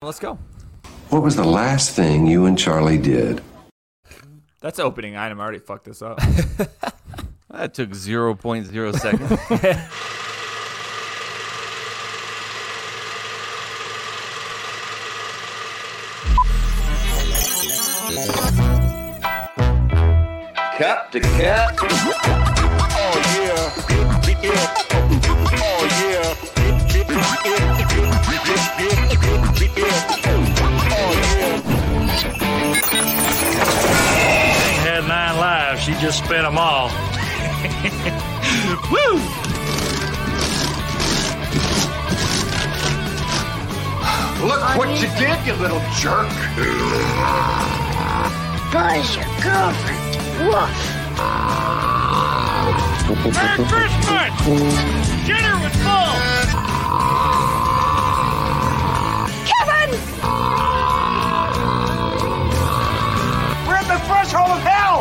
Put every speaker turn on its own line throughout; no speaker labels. Let's go.
What was the last thing you and Charlie did?
That's opening item. I already fucked this up.
That took 0.0 seconds.
Cup to cup. Oh yeah. Oh
had nine lives. She just spent them all. Woo!
yeah. Look what you did, you little jerk.
Buzz your girlfriend. Woof.
Merry Christmas! Dinner with balls!
Kevin!
We're at the threshold of hell.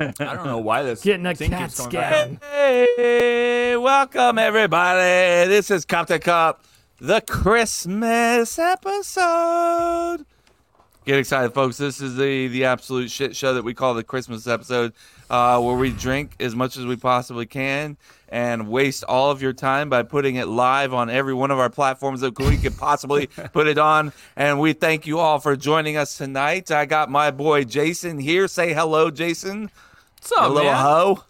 I don't know why this
Getting a
thing
cat
keeps going back up.
scan.
hey, welcome everybody. This is Cop to Cop, the Christmas episode. Get excited, folks. This is the the absolute shit show that we call the Christmas episode, uh, where we drink as much as we possibly can and waste all of your time by putting it live on every one of our platforms that we could possibly put it on. And we thank you all for joining us tonight. I got my boy Jason here. Say hello, Jason.
What's up,
you little
man?
hoe.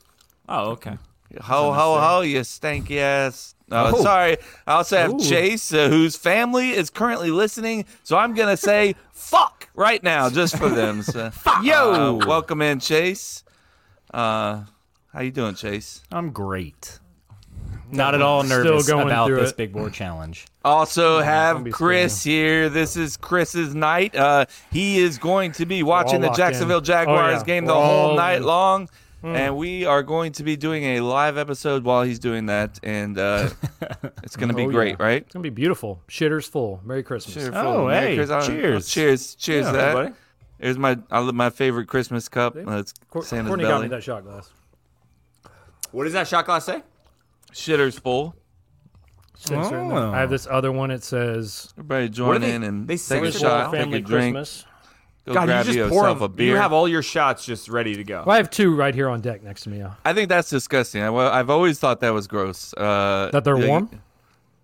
Oh, okay.
Ho ho ho! You stanky ass. Oh,
Oh.
sorry. I also have Chase, uh, whose family is currently listening. So I'm gonna say fuck right now, just for them. So, Yo, welcome in, Chase. Uh, how you doing, Chase?
Oh,
I'm great. Not at all nervous
going
about
through
this
it.
big board challenge.
Also have
be
Chris here. This is Chris's night. Uh, he is going to be watching the
locked in.
Jacksonville
Oh,
Jaguars
yeah.
game the
We're
whole
all Hmm.
night
in.
long. And we are going to be doing a live episode while he's doing that, and uh, it's going to be
Oh, yeah.
great, right?
It's gonna be beautiful. Shitter's full. Merry Christmas. Uh,
Cheers
Oh,
for the Merry
hey,
Christmas.
cheers.
Cheers. Cheers to that.
everybody.
Here's my I love my favorite Christmas cup.
See?
That's
Cor-
Santa's
Courtney got
belly.
me that shot glass.
What does that shot glass say?
Shitter's full.
Six right now. I have this other one. It says
Everybody
are
join
they-
in and
they
take a
serve
shot, take a
Family
drink,
Christmas.
go
God,
grab
you just pour
yourself
them.
a beer.
You have all your shots just ready to go.
Well, I have two right here on deck next to me. Uh,
I think that's disgusting. I, well, I've always thought that was gross. Uh,
That they're
like-
warm?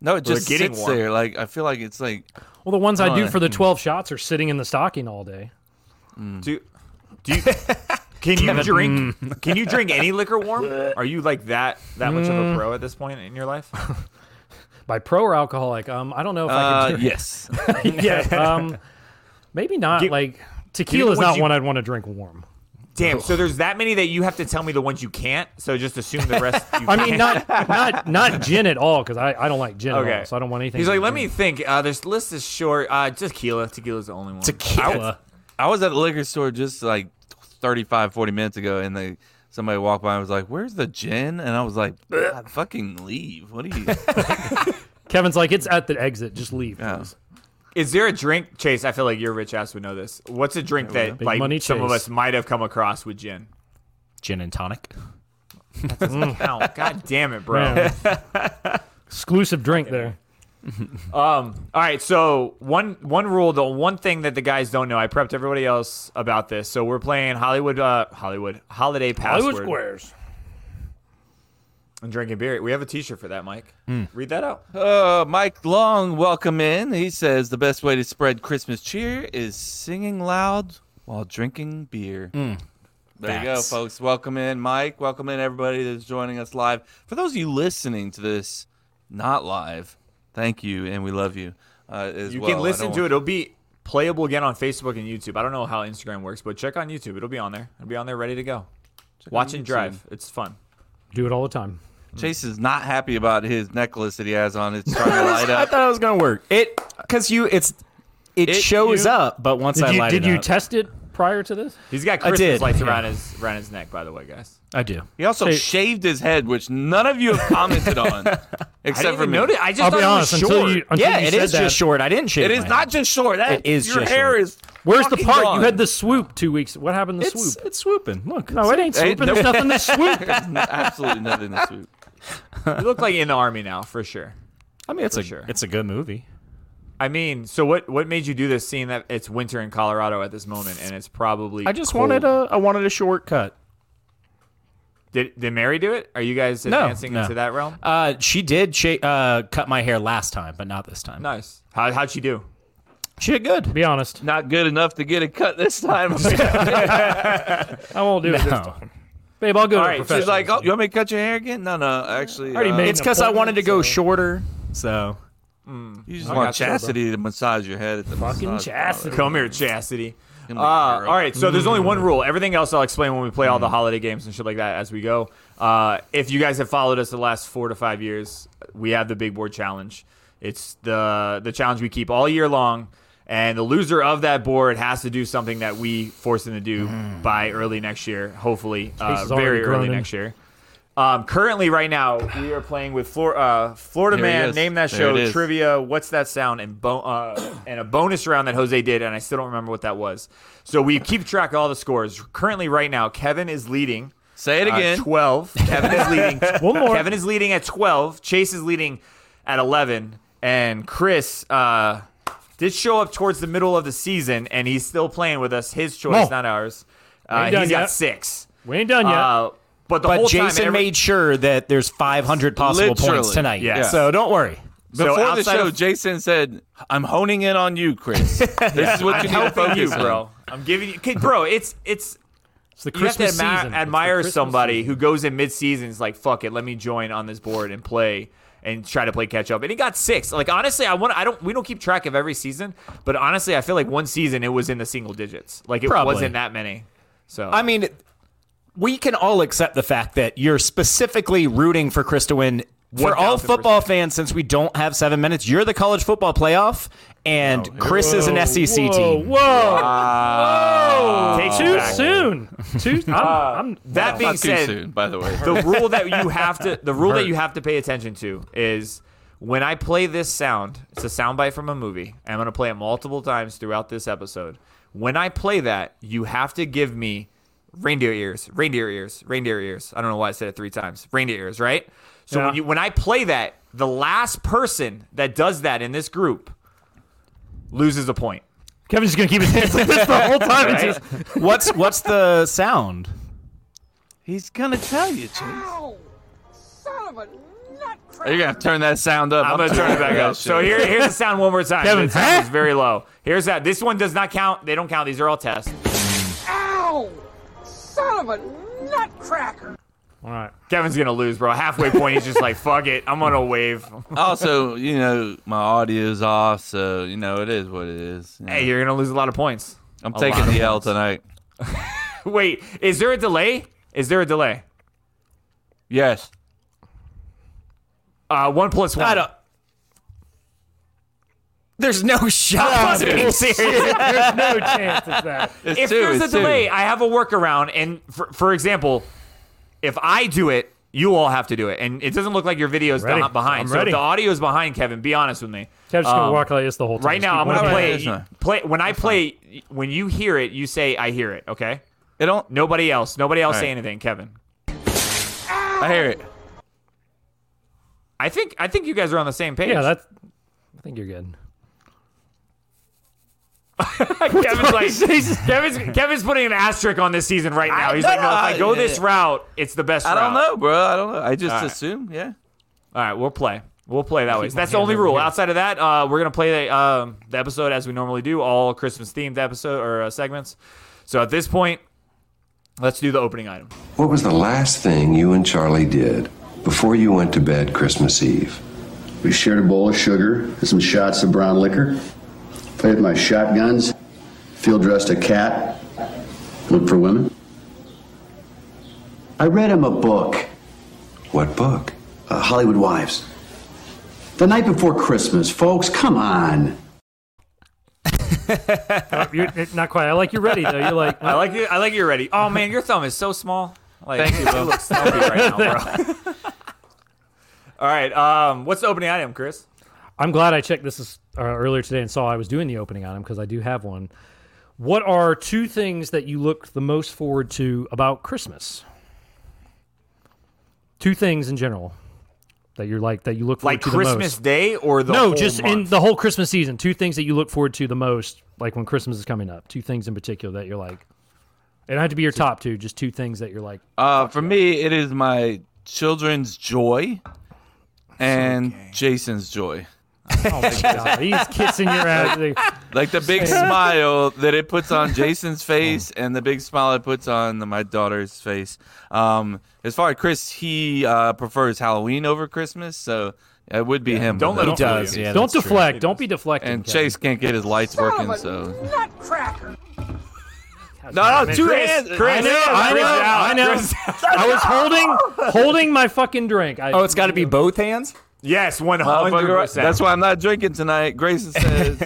No, it
They're
just
getting
sits
warm.
there. Like I feel like it's like
Well, the ones I
Oh,
do
yeah.
for the 12 shots are sitting in the stocking all day.
Do, do you, can you drink? Can you drink any liquor warm? Are you like that that much of
Mm.
a pro at this point in your life?
By pro or alcoholic, um, I don't know if I
uh,
can do
yes.
it.
Uh,
yeah, um, maybe not.
Get-
like tequila is
ones
not
you-
one I'd want to drink warm.
Damn. So there's that many that you have to tell me the ones you can't. So just assume the rest. You
I mean, not not not gin at all because I, I don't like gin. At
Okay.
all, so I don't want anything.
He's
with
like, let me
gin.
think. Uh, this list is short. Uh, just tequila. Tequila's the only one.
Tequila.
I was at the liquor store just like 35, 40 minutes ago, and they somebody walked by and was like, "Where's the gin?" And I was like, "God, "Fucking leave! What are you?"
Kevin's like, it's at the exit. Just leave. please."
Uh, Is there a drink, Chase? I feel like your rich ass would know this. What's a drink that
Big
like
money
some of
Chase.
us might have come across with gin?
Gin and tonic.
Ow, God damn it, bro.
Mm. Man. Exclusive drink there.
All right, so one one rule, the one thing that the guys don't know, I prepped everybody else about this. So we're playing Hollywood, uh, Hollywood holiday password
Squares.
and drinking beer. We have a T-shirt for that, Mike.
Hmm.
Read that out.
Uh, Mike Long, welcome in. He says the best way to spread Christmas cheer is singing loud while drinking beer. Hmm. There you go,
Facts.
folks. Welcome in, Mike. Welcome in, everybody that's joining us live. For those of you listening to this not live, thank you, and we love you. Uh, as
You
well.
can
I
listen
don't
to it.
want-
It'll be playable again on Facebook and YouTube. I don't know how Instagram works, but check on YouTube. It'll be on there. It'll be on there, ready to go. Watch and drive. It's fun.
Do it all the time.
Chase is not happy about his necklace that he has on. It's trying to light up.
thought it was gonna work.
It because you it's it,
It-
shows
you-
up, but once
Did
I
you
light
did
it
you
up,
test it prior to this?
He's got
I
Christmas
did,
lights
yeah.
around his around his neck, by the way, guys.
I do.
He also
Hey.
shaved his head, which none of you have commented on.
I didn't
except for
even
me.
notice. I just
I'll
thought
be honest.
it was
Until
short.
you, until
yeah,
you
it
said
is
that,
just short. I didn't shave.
It
my
is
head.
not just short. That
It is
your
just
hair
short.
is.
Where's the
fucking
part? You
gone.
had the swoop two weeks. What happened to the
It's,
swoop?
it's swooping. Look.
No, it ain't swooping.
Ain't no-
There's nothing to swoop.
absolutely nothing to swoop.
You look like in the army now for sure.
I mean, it's
for
a
sure.
it's a good movie.
I mean, so what? What made you do this? Seeing that it's winter in Colorado at this moment, and it's probably
I just
cold.
wanted a I wanted a shortcut.
Did, did Mary do it? Are you guys advancing
no.
into that realm?
Uh, she did sha- uh, cut my hair last time, but not this time.
Nice. How how'd she do?
She did good.
Be honest.
Not good enough to get it cut this time.
I won't do it. This time.
No.
Babe, I'll go
All
to
right,
a
she's
She's
professional.
like, "Oh, you want me to cut your hair again?" No, no. Actually,
already
uh,
made
It's because I wanted to go
So-
shorter. So
You just want
got you,
chastity to massage your head at the
Fucking
massage parlor.
chastity. Mm.
Come here, Chastity.
Come
Uh,
here, girl.
all right, so there's only one rule. Everything else I'll explain when we play all the holiday games and shit like that as we go. Uh, if you guys have followed us the last four to five years, we have the Big Board Challenge. It's the the challenge we keep all year long, and the loser of that board has to do something that we force them to do by early next year, hopefully, uh,
Mm. Chase is already
very early
groaning.
next year. Um, currently, right now, we are playing with Flor- uh, Florida
There he
Man.
is.
Name that
There
show.
it is.
Trivia trivia, what's that sound, and bo- uh, and a bonus round that Jose did, and I still don't remember what that was. So we keep track of all the scores. Currently, right now, Kevin is leading.
Say it
uh,
again.
Twelve. Kevin is leading.
One more.
Kevin is leading at twelve. Chase is leading at eleven, and Chris uh, did show up towards the middle of the season, and he's still playing with us. His choice, not ours. Uh,
Ain't done
he's got
yet.
six.
we ain't done yet.
Uh, but the
but
whole time,
Jason
every-
made sure that there's 500 possible points
Literally.
tonight.
Yeah.
So don't worry.
so
Before the
outside
show,
of-
Jason said, "I'm honing in on you, Chris. This is what
I'm
you need to
helping
focus
you,
on."
bro. I'm giving you, 'Kay, bro. It's it's
it's the
you have to
Christmas
admire,
season. It's the
admire
Christmas
somebody
season.
who goes in mid-season is like fuck it let me join on this board and play and try to play catch up and he got six like honestly i want i don't we don't keep track of every season but honestly i feel like one season it was in the single digits like it
Probably.
wasn't that many so
I mean, we can all accept the fact that you're specifically rooting for Chris to win. For all
1000%.
football fans, since we don't have seven minutes, you're the college football playoff, and Chris is an SEC
Oh, Whoa,
team.
whoa!
takes you
Too
back.
soon. Too. I'm, I'm,
that being
Not too
said
soon, by the way.
the rule that you have to the rule that you have to pay attention to is when I play this sound, it's a sound bite from a movie. and I'm going to play it multiple times throughout this episode. When I play that, you have to give me reindeer ears, reindeer ears, reindeer ears. I don't know why I said it three times. Reindeer ears, right? So when
Yeah.
you when I play that, the last person that does that in this group loses a point.
Kevin's just gonna keep his hands like this the whole time. It's just-
what's what's the sound?
He's gonna tell you, Chase. You're
Oh, son of a nutcracker.
gonna have to turn that sound up.
I'm gonna turn it back up. So here, here's the sound one more time.
Kevin,
That sound
huh?
is very low. Here's that. This one does not count. They don't count. These are all tests.
Ow! Son of a nutcracker.
All right.
Kevin's gonna lose, bro. Halfway point, he's just like, "Fuck it, I'm gonna wave."
also, you know, my audio's off, so you know it is what it is. You know.
Hey, you're gonna lose a lot of points.
I'm
a
taking
lot of
the L tonight.
Wait, is there a delay? Is there a delay?
Yes.
Uh, one plus one.
I don't. There's no shot.
Are you serious?
There's no chance it's that.
It's
if
two,
there's a
it's two.
delay, I have a workaround. And for, for example, if I do it, you all have to do it, and it doesn't look like your video is
Ready.
not behind.
I'm
so if
ready.
the audio is behind, Kevin, be honest with me.
Kevin's just gonna
Um,
walk like this the whole time.
Right
Just
now,
keep
I'm gonna
walking.
walking.
play.
That's fine.
Play when I play. When you hear it, you say, "I hear it." Okay.
It don't.
Nobody else. Nobody else
All
say
right.
anything, Kevin.
I hear it.
I think I think you guys are on the same page.
Yeah, that's. I think you're good.
Kevin's like Kevin's, Kevin's putting an asterisk on this season right now.
I-
He's
no,
like, no, if I
I-
go this route, it's the best
I
route.
don't know, bro. I don't know. I just
All right.
assume. Yeah.
All right, we'll play. We'll play that way. That's the only rule. Outside of that, uh, we're gonna play the, um, the episode as we normally do, all Christmas themed episode or uh, segments. So at this point, let's do the opening item.
What was the last thing you and Charlie did before you went to bed Christmas Eve?
We shared a bowl of sugar and some shots of brown liquor, played with my shotguns, field dressed a cat, looked for women. I read him a book,
What book?
uh, Hollywood Wives. The night before Christmas, folks, come on.
You're, eh, not quite. I like you're ready though. You're like.
I like you. I like you're ready. Oh man, your thumb is so small. Like, Thank you. It looks stumpy right now, bro. All right. Um, what's the opening item, Chris?
I'm glad I checked this is- uh, earlier today and saw I was doing the opening on him because I do have one. What are two things that you look the most forward to about Christmas? Two things in general that you're like that you look forward
Like
to the
Christmas
most.
Day or the
no,
whole
just in
month?
the whole Christmas season. Two things that you look forward to the most, like when Christmas is coming up. Two things in particular that you're like. It don't have to be your top two. Just two things that you're like.
Uh, for me, it is my children's joy and Jason's joy.
Oh my god, he's kissing your ass.
Like the big smile that it puts on Jason's face and the big smile it puts on my daughter's face. Um, as far as Chris, he uh, prefers Halloween over Christmas, so it would be him.
Don't let
He
him
does,
fool you.
yeah.
Don't
that's true.
deflect. Don't be deflecting.
And
Kevin.
Chase can't get his lights
Son
working,
of a
so
nutcracker.
no, no, two
Chris,
hands.
Chris,
I know, I
Chris
know,
out.
I know.
Chris out.
I was holding holding my fucking drink. I,
Oh, it's got to be both hands.
Yes, one hundred
Motherfucker,
percent.
That's why I'm not drinking tonight. Grayson says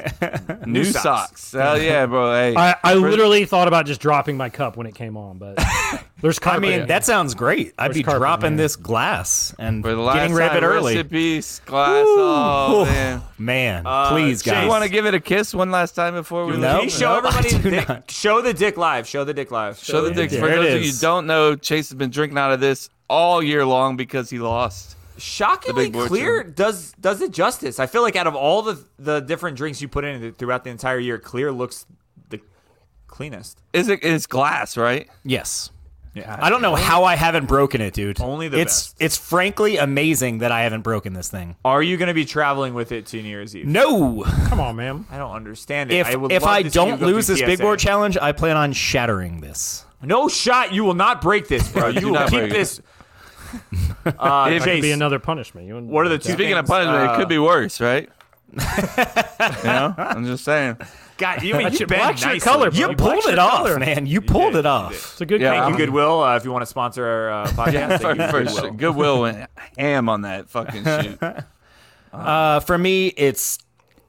new, socks.
socks.
Hell yeah, bro. Hey,
I, I
Chris-
literally thought about just dropping my cup when it came on, but there's
I
carpet.
mean, that sounds great. I'd
There's
be
carpet,
dropping
man.
this glass and
For the last
getting rid of it
time,
early.
Rest in peace, class. Oh, man.
Man, please,
Do
guys.
uh, you want to give it a kiss one last time before we
No.
Can
leave?
you show
no, I
everybody
do
the dick?
not.
Show the dick live. Show the dick live.
Show the dicks.
There
For
it
those of you who
is.
don't know, Chase has been drinking out of this all year long because he lost.
Shockingly
big boy
clear does does it justice. I feel like out of all the the different drinks you put in th- throughout the entire year, clear looks the cleanest.
Is it? It's glass, right?
Yes. I don't know how I haven't broken it, dude.
Only the
it's
best.
it's frankly amazing that I haven't broken this thing.
Are you going to be traveling with it to New Year's Eve?
No,
come on, man.
I don't understand it.
if
I would
if
love
I
to see you
don't
go through
lose this big
TSA.
board challenge, I plan on shattering this.
no shot. You will not break this, bro.
You do
You will
not
keep
break it.
this. Uh,
If-
Could be
Chase,
another punishment. You wouldn't
what are the
like
two?
that.
Speaking of
things,
punishment,
uh,
it could be worse, right? you know, I'm just saying.
God, you mean you
should
bend
watch your
nicely.
color, bro.
You
You
pulled
blacked
it
your
off,
color.
man. You pulled
did,
it
you
off.
It's a good
Yeah,
yeah,
Thank you, Goodwill. Uh, if you want to sponsor our uh, podcast,
For,
thank you,
for
Goodwill.
sure. Goodwill went ham on that fucking shoot.
Uh, for me, it's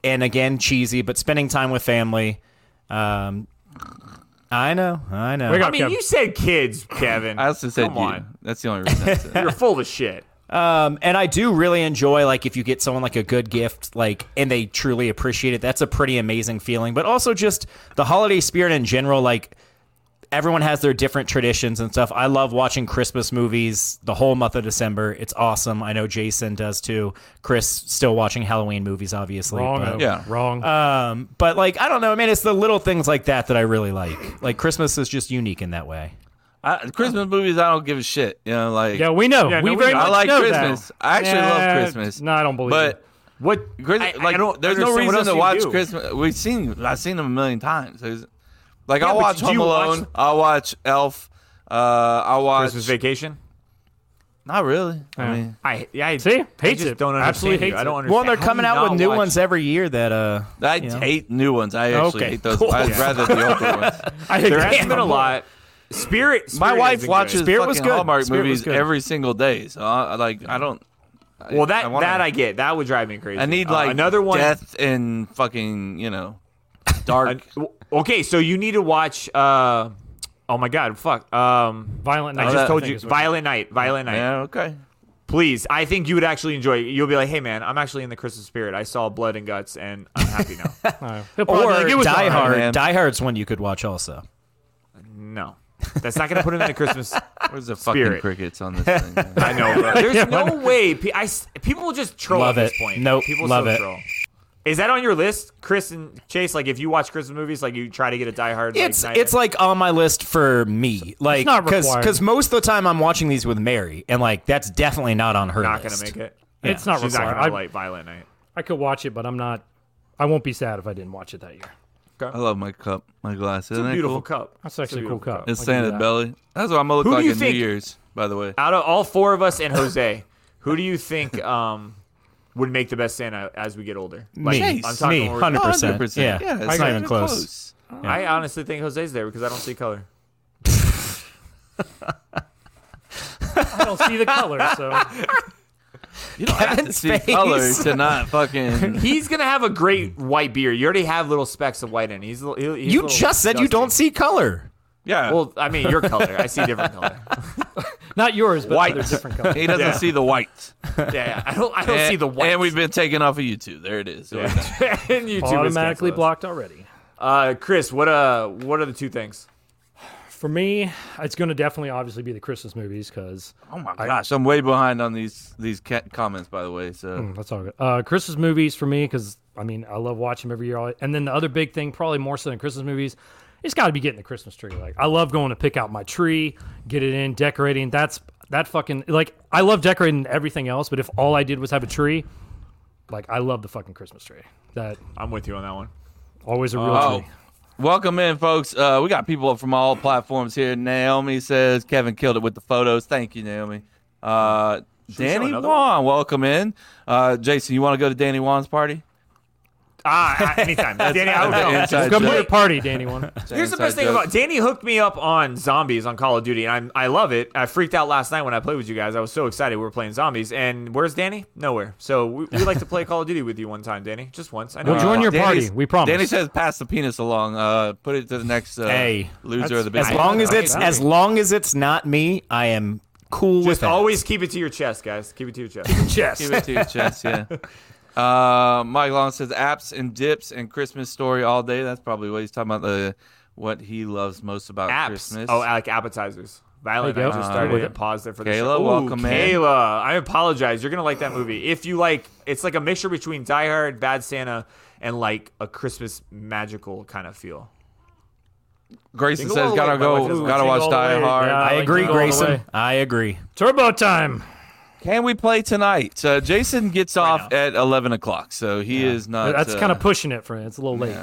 and again cheesy, but spending time with family. Um, I know, I know.
We
I
got-
mean,
Kevin.
you said kids, Kevin.
I also said
Come
you.
on.
That's the only reason. I said. it.
You're full of shit.
Um, and I do really enjoy like if you get someone like a good gift, like and they truly appreciate it. That's a pretty amazing feeling. But also just the holiday spirit in general, like everyone has their different traditions and stuff. I love watching Christmas movies the whole month of December. It's awesome. I know Jason does too. Chris still watching Halloween movies, obviously.
wrong.
but,
Owen,
Yeah.
wrong.
um, but like I don't know, man. It's the little things like that that I really like. Like Christmas is just unique in that way.
I, Christmas movies, I don't give a shit. You know, like
yeah, we know.
yeah,
we
no, we
very
know.
much
I like
know
Christmas.
That.
I actually
Yeah,
love Christmas.
No, I don't believe
but
it.
What?
Chris,
I- I
like,
don't
there's no
understand what
reason
else
to
you
watch
do.
Christmas. We've seen, I've seen them a million times. There's, like
Yeah,
I'll
but
watch
do
Home
you watch-
Alone. I'll watch Elf. Uh, I'll watch.
Christmas Vacation.
Not really. I mean,
I yeah. I,
See?
I
Hates
just
it.
don't understand.
Absolutely
you.
hates
I don't
it.
understand.
Well, and they're
How do
coming
you
out
not
with new
watch-
ones every year. That uh,
I hate new ones. I actually
Okay,
hate those.
cool.
I'd
Yeah.
rather the older ones.
I
There
agree.
hasn't been a lot. Spirit.
My
Spirit
wife
isn't
watches
good.
Spirit was
fucking
good.
Hallmark
Spirit was
movies
good.
every single day. So I, I, like I don't.
Well, that
I wanna-
that I get. That would drive me crazy.
I need
Uh,
like
another one.
Death and fucking you know, dark.
Okay, so you need to watch. uh Oh my God! Fuck. Um,
Violent
I
Night,
just
I
told
think
you,
is what-
Violent Night. Violent Night.
yeah. Okay.
Please, I think you would actually enjoy. it. You'll be like, "Hey, man, I'm actually in the Christmas spirit. I saw blood and guts, and I'm happy now."
He'll probably
or
be like, it was
Die
alright.
Hard.
man.
Die Hard's one you could watch also.
no, that's not gonna put him in the Christmas.
Where's the fucking
Spirit.
crickets on this thing?
I know, bro. There's no way. Pe- I s- people will just troll
Love
at this
it.
point.
Nope,
People
love
still
it.
troll. Is that on your list, Chris and Chase? Like, if you watch Christmas movies, like you try to get a diehard.
It's
like, night-
it's like on my list for me, like
not
because
required.
because most of the time I'm watching these with Mary, and like that's definitely not on her.
not gonna
list.
make it.
It's not
She's not
required.
gonna
I,
like Violent Night.
I could watch it, but I'm not. I won't be sad if I didn't watch it that year.
I love my cup, my glass. Isn't
It's a
it
beautiful
cool?
cup.
That's actually a cool cup.
It's
I'll give
staying
you
at
that.
belly. That's what I'm gonna look
Who do
like
you
in
think-
New Year's, by the way.
Out of all four of us and Jose, who do you think um, would make the best Santa as we get older? Like,
Me,
I'm talking
me,
when we're-
hundred percent.
100%.
Yeah,
Yeah,
it's not even close.
I honestly think Jose's there because I don't see color.
I don't see the color, so
You don't have to
Kevin's
see
face.
color to not fucking.
He's gonna have a great white beard. You already have little specks of white in. it. He's, he's
You just said you don't see color.
Yeah.
Well, I mean, your color. I see different color.
Not yours, but
White.
other different colors.
He doesn't
Yeah.
see the white.
Yeah, I don't. I don't see the
And-
white.
And we've been taken off of YouTube. There it is.
and YouTube has
automatically
canceled us.
blocked already.
Uh, Chris, what uh, what are the two things?
For me, it's going to definitely, obviously, be the Christmas movies because
Oh my gosh, I'm way behind on these these ca- comments, by the way. So
that's all good. Uh, Christmas movies for me because I mean I love watching them every year. And then the other big thing, probably more so than Christmas movies, it's got to be getting the Christmas tree. Like I love going to pick out my tree, get it in, decorating. That's that fucking like I love decorating everything else, but if all I did was have a tree, like I love the fucking Christmas tree. That
I'm with you on that one.
always a real
Oh.
tree.
Welcome in, folks. Uh, we got people from all platforms here. Naomi says Kevin killed it with the photos. Thank you, Naomi. Uh,
we show
Danny
another
Wan, welcome in. Uh, Jason, you want to go to Danny Wan's party?
Ah, uh, anytime, Danny. I would
Okay,
go.
inside
Go
joke.
to a party, Danny. One.
Here's the
Inside
best thing
joke.
about Danny hooked me up on zombies on Call of Duty. and I I love it. I freaked out last night when I played with you guys. I was so excited we were playing zombies. And where's Danny? Nowhere. So we, we like to play Call of Duty with you one time, Danny. Just once. I know.
We'll
you-
join your
Danny's-
party. We promise.
Danny says pass the penis along. Uh, put it to the next uh,
Hey,
loser of the big.
As long as
I-
it's
I-
as long as it's not me, I am cool with
Just
that.
always keep it to your chest, guys. Keep it to your chest.
Give it to your chest, yeah. Uh, Mike Long says apps and dips and Christmas story all day. That's probably what he's talking about. The what he loves most about
Apps.
Christmas.
Oh, like appetizers. Violent.
There you
I
go.
just
Uh,
started
with
it.
it.
Paused it for the
Kayla,
show.
welcome in.
Kayla, I apologize. You're gonna like that movie. If you like, it's like a mixture between Die Hard, Bad Santa, and like a Christmas magical kind of feel.
Grayson
Jingle
says
all the
gotta
way. My wife
go,
doesn't
gotta
like
watch
Jingle all the
Die
way.
Hard.
Yeah.
I
like
agree,
you all the
Grayson.
way.
I agree.
Turbo time.
Can we play tonight? Uh, Jason gets off at eleven o'clock, so he is not.
That's
uh,
kind of pushing it for me. It's a little late.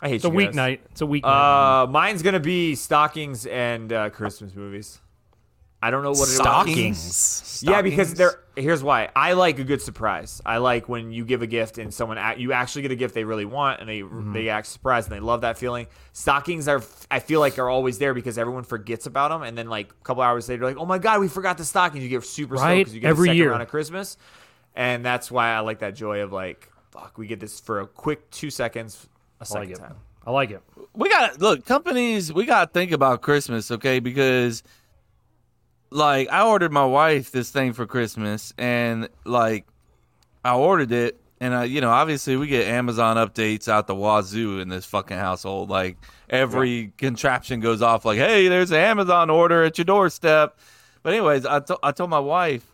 I hate
It's a weeknight. It's a weeknight.
Uh, mine's gonna be stockings and uh, Christmas movies. I don't know what
Stockings.
It was. Yeah, because they're here's why. I like a good surprise. I like when you give a gift and someone act, you actually get a gift they really want and they
Mm-hmm.
they act surprised and they love that feeling. Stockings are I feel like are always there because everyone forgets about them and then like a couple hours later, like oh my god, we forgot the stockings. You get super stoked
Right?
'cause you get
Every
a second
year.
round of Christmas, and that's why I like that joy of like fuck, we get this for a quick two seconds a
I like
second
it.
time.
I like it.
we got look companies we got to think about christmas okay because like i ordered my wife this thing for christmas and like i ordered it and I, you know obviously we get amazon updates out the wazoo in this fucking household like every contraption goes off like hey there's an amazon order at your doorstep but anyways i, to- I told my wife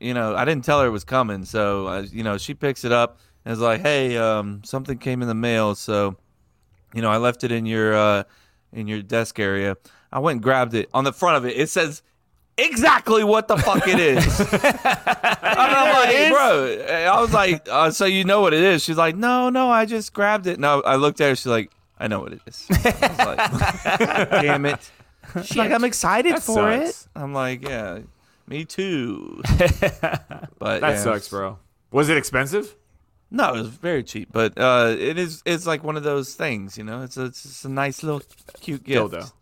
you know, I didn't tell her it was coming. So, uh, you know, she picks it up and is like, "Hey, um, something came in the mail." So, you know, I left it in your uh, in your desk area. I went and grabbed it. On the front of it, it says exactly what the fuck it is. and I'm like, bro. I was like, uh, so you know what it is? She's like, no, no, I just grabbed it. No, I looked at her. She's like, I know what it is. I was like, damn it. She's like, I'm excited for
sucks.
it. I'm like, yeah, me too.
That
but yeah.
sucks, bro. Was it expensive?
No, it was very cheap, but uh, it is it's like one of those things, you know. It's a, it's just a nice little cute gift.
Dildo.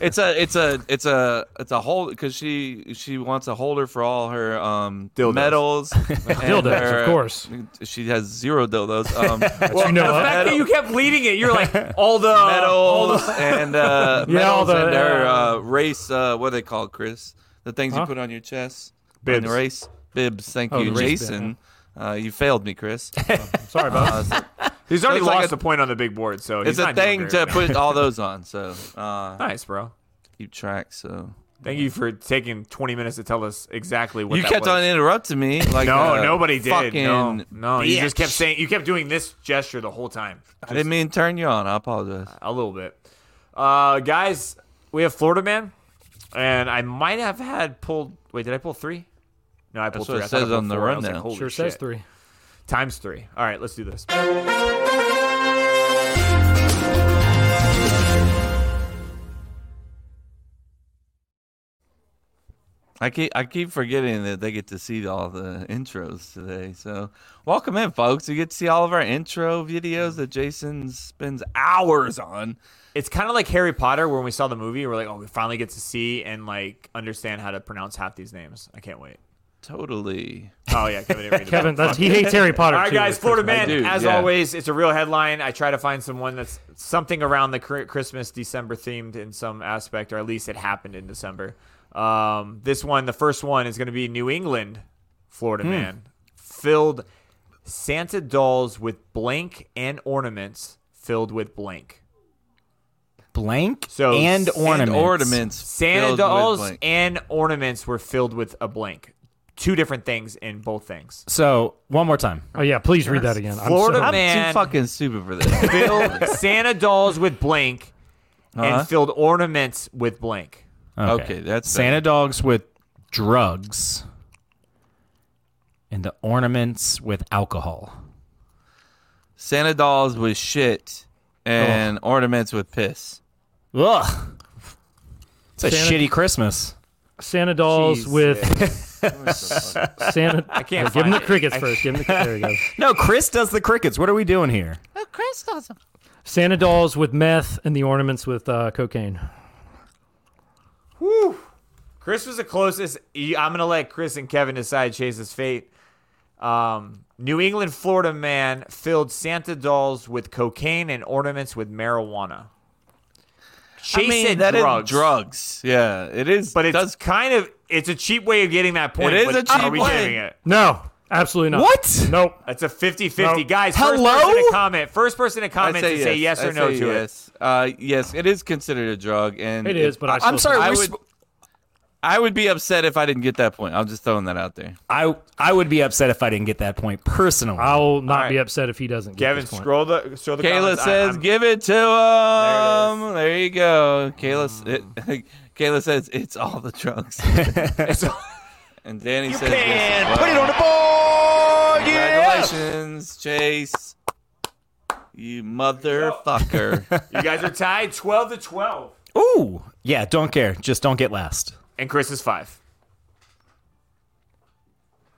It's a it's a it's a it's a hold because she she wants a holder for all her um
Dildos.
medals. dildos,
Dildos, of course.
She has zero dildos. Um,
you know,
the
uh,
fact that you kept leading it, you're like all the all
medals
the-
and uh,
Yeah, all
medals
the-
and her uh, race. Uh, what are they called, Chris? The things you
Huh?
put on your chest.
Bibs.
On the race bibs. Thank
Oh,
you,
the race bib,
Jason. Uh, you failed me, Chris.
Sorry about
Uh, so-
He's already
It's like
lost
a-
the point on the big board, so
it's
he's
a
not doing
thing
great
to
right now.
put all those on, so uh,
Nice, bro.
keep track. So
Thank you for taking 20 minutes to tell us exactly what
you
that
kept
was.
on interrupting me. Like
No,
a
nobody did.
Fucking,
No, no, you just kept
bitch.
saying you kept doing this gesture the whole time,
I didn't mean to turn you on. I apologize.
a little bit. Uh, guys, we have Florida man, and I might have had pulled. Wait, did I pull three? No, I pulled
what
three.
it
I thought I
says
pulled
on the
four. I was
rundown.
like,
it.
holy
Sure says
shit.
three.
times three. All right, let's do this.
I keep I keep forgetting that they get to see all the intros today. So welcome in, folks. You get to see all of our intro videos that Jason spends hours on.
it's kind of like Harry Potter when we saw the movie. We're like, oh, we finally get to see and like understand how to pronounce half these names. I can't wait.
Totally.
Oh yeah, Kevin. didn't read it.
Kevin, that's, he hates Harry Potter.
All right,
too,
guys.
which
Florida
is-
man.
I do,
as
yeah.
always, it's a real headline. I try to find someone that's something around the cr- Christmas December themed in some aspect, or at least it happened in December. Um, this one, the first one, is going to be New England,
Hmm.
Florida man, filled Santa dolls with blank and ornaments filled with blank.
Blank
So,
and
and
ornaments.
ornaments. filled
Santa
with
dolls
blank.
and ornaments were filled with a blank. Two different things in both things.
So one more time.
Oh yeah, please read that again.
Florida
I'm so,
man
Too fucking stupid for this.
filled Santa dolls with blank
Uh-huh.
and filled ornaments with blank.
Okay, that's
Santa dogs with drugs, and the ornaments with alcohol.
Santa dolls with shit and ornaments with piss.
Ugh. It's a
Santa-
shitty Christmas.
Santa dolls with Santa. I
can't
give him
find
the
it.
crickets
I-
first. Give him the, there he goes.
No, Chris does the crickets. What are we doing here?
Santa dolls with meth and the ornaments with uh, cocaine.
Chris was the closest. You- I'm gonna let Chris and Kevin decide Chase's fate. Um, New England, Florida man filled Santa dolls with cocaine and ornaments with marijuana. Chase
I mean,
said
that is
drugs,
drugs. Yeah, it is.
but it's
does,
kind of it's a cheap way of getting that point.
It is
but
a cheap
are we
way.
giving it?
No, absolutely not.
What?
Nope.
That's a 50-50.
No.
guys, first
Hello?
person to comment. First person to
I
comment to say yes
I
or no
say
to it.
yes. Uh, yes, it is considered a drug, and
It is, but I
I'm
still
sorry.
I
we're
would-
sp-
I would be upset if I didn't get that point. I'm just throwing that out there.
I I would be upset if I didn't get that point personally.
I will not
right.
be upset if he doesn't. Get
Kevin,
this point.
scroll the scroll the.
Kayla
comments. I-
says,
I'm-
"Give it to him." There, you go. Kayla. s- It, Kayla says, "It's all the drugs." and Danny says, yes, it
put it
was.
on the board. Yeah.
Congratulations, Chase. You motherfucker.
you guys are tied, twelve to twelve,
Ooh, yeah. Don't care. Just don't get last.
and Chris is five.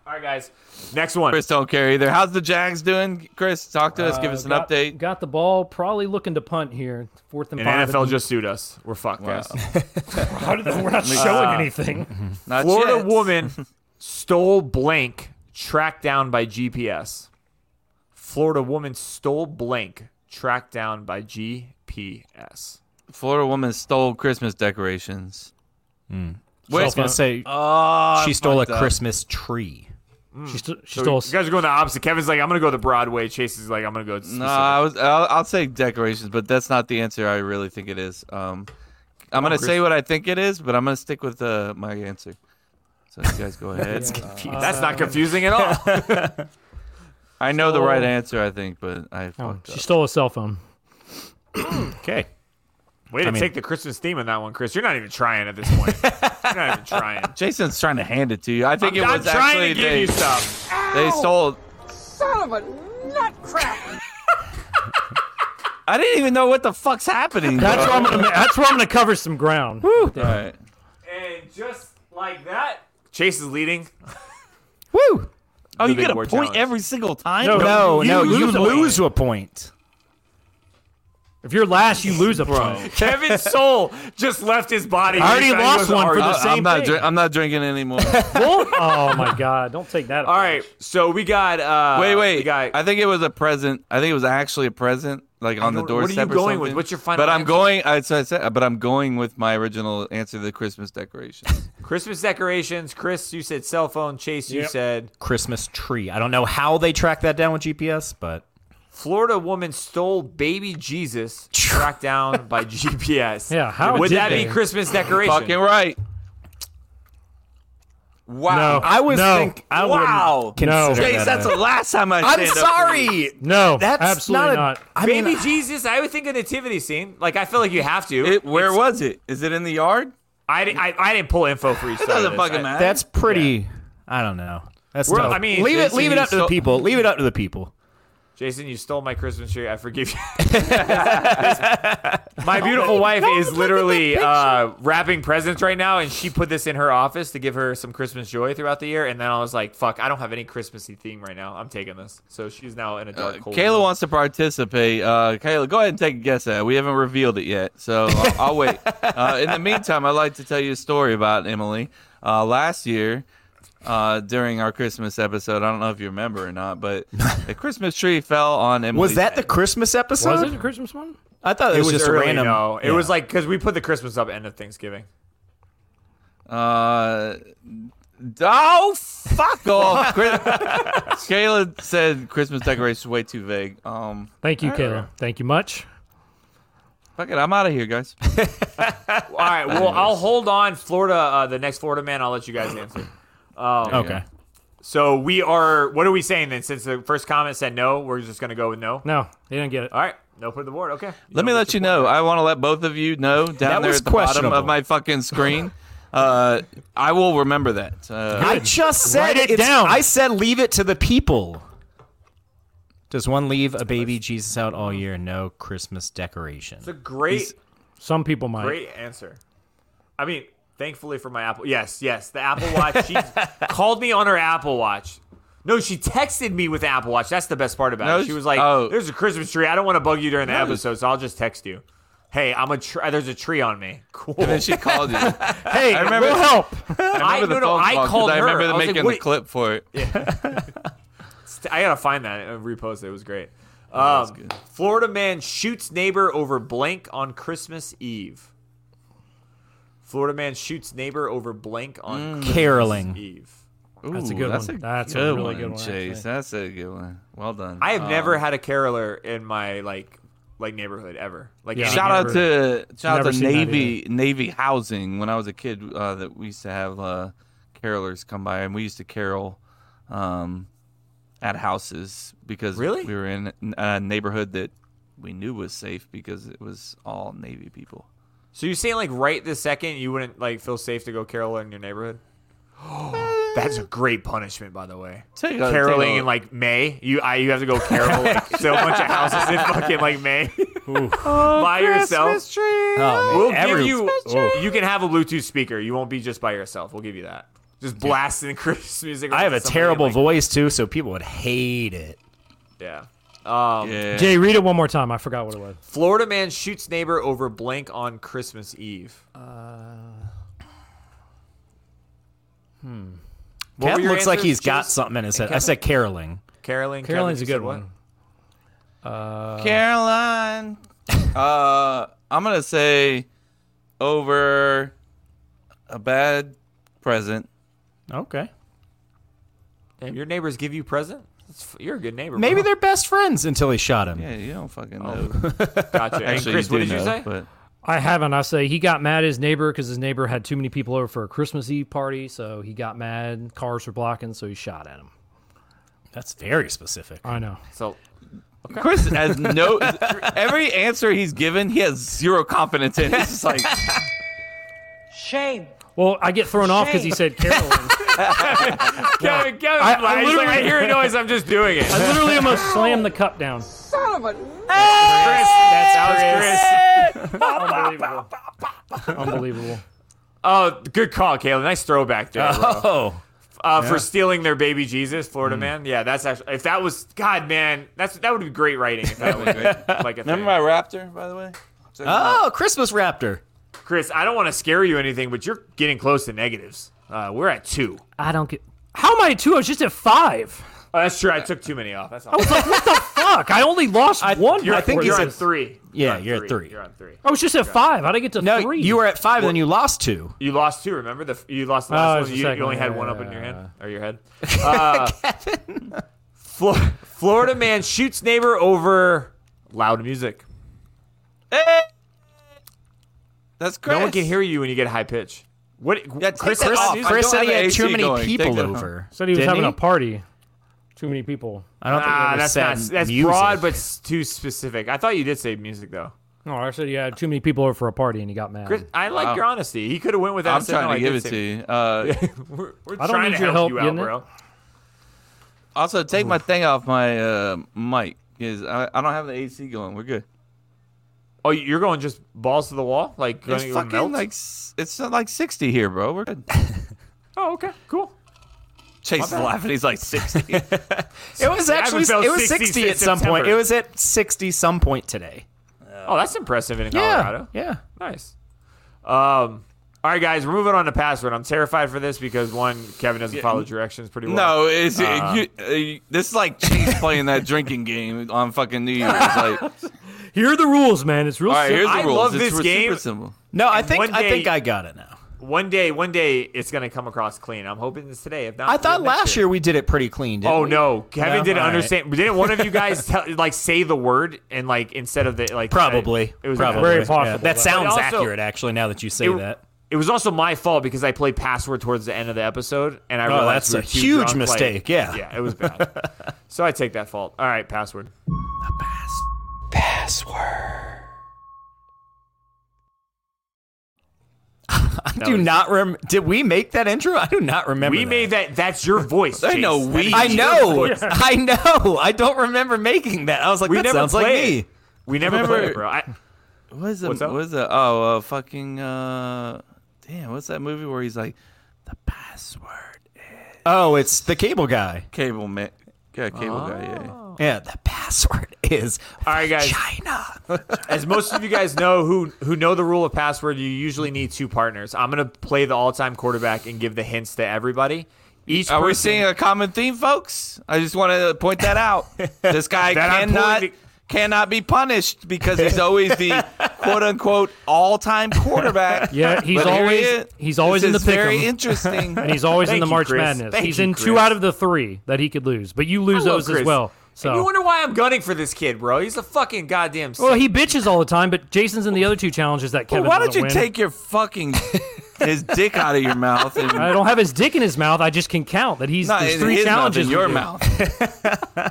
All right, guys. Next one.
Chris don't care either. How's the Jags doing, Chris? Talk to us. Give us an
Uh, got,
update.
Got the ball, probably looking to punt here. Fourth and,
And
five.
NFL just sued us. We're fucked, guys.
We're not showing
Uh,
anything.
Not
Florida
yet.
woman stole blank, tracked down by GPS. Florida woman stole blank, tracked down by GPS.
Florida woman stole Christmas decorations.
Hmm.
I
Wait, uh,
was gonna say
oh,
she stole a
fucked up.
Christmas tree.
She, st- she
So
stole.
you guys are going the opposite. Kevin's like, I'm gonna go the Broadway. Chase is like, I'm gonna go.
No,
specific."
I was. I'll, I'll say decorations, but that's not the answer. I really think it is. Um, I'm gonna say what I think it is, but I'm gonna stick with uh, my answer. So you guys go ahead. Uh,
That's not confusing at all.
I know the right answer, I think, but I
oh,
fucked
she
up.
stole a cell phone.
Okay.
Way to
mean-
take the Christmas theme on that one, Chris. You're not even trying at this point. You're not even trying.
Jason's trying to hand it to you. I think
I'm,
it
I'm
was
trying
actually
to give
they,
you stuff.
they stole.
Son of a nutcracker!
I didn't even know what the fuck's happening.
That's where I'm gonna. ma- That's where I'm gonna cover some ground.
All right.
And just like that, Chase is leading.
Woo.
Oh,
The
you
big
get a
board
point
challenge.
every single time.
No,
No, no, you
a point.
lose a point.
If you're last, you lose a point.
Kevin Soul just left his body.
I already
He thought he
lost
was an
one for
artist.
the
I-
same
I'm not.
thing.
Dri- I'm not drinking anymore.
Well, oh my god! Don't take that.
All right, so we got. Uh,
wait, wait.
We got,
I think it was a present. I think it was actually a present, like on the
don't- what are
doorstep.
you
or
going with?
something.
What's your final
But I'm
answer?
going. I, so I said, but I'm going with my original answer: the Christmas decorations.
Christmas decorations. Chris, you said cell phone. Chase, you
Yep.
said
Christmas tree. I don't know how they track that down with GPS, but
Florida woman stole baby Jesus tracked down by GPS.
Yeah, how
would
did
that
they?
be Christmas decoration?
Fucking right.
No,
Wow.
I was
no,
think I
Wow.
would
No.
consider
Chase,
that
that's
a-
the last time I.
I'm
stand up for you.
sorry.
No,
That's
absolutely
not.
not.
A, I mean,
Baby Jesus, I would think a nativity scene. Like I feel like you have to.
It, where was it? Is it in the yard?
I, di- I, I didn't pull info for each.
It
side of
doesn't
this.
fucking
I-
matter.
that's pretty. I don't know. That's
We're-
tough.
I mean,
leave it.
Jason,
Leave it
you
up to the
still-
people. Leave it up to the people.
Jason, you stole my Christmas tree. I forgive you. my beautiful wife is literally uh, wrapping presents right now, and she put this in her office to give her some Christmas joy throughout the year. And then I was like, "Fuck, I don't have any Christmassy theme right now. I'm taking this." So she's now in a dark hole.
Uh, Kayla wants to participate. Uh, Kayla, go ahead and take a guess at it. We haven't revealed it yet, so I'll, I'll wait. Uh, in the meantime, I'd like to tell you a story about Emily. Uh, last year, uh, during our Christmas episode, I don't know if you remember or not, but the Christmas tree fell on Emily.
Was that the Christmas episode?
Was it a Christmas one?
I thought it,
It was
just
early,
random.
No, it
Yeah.
was like because we put the Christmas up end of Thanksgiving.
Uh, oh, fuck off. Chris- Kayla said Christmas decorations way too vague. Um,
Thank you,
I don't know.
Kayla. Thank you much.
Fuck it, I'm out of here, guys.
All right. Well, I'll hold on. Florida, uh, the next Florida man. I'll let you guys answer.
Okay.
So we are. What are we saying then? Since the first comment said no, we're just gonna go with no.
No, they didn't get it.
All right. No put the board. Okay.
Let me let you know. I want to let both of you know down there
was
at the bottom
questionable.
of my fucking screen. Uh, I will remember that. Uh,
I just said
Write it
it's-
down.
I said leave it to the people. Does one leave a baby Jesus out all year? No Christmas decoration.
It's a great,
Some people might.
great answer. I mean, thankfully for my Apple. Yes, yes. The Apple Watch. She called me on her Apple Watch. No, she texted me with the Apple Watch. That's the best part about
No,
it. She was like,
oh.
"There's a Christmas tree. I don't want to bug you during the
No.
episode, so I'll just text you." Hey, I'm a tr- there's a tree on me. Cool.
and then she called you. I
Hey, I
remember-
we'll help.
I,
remember
no,
the
no,
phone
I
call 'cause
called
I
her.
remember
I
them
was like,
making
"What-
the clip for it.
I gotta find that and repost it. It was great. Um, Florida man shoots neighbor over blank on Christmas Eve. Florida man shoots neighbor over blank on Christmas
Caroling.
Eve.
That's a
Ooh,
good
that's
one.
A
That's a
good
really
one,
good one,
Chase.
actually.
That's a good one. Well done.
I have
Um,
never had a caroler in my like like neighborhood ever. Like
Yeah.
any-
Shout out to shout
never
out to
seen that
Navy Navy housing. When I was a kid, uh, that we used to have uh, carolers come by, and we used to carol um, at houses because
Really?
we were in a neighborhood that we knew was safe because it was all Navy people.
So you're saying like right this second you wouldn't like feel safe to go carol in your neighborhood? That's a great punishment, by the way.
Take a-
Caroling
take a-
in like May, you I, you have to go carol like, so much of houses in fucking like May by yourself.
Oh,
We'll
Every-
give you.
Oh,
Oh. You can have a Bluetooth speaker. You won't be just by yourself. We'll give you that. Just blasting Christmas music.
I have
around
a
somebody,
terrible
like-
voice too, so people would hate it.
Yeah. Um,
Yeah.
Jay, read it one more time. I forgot what it was.
Florida man shoots neighbor over blank on Christmas Eve. What
Kev
were
looks
your
like
answers,
he's got
Chase?
something in his head. I said caroling.
Caroling.
Carolyn's
Kevin,
a
you said
good
what?
one.
Caroline. uh, I'm gonna say over a bad present.
Okay.
Damn, your neighbors give you present. That's f- you're a good neighbor.
Maybe
bro.
they're best friends until he shot him.
Yeah, you don't fucking know.
gotcha. Oh. And
Actually,
Chris,
you do
what did
know,
you say?
But
I haven't. I say he got mad at his neighbor because his neighbor had too many people over for a Christmas Eve party, so he got mad. Cars were blocking, so he shot at him.
That's very specific.
I know.
So
Chris has no. Every answer he's given, he has zero confidence in. It's just like
Shame.
Well, I get thrown off because he said Carolyn.
Kevin, Kevin,
I- I
he's like, I
literally-
hear a noise. I'm just doing it.
I literally almost slammed the cup down.
Son of a
Chris, that's
Unbelievable. Unbelievable.
Chris. Oh, good call, Kayla. Nice throwback there. bro.
Oh,
uh, for stealing their baby Jesus, Florida man. Yeah, that's actually if that was God, man, that's that would be great writing. If that was like a thing.
remember my raptor, by the way.
oh, Christmas raptor.
Chris, I don't want to scare you or anything, but you're getting close to negatives. Uh, we're at two.
I don't get. How am I at two? I was just at five.
Oh, that's true. I took too many off. That's all.
Fuck! I only lost one.
You're,
I
I think
you
you're on three.
Yeah,
on
you're at three.
You're on three.
I was just at five. How did I get to
No,
three?
you were at five, and then you lost two.
You lost two. Remember the f- you lost the
Oh,
last
it's
one.
the
You,
second
you only
one.
had
Yeah,
one up
yeah,
in your hand or your head. Uh, Flo- Florida man shoots neighbor over loud music.
That's Chris.
No one can hear you when you get high pitch. What?
Yeah, take
Chris,
that
said
off.
music?
I
Chris
don't
said
have
he
the
had
AC
too many
going. Take
people
that home.
over.
Said he was
Didn't
having a party. Too many people.
I don't think he
Ah,
ever
that's
said
not that's
music.
broad, but s- too specific. I thought you did say music though.
No, I said you had too many people over for a party, and he got mad.
Chris, I like your honesty. He could have went without.
I'm
saying,
trying
no,
to
I
give
did say-
it to you. Uh,
We're, we're
don't
trying
need
to
your
help,
help,
you
you
out,
know?
bro.
also, take my thing off my uh, mic because I, I don't have the AC going. We're good.
Oh, you're going just balls to the wall, like
It's
going to
fucking
melt.
like s- it's uh, like 60 here, bro. We're good.
oh, okay, cool.
Chase is laughing. He's like 60.
It was actually
felt
it was
60
sixty at
since
some point.
September.
It was at sixty some point today.
Oh, that's impressive in
Yeah,
Colorado.
yeah.
Nice. Um. All right, guys, we're moving on to password. I'm terrified for this because one, Kevin doesn't follow directions pretty well.
no, it's you, uh, you- this is like Chase playing that drinking game on fucking New Year's. Like, all
Here are the rules, man. It's real
right,
simple.
here's
I
the rules.
love
It's
this
super
game.
simple.
No, I
one
think I
day-
think I got it now.
One day, one day, it's gonna come across clean. I'm hoping it's today. If not,
I thought
next
last year we did it pretty clean. Didn't
Oh
we?
no, Kevin
No?
didn't
All right.
understand. Didn't one of you guys tell, like say the word and like instead of the like?
Probably.
I- it was
probably.
Very possible.
That sounds
Also-
accurate, actually. Now that you say
It,
that,
it was also my fault because I played password towards the end of the episode, and I
Oh,
realized
that's
we were
a
too
huge
drunk, like-
mistake, yeah.
yeah, it was bad. so I take that fault. All right, password.
I do not rem. Did we make that intro? I do not remember.
we
that.
made that. That's your voice.
I know
Chase. That
we-
is
I
your
know.
voice.
I know. I don't remember making that. I was like,
We
that
never
sounds like
play
me.
it. We never
Remember-
played it, bro. I,
What is the
What's up?
what is the oh uh, fucking uh damn what's that movie where he's like the password
Oh, it's the cable guy.
cable man yeah cable guy yeah
Yeah, the password is
all right, guys.
China.
As most of you guys know who who know the rule of password, you usually need two partners. I'm gonna play the all time quarterback and give the hints to everybody. Each
are we
person-
seeing a common theme folks I just want to point that out this guy
That I'm
cannot
pointing-
cannot be punished because he's always the quote unquote all time quarterback
Yeah, he's
But here he
always-
is.
he's always
This
in the
is very
pick'em.
interesting
and he's always in
Thank
the
you,
March
Chris.
Madness.
Thank
he's
you,
in two
Chris.
out of the three that he could lose, but you lose
I love
those as
Chris.
well. So
And you wonder why I'm gunning for this kid, bro. He's a fucking goddamn.
well,
saint.
he bitches all the time, but Jason's in the other two challenges that
Well,
Kevin.
why don't
doesn't
you
win.
take your fucking his dick out of your mouth and
I don't have his dick in his mouth. I just can count that he's
Not
there's
in
three
his mouth,
challenges.
in
we
your
do.
mouth.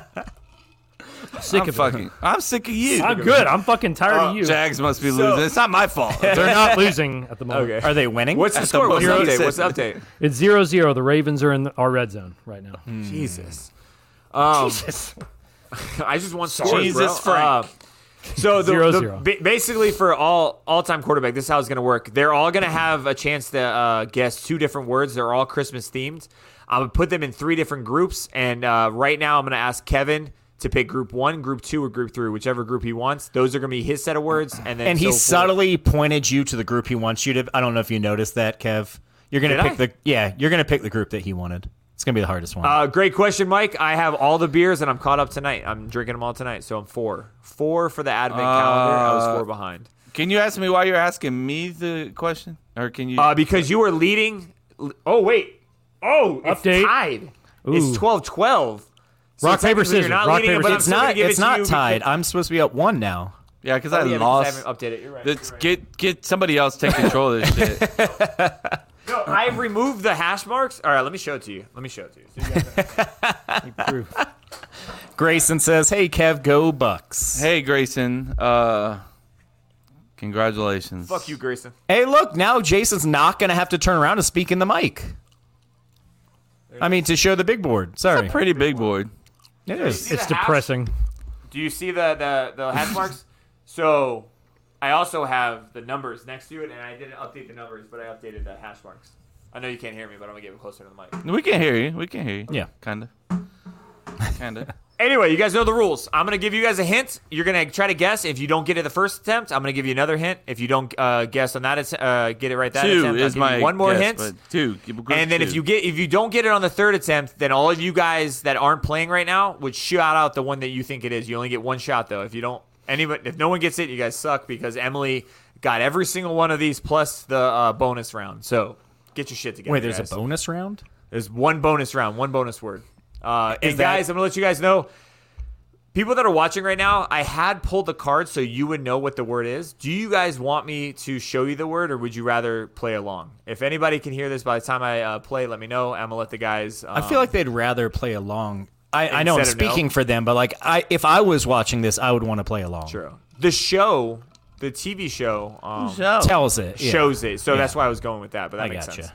Sick
I'm
of it.
fucking. I'm sick of you.
I'm good. I'm fucking tired
Uh,
of you.
Uh, Jags must be losing. It's not my fault.
They're not losing at the moment.
Okay.
Are they winning?
What's the
That's
score?
the
What's the
most
update?
upset.
What's the update?
It's zero zero. The Ravens are in the, our red zone right now.
Hmm.
Jesus. Um, I just want scores,
Jesus
bro.
Frank.
Uh, so the,
Zero,
the-
zero.
ba- basically for all all time quarterback, this is how it's going to work. They're all going to have a chance to uh, guess two different words. They're all Christmas themed. I'm gonna put them in three different groups, and uh, right now I'm gonna ask Kevin to pick group one, group two, or group three, whichever group he wants. Those are gonna be his set of words, and then
and he
so forth.
subtly pointed you to the group he wants you to. I don't know if you noticed that, Kev. You're gonna
Did
pick
I?
the yeah. You're gonna pick the group that he wanted. It's gonna be the hardest one.
Uh, great question, Mike. I have all the beers and I'm caught up tonight. I'm drinking them all tonight, so I'm four. Four for the advent
Uh,
calendar. I was four behind.
Can you ask me why you're asking me the question, or can you?
Uh, because you were leading. Oh, wait. Oh, it's
Update.
tied.
Ooh.
It's 12 12.
Rock, paper, scissors. Rock, paper,
but I'm
scissors.
it's
still gonna
not.
give it
It's
to
not
you because-
tied. I'm supposed to be up one now.
yeah, because
Oh,
I
yeah, because
lost.
I haven't updated it. You're right. You're
Let's
right.
get get somebody else take control of this shit.
No, I've removed the hash marks. All right, let me show it to you. Let me show it to you. So you guys-
Grayson says, "Hey, Kev, go Bucks." Hey,
Hey, Grayson. Uh, congratulations.
fuck you, Grayson.
look, now Jason's not gonna have to turn around and speak in the mic. I mean, to show the big board. Sorry,
Pretty big board.
it is.
It's
the hash-
depressing.
Do you see the, the, the hash marks? So I also have the numbers next to it, and I didn't update the numbers, but I updated the hash marks. I know you can't hear me, but I'm going to get it closer to the mic.
We can hear you. We can hear you.
Yeah.
Kinda. Kinda.
Anyway, you guys know the rules. I'm gonna give you guys a hint. You're gonna try to guess. If you don't get it the first attempt, I'm gonna give you another hint. If you don't uh, guess on that, att- uh, get it right that
two
attempt. I'll
is
give you
my
one more
guess,
hint.
but Two. Give a group
And then if
two.
you get if you don't get it on the third attempt, then all of you guys that aren't playing right now would shout out the one that you think it is. You only get one shot though. If you don't anybody if no one gets it, you guys suck because Emily got every single one of these plus the uh, bonus round. So get your shit together.
Wait, there's a
guys.
bonus round.
There's one bonus round, one bonus word. Uh, and guys, I'm gonna let you guys know. People that are watching right now, I had pulled the card so you would know what the word is. Do you guys want me to show you the word, or would you rather play along? If anybody can hear this by the time I uh, play, let me know. I'm gonna let the guys. Um,
I feel like they'd rather play along. I, I know I'm
Instead of no.
speaking for them, but like, I if I was watching this, I would want to play along.
True. the show, the TV show, um,
Show.
Tells it. yeah.
shows it. So that's why I was going with that. But that
I
makes
gotcha.
sense.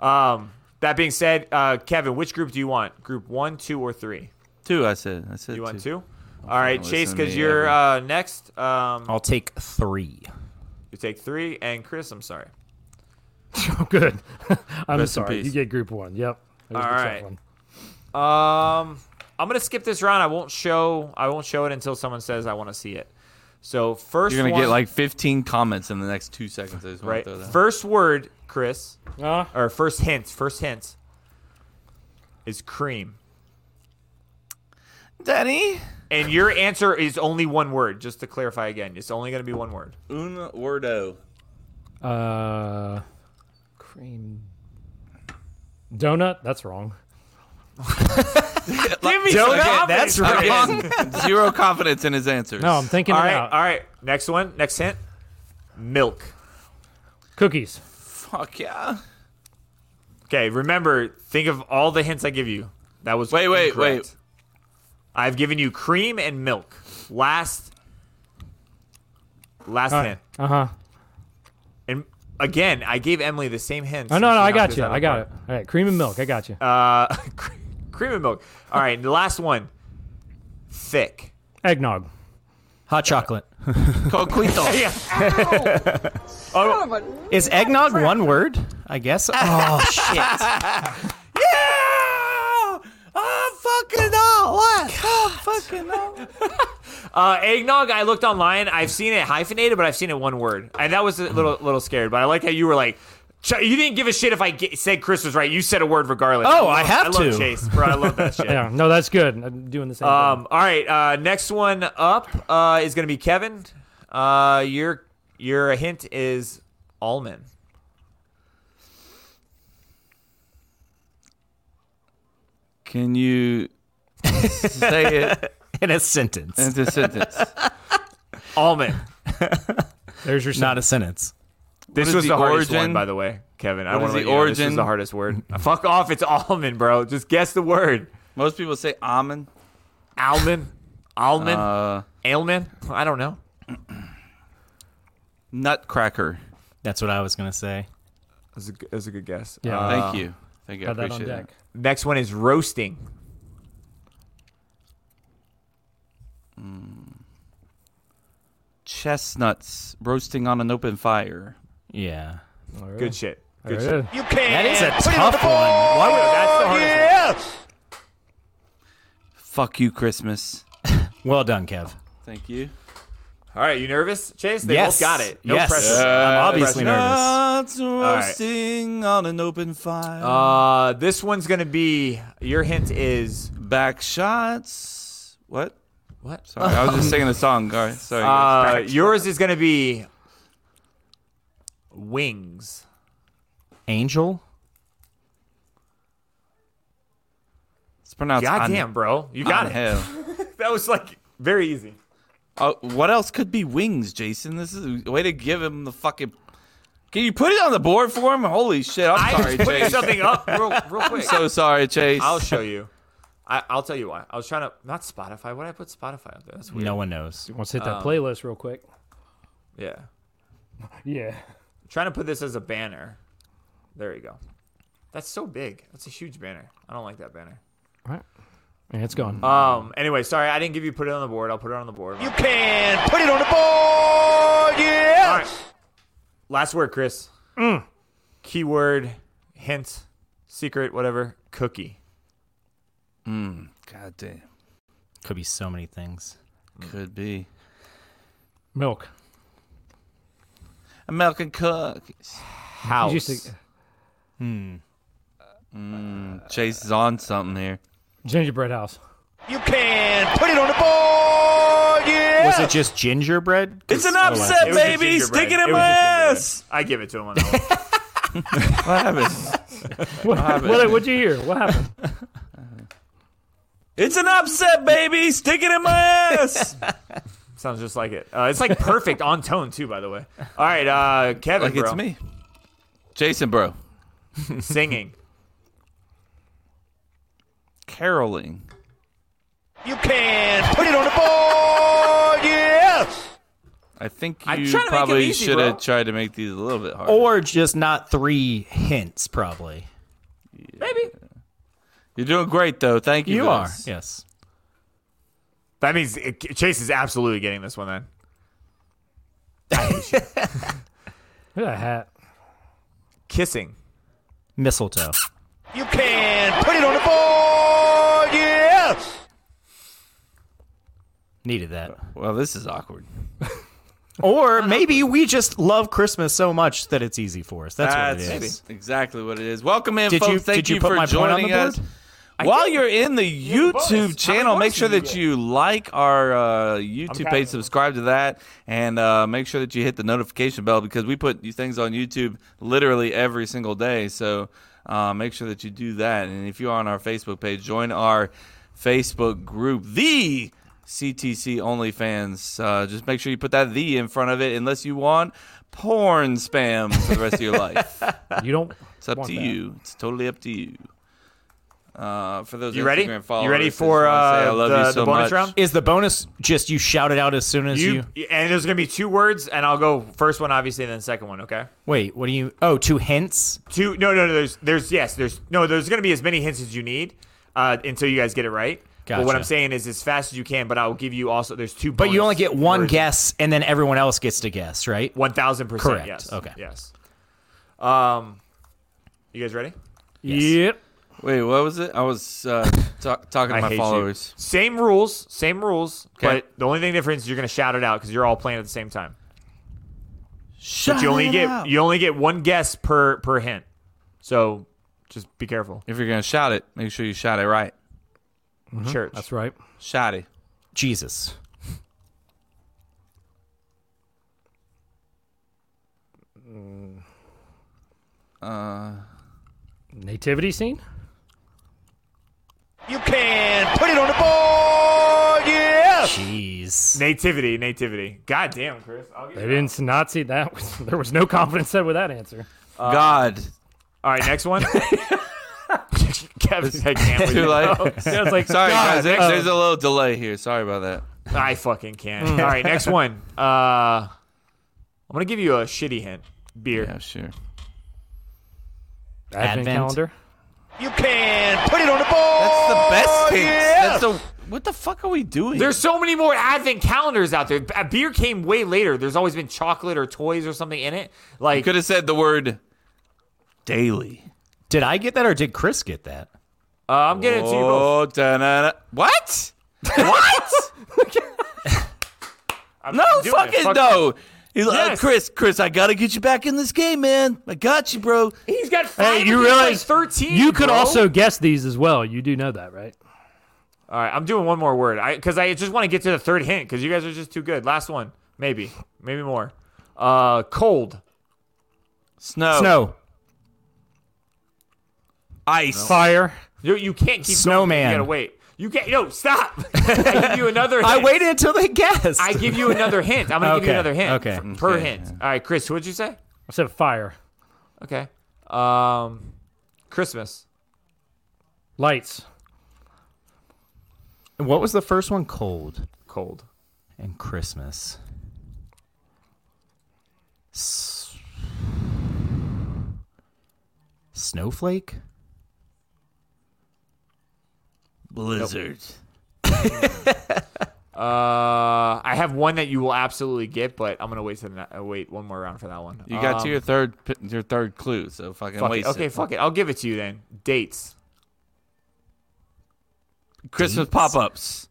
Um, that being said, uh, Kevin, which group do you want? Group one, two, or three?
two, I said. I said
You want
two.
two? All right,
listen
Chase,
to
because
me
you're
ever.
uh, next. Um,
I'll take three.
You take three, and Chris, I'm sorry.
Oh, good.
Rest
I'm
in
sorry.
peace.
You get group one. Yep. There's
All
the tough
right.
one.
Um, I'm gonna skip this round. I won't show. I won't show it until someone says I want to see it. So 1st
You're gonna
one,
get like 15 comments in the next two seconds. I just want
right.
to throw that.
First word, Chris,
Uh,
or first hint. First hint is cream,
Danny,
and your answer is only one word. Just to clarify again, it's only gonna be one word.
un wordo.
uh,
cream.
Donut? That's wrong.
Give me
Donut?
some confidence.
That's
I'm
right.
getting zero confidence in his answers.
No, I'm thinking
All
it
right,
out.
all right. Next one. Next hint. Milk.
Cookies.
Fuck yeah.
Okay, remember, think of all the hints I give you. That was
Wait, wait,
incorrect.
wait.
I've given you cream and milk. Last, last
All
hint.
right. Uh huh.
And again, I gave Emily the same hint.
Oh no, no, I got you. I got it. All right, cream and milk. I got you.
Uh, cream and milk. All right, the last one. Thick.
Eggnog.
Hot chocolate.
Coquito.
Yeah.
Oh.
Son of a
Is eggnog one word? I guess. Oh shit.
Uh, eggnog. I looked online. I've seen it hyphenated, but I've seen it one word, and that was a
Mm.
little little scared. But I like how you were like, "Ch- you didn't give a shit if I ge- said Chris was right. You said a word regardless.
Oh,
love-
I have
I love
to.
Chase, bro. I love that shit.
Yeah, no, that's good. I'm doing the same. thing.
Um, all right. Uh, next one up uh, is going to be Kevin. Uh, your your hint is almond.
Can you say it
In a sentence.
in a sentence?
Almond.
There's your
Not a sentence.
This
is
was the,
the
hardest
origin?
one, by the way, Kevin. I
What
want to
is the
This is
origin?
the hardest word. Fuck off. It's almond, bro. Just guess the word.
Most people say almond.
Almond. Almond.
Uh,
Ailman. I don't know.
nutcracker.
That's what I was gonna say.
That's a, g- that's a good guess.
Yeah.
Uh,
Thank you. Thank you. I
Got that on
appreciate
deck.
that.
next one is roasting.
Chestnuts roasting on an open fire.
Yeah.
Good shit. Good shit. Oh,
Good.
You can't.
That is a tough one. Why would-
That's the hardest one.
Fuck you, Christmas.
Well done, Kev.
Thank you.
All right. You nervous, Chase? They
yes.
both got it. No
yes.
pressure.
I'm obviously
pressure.
nervous.
Nuts
right.
roasting on an open fire.
Uh, this one's gonna be your hint is
Back shots. What?
What?
Sorry, I was just singing a song. All right, sorry. guys.
uh, yours is gonna be wings.
Angel.
it's pronounced.
Goddamn, bro, you got it.
Hell.
That was like very easy.
Uh, what else could be wings, Jason? This is a way to give him the fucking. Can you put it on the board for him? Holy shit! I'm
I
sorry,
was putting
Chase.
something up real, real quick.
so sorry, Chase.
I'll show you. I, I'll tell you why. I was trying to not Spotify. Why did I put Spotify up there? That's weird.
No one knows.
Let's hit
Um,
that playlist real quick.
Yeah, I'm
Yeah.
trying to put this as a banner. There you go. That's so big. That's a huge banner. I don't like that banner.
And it's gone.
Um. Anyway, sorry, I didn't give you put it on the board. I'll put it on the board.
You can. Put it on the board. Yeah.
All right. Last word, Chris. Keyword, hint, secret, whatever. Cookie.
God damn.
Could be so many things.
Could be
Milk.
American cookies.
House.
You used to-
Chase is on something here.
gingerbread house.
You can. Put it on the board. Yeah.
Was it just gingerbread? Oh,
It's an
Otherwise-
upset,
It was a
baby.
gingerbread.
Stick it in
It
my
was
ass.
a gingerbread. I give it to him on that one.
What happened?
What, what, what'd you hear? What happened?
it's an upset, baby. Stick it in my ass.
Sounds just like it. Uh, it's like perfect on tone too, by the way. All right, uh, Kevin,
like
bro,
it's me, Jason, bro.
singing.
Caroling.
You can. Put it on the board. Yeah.
I think
I'm
you
trying to make it
probably
easy,
should
bro.
have tried to make these a little bit harder.
Or just not three hints, probably.
Maybe
You're doing great, though. Thank you.
You
for
are.
this.
Yes.
that means it, Chase is absolutely getting this one. Then
Look at that hat.
kissing.
Mistletoe.
You can. Put it on the board. Yeah.
Needed that.
Well, this is awkward.
Or maybe we just love Christmas so much that it's easy for us. That's, what it is.
exactly what it is. Welcome in,
Did
folks.
you-
Thank
did you
you
put
for
my point on the
joining us.
board?
While you're in the
bonus. How many
YouTube channel, make
bonuses
sure
do you
that
get?
you like our uh, YouTube
counting
page,
them.
subscribe to that, and uh, make sure that you hit the notification bell because we put these things on YouTube literally every single day. So uh, make sure that you do that. And if you're on our Facebook page, join our Facebook group, the CTC OnlyFans. Uh, just make sure you put that "the" in front of it, unless you want porn spam for the rest of your life.
You don't.
It's up
want
to
that.
you. It's totally up to you. Uh, for those
You
Instagram
ready?
followers,
You ready
just
for
wanna say I
uh,
love
the,
you so
the bonus
much.
round?
Is the bonus just you shout it out as soon as you?
You, and there's gonna be two words, and I'll go first one, obviously, and then second one. Okay.
Wait, what do you? Oh, two hints.
Two. No, no, no. There's, there's, yes, there's, no. There's gonna be as many hints as you need uh, until you guys get it right. But what
Gotcha.
I'm saying is, as fast as you can. But I will give you also. There's two.
But you
bonus
only get one
words.
guess, and then everyone else gets to guess, right?
One thousand percent.
Correct.
Yes.
Okay.
Yes. Um, you guys ready?
Yep.
Wait, what was it? I was uh, ta- talking to
I
my
hate
followers.
you. Same rules. Same rules.
Okay.
But the only thing difference is you're gonna shout it out because you're all playing at the same time.
Shut
But you only
it
get
out.
you only get one guess per per hint. So just be careful.
If you're gonna shout it, make sure you shout it right.
Mm-hmm.
Church.
That's right.
Shout it.
Jesus.
Nativity scene.
You can put it on the board. Yeah.
Jeez.
Nativity, nativity. God damn, Chris. I'll give
They
you
didn't not see that. was- There was no confidence said with that answer.
Uh,
God,
All right, next one. Kevin's like, can't
too
believe-
late.
Yeah, it's like
Sorry, guys. There's,
uh,
there's a little delay here. Sorry about that.
I fucking can't.
Hmm.
All right, next one. Uh, I'm gonna give you a shitty hint. Beer.
Yeah, sure.
Advent,
Advent.
calendar.
You can put it on the board.
That's the best hint.
Yeah.
That's the. What the fuck are we doing?
Oh, There's so many more advent calendars out there. A beer came way later. There's always been chocolate or toys or something in it. Like
could have said the word daily.
Did I get that, or did Chris get that?
uh, I'm getting it to you both.
Oh, da-na-na. What? What?
I'm
no
I'm doing it.
fucking
Fuck-
no. He's like,
Yes.
"Uh, Chris, Chris, I gotta get you back in this game, man. I got you, bro.
He's got
Hey,
five.
you
and he's
realize
like 13.
You could
bro.
also guess these as well. You do know that, right?
All right, I'm doing one more word. I because I just want to get to the third hint because you guys are just too good. Last one, maybe, maybe more. Uh, cold.
Snow,
Snow.
ice.
Fire.
You, you can't keep Going.
Snowman.
You gotta wait. You can't. No, stop. I give you another. Hint.
I waited until they guessed.
I give you another hint. I'm gonna give you
Okay,
another hint.
okay.
f- Per
Okay.
hint. All right, Chris. What'd you say?
I said fire.
Okay. Um, Christmas.
Lights.
what was the first one? Cold
Cold.
and Christmas. S- Snowflake.
Blizzard.
Uh, I have one that you will absolutely get, but I'm gonna wait to uh, wait one more round for that one.
You got
Um,
to your third, pi- your third clue. So fucking
fuck it.
waste
Okay,
it.
fuck it. I'll give it to you then. Dates.
Christmas pop-ups.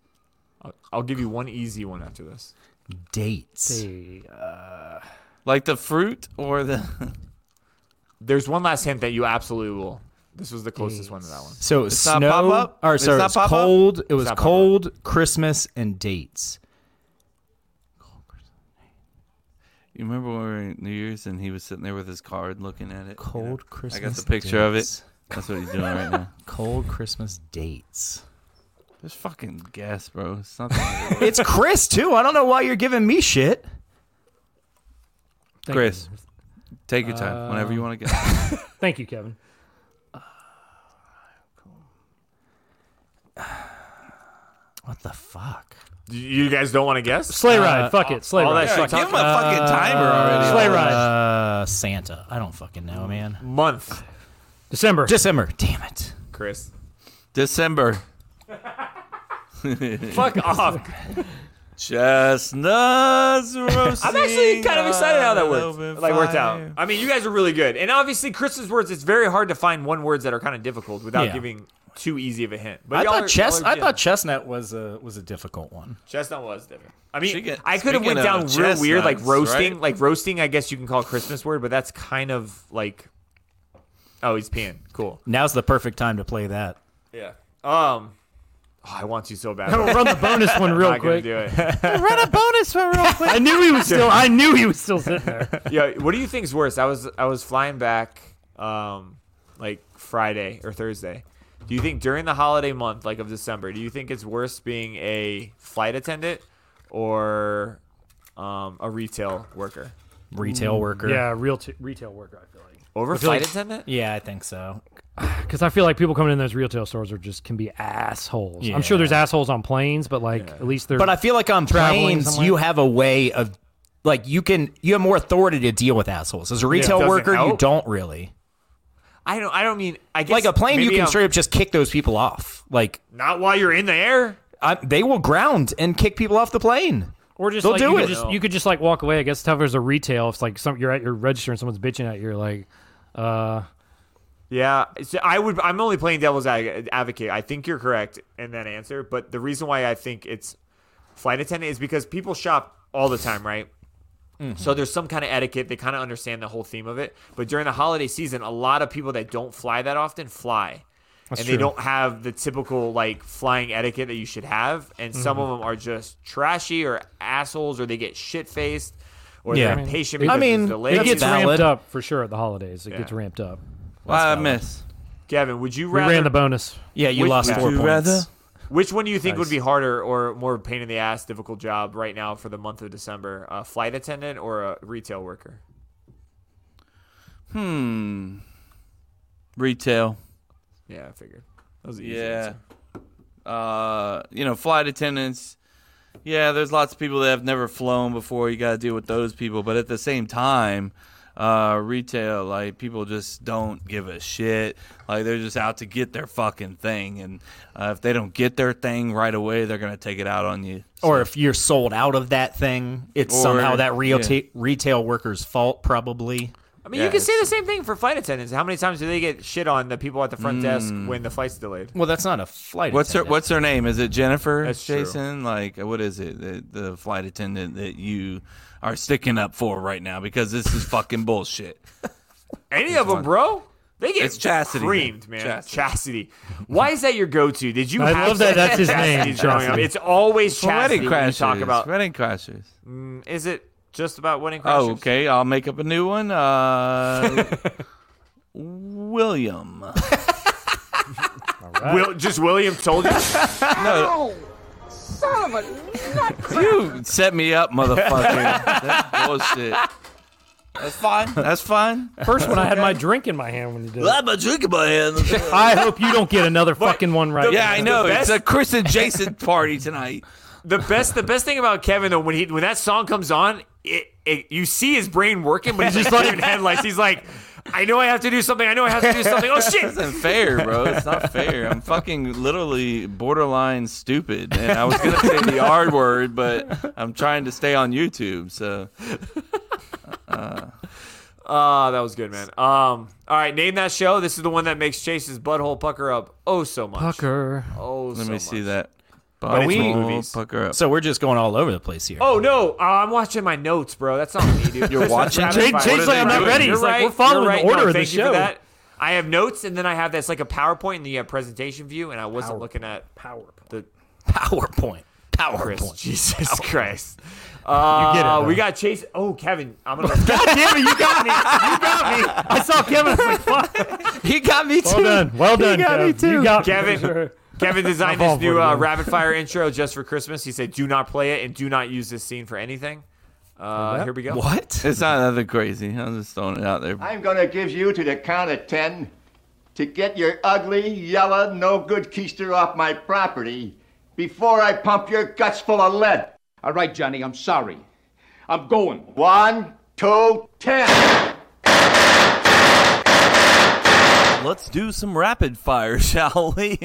I'll give you one easy one after this.
Dates.
Hey,
Like the fruit or the
There's one last hint that you absolutely will. This was the closest one to that one.
So it was
not
snow.
pop-up?
Or
It's
sorry, it
not
was
pop-up?
cold. It was
not pop-up.
cold. Christmas and dates.
You remember when we were in New Year's and he was sitting there with his card looking at it?
Cold Christmas.
I got the picture of it.
dates.
That's what he's doing right now.
Cold Christmas dates.
Just fucking guess, bro. It's not that hard.
it's Chris too. I don't know why you're giving me shit.
thank
Chris,
you.
take your time. Whenever you want to guess.
Thank you, Kevin.
What the fuck?
You- You guys don't want to guess?
Sleigh ride. Fuck it. Sleigh
all
ride.
that shit.
Give him a fucking timer already.
Sleigh ride.
Uh, Santa. I don't fucking know,
Mm.
man.
Month,
December.
December. Damn it.
Chris.
December.
Fuck off.
Chestnuts roasting.
I'm actually kind of excited how that
on
worked.
open
Like worked out.
fire.
I mean, you guys are really good. And obviously, Chris's words. It's very hard to find one words that are kind of difficult without
Yeah.
giving too easy of a hint. But
I
y'all
thought
are-
chest.
y'all are
I
good.
thought chestnut was a was a difficult one.
chestnut was different. I mean,
Speaking-
I could have went
speaking
down
of
real weird, like
chestnuts,
roasting.
right?
Like roasting, I guess you can call Christmas word, but that's kind of like. Oh, he's peeing. Cool.
Now's the perfect time to play that.
Yeah. Um, oh, I want to so bad. but
Run the bonus one
I'm
real
not gonna
quick.
do it.
Run a bonus for real quick.
I knew he was still. I knew he was still sitting there.
yeah, what do you think's worse? I was I was flying back, um, like Friday or Thursday. Do you think during the holiday month, like of December, do you think it's worse being a flight attendant or um, a retail worker?
Retail worker.
Mm, Yeah, real t- retail worker. I feel like
Over
feel
flight
like-
attendant?
Yeah, I think so.
because I feel like people coming in those retail stores are just can be assholes. I'm sure there's assholes on planes, but like at least they're.
But I feel like on
Traveling
planes,
somewhere.
you have a way of, like, you can you have more authority to deal with assholes. As a retail
Doesn't
worker, you
help.
don't really.
I don't. I don't mean. I guess
Like a plane, you
maybe
can
I'm-
straight up just kick those people off. Like
not while you're in the air.
I, they will ground and kick people off the plane.
or just
they'll
like,
do
you Could
it.
just, you could just like walk away. I guess tough as a retail. It's like some you're at your register and someone's bitching at you. You're like, uh,
Yeah, so I would. I'm only playing devil's ad- advocate. I think you're correct in that answer, but the reason why I think it's flight attendant is because people shop all the time, right? So
Mm-hmm.
there's some kind of etiquette. They kind of understand the whole theme of it. But during the holiday season, a lot of people that don't fly that often fly. and they
true.
don't have the typical like flying etiquette that you should have. And some
Mm-hmm.
of them are just trashy or assholes or they get shit faced or
Yeah.
they're impatient
I
because
mean,
it's
it
delayed.
it
That's
gets
valid.
ramped up for sure at the holidays. It
Yeah.
gets ramped up.
Well, I miss.
Kevin, would you
We
rather
ran the bonus.
Yeah, you
Would-
lost
would
four
you
points.
rather?
Which one do you think would be harder or more pain in the ass, difficult job right now for the month of December? A flight attendant or a retail worker?
Hmm. Retail.
Yeah, I figured. That was the easy
Yeah.
answer.
Uh, you know, flight attendants. Yeah, there's lots of people that have never flown before. You got to deal with those people, but at the same time, uh, retail like people just don't give a shit. Like they're just out to get their fucking thing, and uh, if they don't get their thing right away, they're gonna take it out on you.
Or if you're sold out of that thing, it's
Or-
somehow that real
yeah.
retail worker's fault, probably.
I mean,
Yeah,
you can say the same thing for flight attendants. How many times do they get shit on the people at the front desk
Hmm.
when the flight's delayed?
Well, that's not a flight.
What's her
attendant.
What's her name? Is it Jennifer?
That's true.
Jason. Like, what is it? The, the flight attendant that you are sticking up for right now because this is fucking bullshit.
Any of them, bro? They get
It's Chastity,
creamed,
man.
man.
Chastity.
Chastity. Why is that your go-to? Did you?
I
have
love that that's his
Chastity
name,
growing up?
Chastity.
It's always chastity
Wedding
when you
crashers.
talk about.
wedding crashers.
Is it just about wedding crashers?
Oh, okay. I'll make up a new one. Uh, William.
Will, just William told you.
Oh, son of a nut
You set me up, motherfucker. That's bullshit. That's fine. That's fine.
First one, I had my drink in my hand when you did. it.
I'm a drink in my hand.
I hope you don't get another fucking one right.
Yeah, I know.
best-
It's a Chris and Jason party tonight.
The best, the best thing about Kevin though, when he when that song comes on, it, it you see his brain working, but he's just like in headlights. He's like, I know I have to do something. I know I have to do something. Oh shit!
isn't fair, bro. It's not fair. I'm fucking literally borderline stupid, and I was gonna say the R word, but I'm trying to stay on YouTube. So
Ah, that was good, man. Um, all right, name that show. This is the one that makes Chase's butthole pucker up oh so much.
Pucker.
Oh,
let
so
me
much.
see that.
it's
Butthole
movies.
pucker up.
So we're just going all over the place here.
Oh no, uh, I'm watching my notes, bro. That's not me, dude.
You're watching?
Rapid fire. What are
Jake's like,
they
"I'm not
doing?"
ready.
You're
He's like,
right.
"We're
You're
following the
right.
order
No,
of the
thank you for
show."
that. I have notes, and then I have this like a PowerPoint, and you have presentation view, and I wasn't looking at
PowerPoint.
the
PowerPoint.
Chris.
PowerPoint.
Jesus Christ.
You get it,
Uh,
though.
we got Chase. Oh, Kevin, I'm gonna.
Damn it, you got me. You got me. I saw Kevin. I was like, fuck.
He got me too.
Well done. Well done,
got me
Kev. You
too.
got me.
Kevin. Kevin designed
I've
this new
all
uh,
voted.
rapid fire intro just for Christmas. He said, "Do not play it and do not use this scene for anything." Uh, here we go.
What?
It's not nothing crazy. I'm just throwing it out there.
I'm gonna give you to the count of ten to get your ugly, yellow, no good keister off my property before I pump your guts full of lead.
All right, Johnny, I'm sorry. I'm going.
One, two, ten.
Let's do some rapid fire, shall we?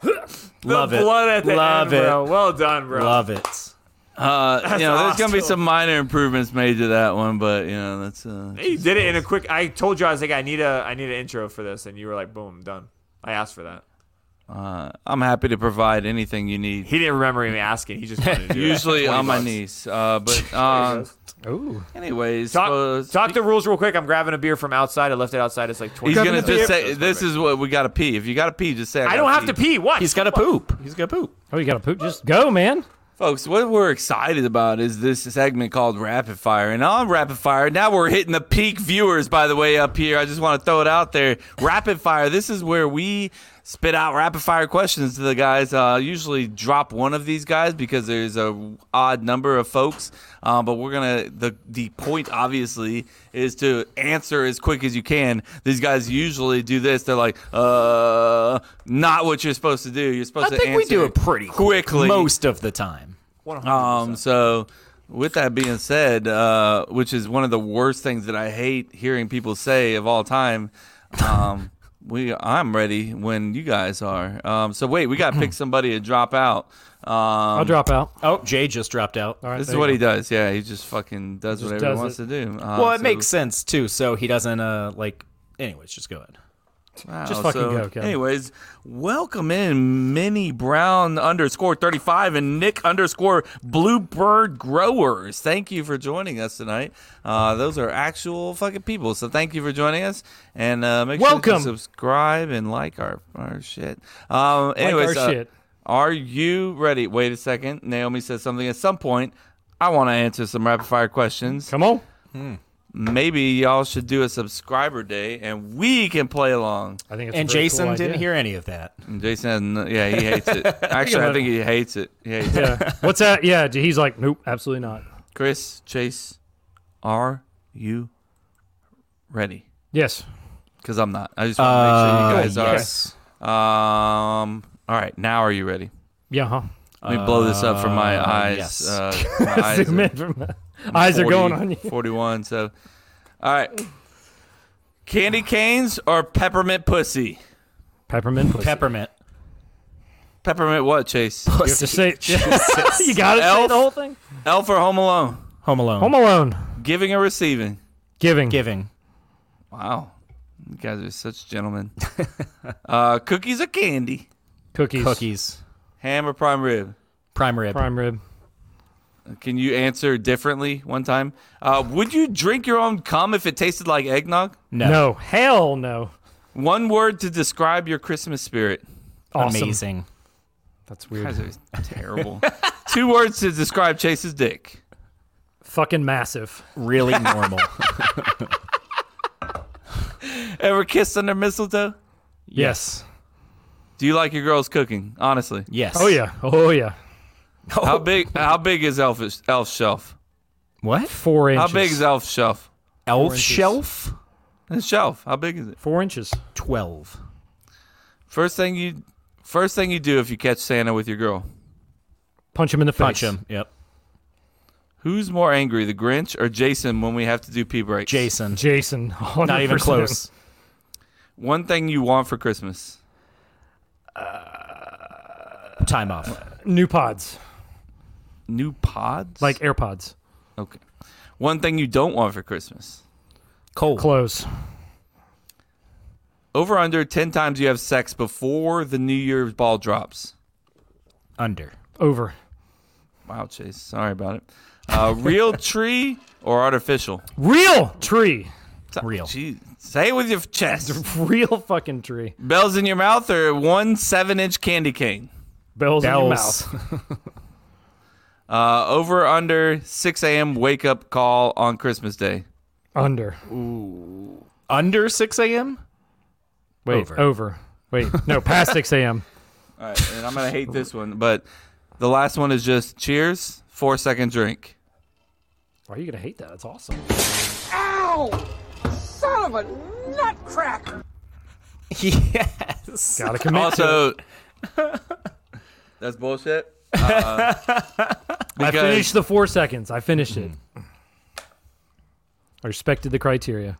The
Love it.
blood at the
Love
end, bro.
it.
Well done, bro.
Love it.
Uh, you know, there's gonna be
awesome.
some minor improvements made to that one, but you know, that's uh,
He did it in a quick. I told you I was like, I need a, I need an intro for this, and you were like, boom, done. I asked for that.
Uh, I'm happy to provide anything you need.
He didn't remember even asking. He just wanted to do it.
Usually
20
on my
bucks.
knees, uh, but um,
Ooh.
anyways,
Talk,
uh,
talk the rules real quick. I'm grabbing a beer from outside. I left it outside. It's like 20.
he's gonna
minutes.
just say, "This is what we gotta pee." If you gotta pee, just say. I,
I don't have to pee. What?
He's got to poop. He's got to poop.
Oh, you got to poop. Just go, man.
Folks, what we're excited about is this segment called Rapid Fire. And on Rapid Fire, now we're hitting the peak viewers, by the way, up here. I just want to throw it out there. Rapid Fire, this is where we spit out rapid fire questions to the guys. Uh, usually drop one of these guys because there's a odd number of folks. Um, but we're going to, the, the point, obviously, is to answer as quick as you can. These guys usually do this. They're like, uh, not what you're supposed to do. You're supposed
I
to
think we do
answer
it pretty
quickly.
most of the time.
Um, so with that being said, uh, which is one of the worst things that I hate hearing people say of all time, um, we I'm ready when you guys are. Um, so wait, we got to pick somebody to drop out. Um,
I'll drop out.
Oh, Jay just dropped out.
All right.
This is
there
what
you
he does. Yeah, he just fucking does whatever
does
he wants
it.
to do. Um,
Well, it
so-
makes sense too, so he doesn't uh like. Anyways, just go ahead.
Wow,
Just fucking go, Kevin.
Anyways, welcome in Minnie Brown underscore 35 and Nick underscore Bluebird Growers. Thank you for joining us tonight. Uh, those are actual fucking people. So thank you for joining us. And uh, make sure
Welcome.
to subscribe and like our, our shit. Um, anyways,
our
uh,
shit.
are you ready? Wait a second. Naomi says something at some point. I want to answer some rapid fire questions
go. Come on.
maybe y'all should do a subscriber day and we can play along.
I think it's a
And
very
Jason
cool
didn't
idea.
hear any of that.
And Jason has no, yeah, he hates it. Actually, I think he hates it. He hates it.
Yeah. What's that? Yeah. He's like, nope, absolutely not.
Chris, Chase, are you ready?
Yes.
Because I'm not. I just want to make sure you guys
Uh,
are.
yes.
Um. All right, now are you ready?
Yeah. Huh.
Let me blow this up for my eyes.
yes.
Uh, my eyes
Zoom
are-
in from- eyes are
40,
going on you.
41. So, all right. Candy canes or peppermint pussy?
Peppermint pussy.
Peppermint.
Peppermint what, Chase?
You have to say you got to say
Elf.
the whole thing.
Elf or Home Alone?
Home Alone.
Home Alone.
Giving or receiving?
Giving.
Giving.
Wow. You guys are such gentlemen. uh, cookies or candy?
Cookies.
Cookies.
Ham or prime rib?
Prime rib.
Prime rib.
Can you answer differently one time? Uh, would you drink your own cum if it tasted like eggnog?
No.
No. Hell no.
One word to describe your Christmas spirit.
Awesome.
Amazing.
That's
You
weird.
guys are terrible. Two words to describe Chase's dick.
Fucking massive.
Really normal.
Ever kissed under mistletoe?
Yes.
Do you like your girls cooking? Honestly,
yes.
Oh yeah. Oh yeah.
how big? How big is Elf Elf shelf?
What?
Four
How
inches.
big is Elf shelf?
Elf shelf.
His shelf. How big is it?
Four inches.
Twelve.
First thing you, first thing you do if you catch Santa with your girl.
Punch him in the face.
Punch him. Yep.
Who's more angry, the Grinch or Jason when we have to do pee breaks?
Jason.
Jason.
Not even
100%.
close.
One thing you want for Christmas.
Time off.
New pods.
New pods?
Like AirPods.
Okay. One thing you don't want for Christmas.
Cold.
Close.
Over under 10 times you have sex before the New Year's ball drops.
Under.
Over.
Wow, Chase. Sorry about it. Uh, real tree or artificial?
Real tree.
Real.
Gee, say it with your chest.
Real fucking tree.
Bells in your mouth or one seven inch candy cane?
Bells, in your
Bells.
mouth.
Uh, over under 6 a.m. wake up call on Christmas Day.
Under.
Under six a.m.
Wait.
Over.
Over. Wait. No. Past 6 a.m.
All right, and I'm gonna hate this one, but the last one is just cheers, four second drink.
Why are you gonna hate that? That's awesome.
Ow! Son of a nutcracker!
Yes.
Gotta commit. to it.
Also, that's bullshit. Uh,
I
because-
finished the four seconds. I finished it.
Mm-hmm.
I respected the criteria.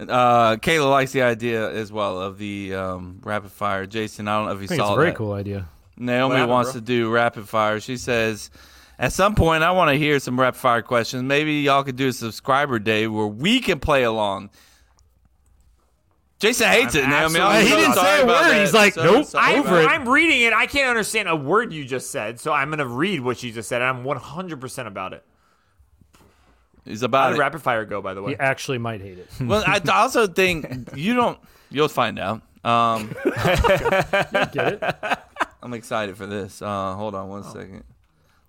uh, Kayla likes the idea as well of the um, rapid fire. Jason, I don't know if you
I think
saw
it's a very
that.
cool idea.
Naomi
happened,
wants
bro?
to do rapid fire. She says, at some point, I want to hear some rapid fire questions. Maybe y'all could do a subscriber day where we can play along. Jason hates it, Naomi.
absolutely-
I'm
He
so
didn't
sorry
say a
about
word.
that.
He's like,
So
nope,
sorry about it.
I'm reading it. I can't understand a word you just said, so I'm gonna read what you just said, and I'm 100 percent about it.
He's
How
about
did
it.
rapid fire go? By the way,
You actually might hate it.
Well, I th- also think you don't. You'll find out. Um,
Get it?
I'm excited for this. Uh, hold on one second.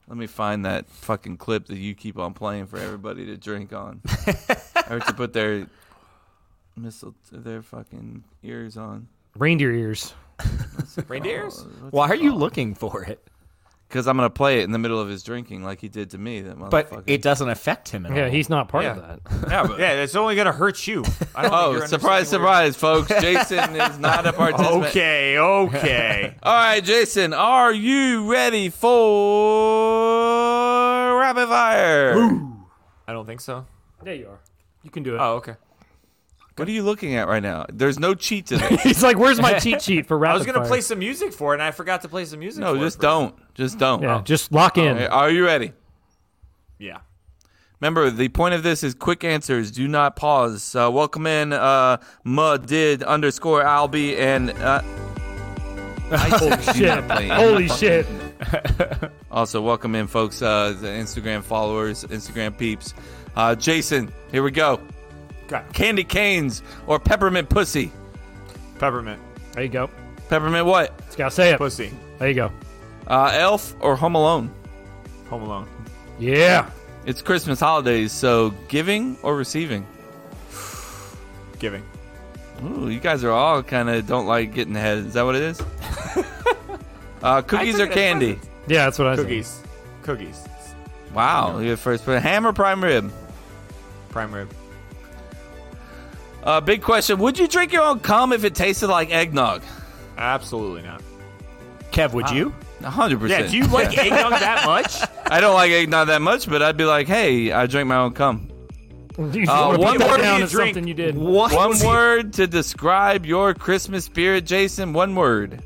Let me find that fucking clip that you keep on playing for everybody to drink on, or to put their missile their fucking ears on.
Reindeer ears.
reindeers.
Why are you looking for it?
Because I'm gonna play it in the middle of his drinking, like he did to me. That
But
motherfucker.
it doesn't affect him at
Yeah,
all.
he's not part of
Yeah.
that.
yeah, but-
Oh, Yeah, it's only gonna hurt you. I don't think
oh,
you're
surprise,
understanding where-
surprise, folks! Jason is not a participant.
Okay, okay.
All right, Jason, are you ready for rapid fire?
I don't think so.
There you are. You can do it.
Oh, okay.
What are you looking at right now? There's no cheats in it.
He's like, "Where's my cheat sheet for
I
rapid
was gonna
fire?"
play some music for it, and I forgot to play some music.
No,
for it
just
for-
don't. Just don't.
oh.
Yeah, just lock in.
Okay, Are you ready?
Yeah.
Remember, the point of this is quick answers. Do not pause. Uh, welcome in, uh, Mud did underscore Albie and uh,
Holy
not
shit!
playing.
Holy shit!
also welcome in, folks, uh, the Instagram followers, Instagram peeps. Uh, Jason, here we go.
Okay.
Candy canes or peppermint pussy?
Peppermint,
There you go.
Peppermint what?
Just gotta say it.
pussy,
There you go.
Uh, Elf or Home Alone?
Home Alone,
Yeah.
It's Christmas holidays, so giving or receiving?
giving.
Ooh, you guys are all kind of don't like getting ahead. Is that what it is? uh, cookies
took
or
it as
candy?
Yeah, that's what I said.
Cookies, cookies,
Wow, you first. But ham or prime rib?
prime rib.
Uh, big question. Would you drink your own cum if it tasted like eggnog?
Absolutely not.
Kev, would you?
A hundred
Yeah,
percent.
do you like eggnog that much?
I don't like eggnog that much, but I'd be like, hey, I drink my own cum.
You
Uh,
wanna
one
put that
more
down
you
as
drink.
something you did.
One word to describe your Christmas spirit, Jason. One word.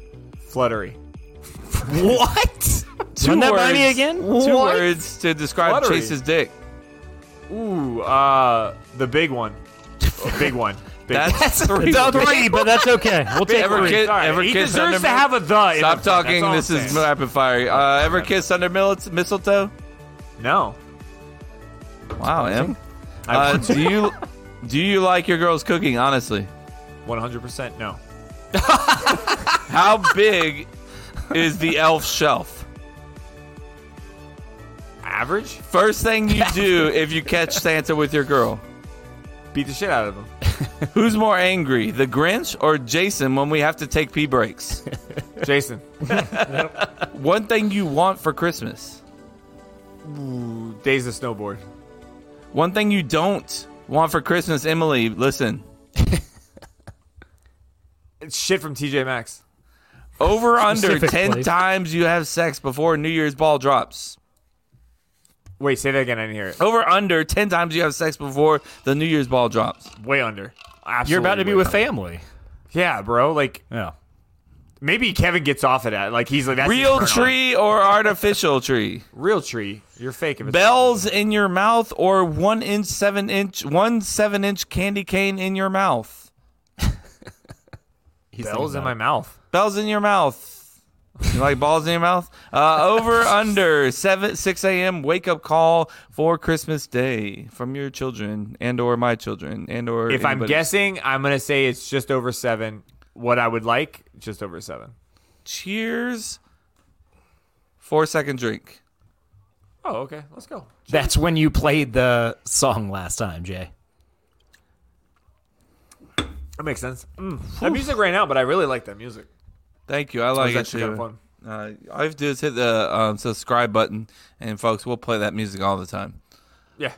Fluttery.
What?
Two
Run that
words.
by me again?
Two words to describe
Fluttery.
Chase's dick.
Ooh, uh, the big one. Oh, big one. Big one.
That's three.
The
words.
E.
three, but that's okay. We'll take
Ever
three.
kid-
Sorry,
ever
he
kiss
deserves
Thunderbird?
to have a the. in
Stop
the front. That's
talking.
all I'm
This is
saying.
rapid fire. Uh, ever kiss under mil- mistletoe?
no.
Wow, Em.
I
Uh, do you do you like your girls cooking? Honestly,
100% no.
how big is the elf shelf?
Average?
First thing you do if you catch Santa with your girl.
Beat the shit out of him.
Who's more angry, the Grinch or Jason when we have to take pee breaks?
Jason.
One thing you want for Christmas.
Ooh, Days of snowboard.
One thing you don't want for Christmas, Emily. Listen.
It's shit from TJ Maxx.
Over under
Specific,
10
please.
times you have sex before New Year's ball drops.
Wait, say that again. I didn't hear it.
Over under 10 times you have sex before the New Year's ball drops.
Way under. Absolutely
You're about to be
way
with
under.
family. Oh.
Yeah, bro. Like,
Yeah.
maybe Kevin gets off of that. Like, he's like, that's his
Real
turn on.
tree or artificial tree?
Real tree. You're fake. If it's
Bells in your mouth or one inch, seven inch, one seven inch candy cane in your mouth?
Bells in my mouth.
Bells in your mouth. You like balls in your mouth? Uh, over under seven six a.m. wake up call for Christmas Day from your children and or my children and or
If I'm
anybody.
guessing, I'm going to say it's just over seven. What I would like, just over seven.
Cheers. Four second drink.
Oh, okay. Let's go.
That's when you played the song last time, Jay.
That makes sense. That music right now, but I really like that music.
Thank you. I
That
like
was
it
actually
too.
kind of fun.
Uh, all you have to do is hit the um, subscribe button, and folks, we'll play that music all the time.
Yeah.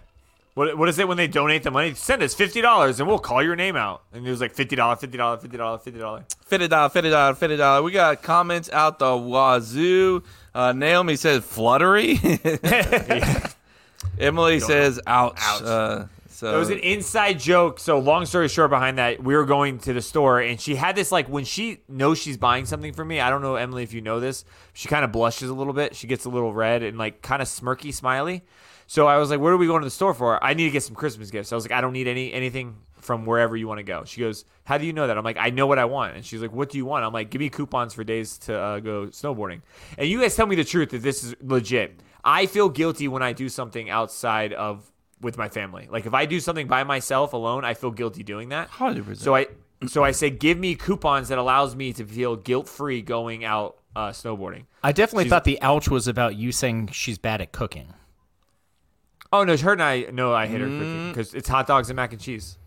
What, what is it when they donate the money? Send us fifty dollars and we'll call your name out. And it was like fifty dollar, fifty dollar, fifty dollar, fifty dollar.
Fit it down, fit it down, fit it down. We got comments out the wazoo. Uh, Naomi says fluttery. Emily says ouch.
Ouch.
Uh, so
It was an inside joke. So long story short, behind that, we were going to the store and she had this like when she knows she's buying something for me. I don't know Emily if you know this. She kind of blushes a little bit. She gets a little red and like kind of smirky, smiley. So I was like, "Where are we going to the store for?" I need to get some Christmas gifts. I was like, "I don't need any anything from wherever you want to go. She goes, How do you know that? I'm like, I know what I want. And she's like, What do you want? I'm like, Give me coupons for days to uh, go snowboarding. And you guys tell me the truth that this is legit. I feel guilty when I do something outside of with my family. Like if I do something by myself alone, I feel guilty doing that.
100%.
So I so I say, give me coupons that allows me to feel guilt free going out uh, snowboarding.
I definitely
She's-
thought the ouch was about you saying she's bad at cooking.
Oh no, her and I no, I hate her because it's hot dogs and mac and cheese.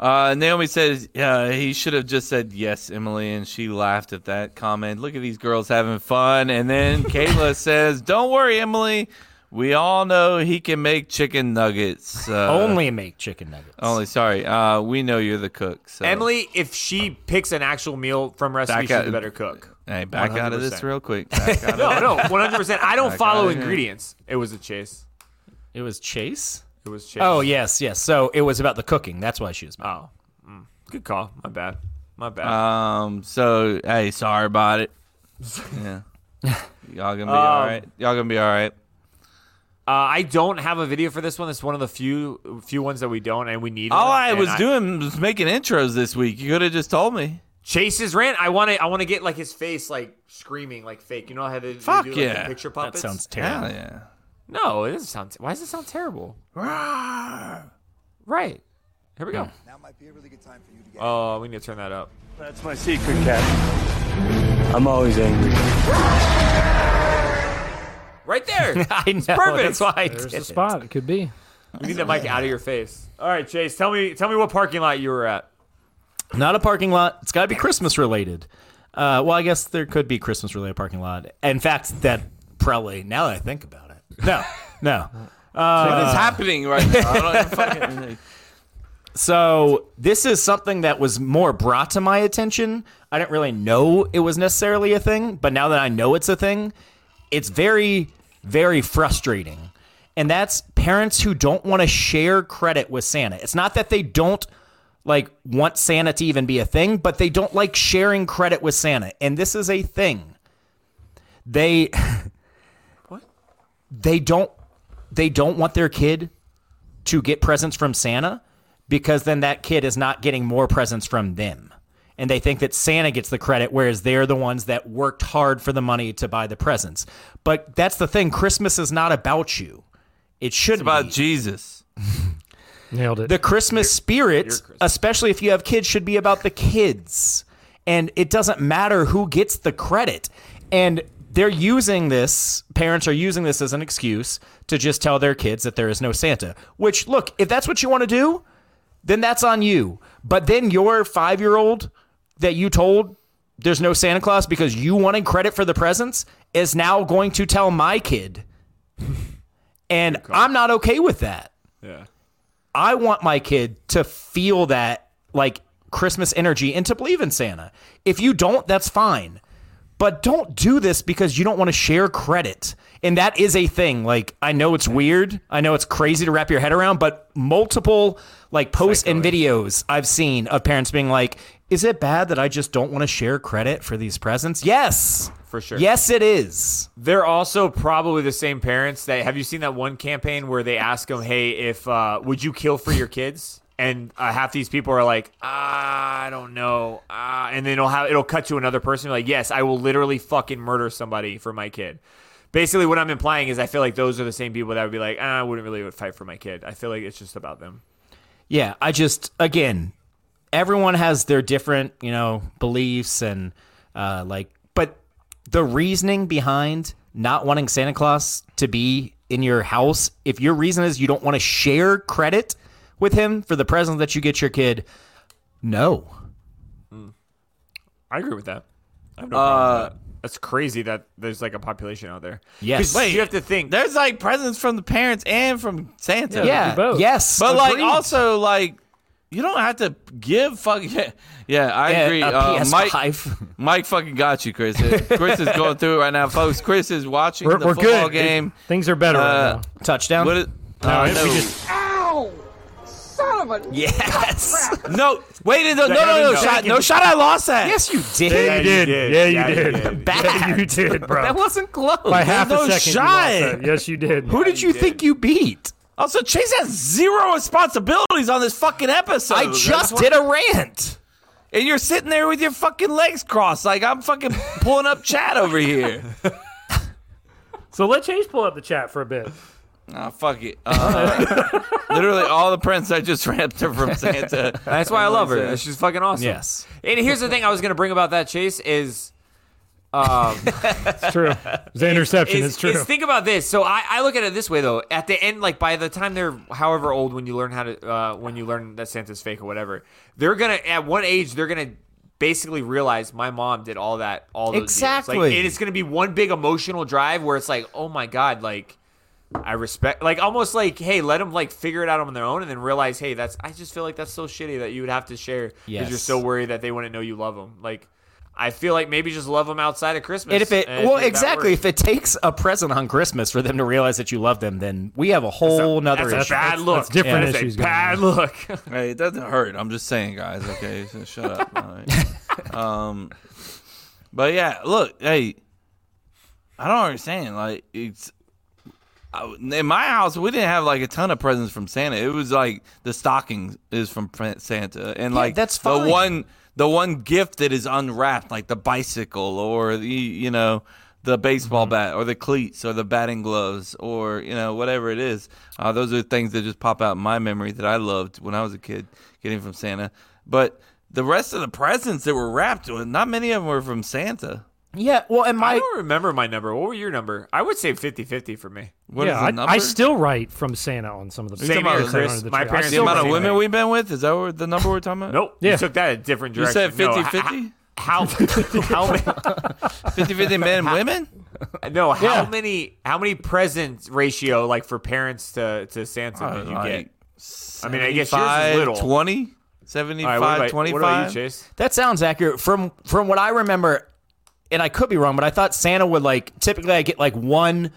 Uh, Naomi says, "Yeah, he should have just said yes, Emily." And she laughed at that comment. Look at these girls having fun. And then Kayla says, "Don't worry, Emily. We all know he can make chicken nuggets. Uh,
Oh
Only make chicken nuggets.
only. Sorry, uh, we know you're the cook. So.
Emily, if she picks an actual meal from recipe,
Back
she's
out-
a better cook.
Hey, back out of this
100%.
real quick. Back out of
No, no, one hundred percent. I don't
Back
follow
out of here.
ingredients. It was a chase.
It was Chase.
It was chase.
Oh yes, yes. So it was about the cooking. That's why she was. Mad.
Oh, mm. good call. My bad. My bad.
Um. So hey, sorry about it. Yeah. Y'all gonna be all right. Y'all gonna be all right.
Uh, I don't have a video for this one. It's one of the few few ones that we don't, and we need.
All
one,
I
and
was doing was making intros this week. You could have just told me.
Chase's rant. I want to. I want to get like his face, like screaming, like fake. You know how they, they
Fuck
do like,
yeah.
the picture
That
puppets.
sounds
Hell
terrible.
yeah.
No, it doesn't sound. Why does it sound terrible? Right. Here we go.
Now might be a really good time for you to get.
Oh, we need to turn that up.
That's my secret, Captain. I'm always angry.
Right there.
I know.
It's perfect.
That's why I
There's
did
a
it.
spot. It could be.
We need that mic out of your face. All right, Chase. Tell me. Tell me what parking lot you were at.
Not a parking lot. It's got to be Christmas related. Uh, well, I guess there could be Christmas related parking lot. In fact, that probably now that I think about it. No, no.
what is happening right now? I don't fucking-
So this is something that was more brought to my attention. I didn't really know it was necessarily a thing, but now that I know it's a thing, it's very, very frustrating. And that's parents who don't want to share credit with Santa. It's not that they don't like want Santa to even be a thing, but they don't like sharing credit with Santa. And this is a thing. They what? They don't they don't want their kid to get presents from Santa because then that kid is not getting more presents from them. And they think that Santa gets the credit, whereas they're the ones that worked hard for the money to buy the presents. But that's the thing Christmas is not about you. It should
It's about
be.
Jesus.
Nailed it.
The Christmas spirit, especially if you have kids, should be about the kids. And it doesn't matter who gets the credit. And they're using this, parents are using this as an excuse to just tell their kids that there is no Santa. Which, look, if that's what you want to do, then that's on you. But then your five year old that you told there's no Santa Claus because you wanted credit for the presents is now going to tell my kid. And I'm not okay with that.
Yeah.
I want my kid to feel that like Christmas energy and to believe in Santa. If you don't, that's fine. But don't do this because you don't want to share credit. And that is a thing. Like, I know it's weird. I know it's crazy to wrap your head around, but multiple like posts and videos I've seen of parents being like, is it bad that I just don't want to share credit for these presents? Yes.
For sure.
Yes, it is.
They're also probably the same parents that have you seen that one campaign where they ask them, "Hey, if uh, would you kill for your kids?" And uh, half these people are like, ah, "I don't know," ah, and then it'll have it'll cut to another person like, "Yes, I will literally fucking murder somebody for my kid." Basically, what I'm implying is I feel like those are the same people that would be like, ah, "I wouldn't really would fight for my kid." I feel like it's just about them.
Yeah, I just again, everyone has their different, you know, beliefs and uh like but the reasoning behind not wanting Santa Claus to be in your house, if your reason is you don't want to share credit with him for the presents that you get your kid, no.
I agree with that. I have no problem
Uh,
with that. That's crazy that there's like a population out there. 'Cause
Yes. Wait,
you have to think.
There's like presents from the parents and from Santa.
Yeah.
do both.
Yes.
But like
agreed.
also like you don't have to give fucking yeah, yeah I
Yeah,
agree.
a
Uh, Mike,
PS5.
Mike fucking got you, Chris. Chris is going through it right now, folks. Chris is watching
We're,
the
we're
football
good.
game.
Things are better
Uh,
right
touchdown.
What is,
now.
uh,
No, we
no.
just-
Ow! Son of a.
yes.
no, wait, no, no, no, no, shot, no shot. I lost that.
yes, you did.
Yeah, you did. Yeah, you did.
Bad.
Yeah, you did, bro.
That wasn't close.
By half
no
a second. you
shot.
lost that. Yes, you did.
Who did you think you beat?
Also, Chase has zero responsibilities on this fucking episode.
I just did a rant.
And you're sitting there with your fucking legs crossed, like I'm fucking pulling up chat over here.
So let Chase pull up the chat for a bit.
Oh, fuck it. Uh, literally, all the prints I just ripped are from Santa.
That's why I love her. She's fucking awesome.
Yes.
And here's the thing I was gonna bring about that chase is, um,
It's true. The interception
is,
is, true.
is think about this. So I, I look at it this way though. At the end, like by the time they're however old when you learn how to uh, when you learn that Santa's fake or whatever, they're gonna at one age they're gonna basically realize my mom did all that all those years. Like,
Exactly.
and it's gonna be one big emotional drive where it's like, oh my god, like. I respect, like almost like, hey, let them like figure it out on their own, and then realize, hey, that's. I just feel like that's so shitty that you would have to share because you're
Yes.
so worried that they wouldn't know you love them. Like, I feel like maybe just love them outside of Christmas.
And if it
and
well
that
exactly,
works.
if it takes a present on Christmas for them to realize that you love them, then we have a whole nother
that's a
issue.
bad look.
that's different
That is
issues
a
going
bad
on.
look.
Hey, it doesn't hurt. I'm just saying, guys. Okay, so shut up. all right? Um, but yeah, look, hey, I don't understand. Like, it's I, in my house, we didn't have like a ton of presents from Santa. It was like the stockings is from Prin- Santa, and
Yeah,
like
that's
the
fine.
one the one gift that is unwrapped, like the bicycle or the you know the baseball
Mm-hmm.
bat or the cleats or the batting gloves or you know whatever it is. Uh, those are things that just pop out in my memory that I loved when I was a kid getting from Santa. But the rest of the presents that were wrapped, uh, not many of them were from Santa.
Yeah, well and
I
my
don't remember my number. What were your number? I would say 50-50 for me.
What is
yeah,
the
I,
number?
I still write from Santa on some of the
Same
some of
here,
the Santa
Chris.
under the
My
tree. I
parents-
the
still
amount of
write-
women we've been with is that what the number we're talking about?
Nope.
Yeah.
You took that a different
You
direction.
said 50 50?
No, how, how, how, ma-
50 50 men and women?
no, how many how many present ratio like for parents to to Santa did you get? I mean, I guess yours is little.
20,
All right, what
75,
about, what about you,
25.
Chase?
That sounds accurate. From from what I remember, and I could be wrong, but I thought Santa would like typically I get like one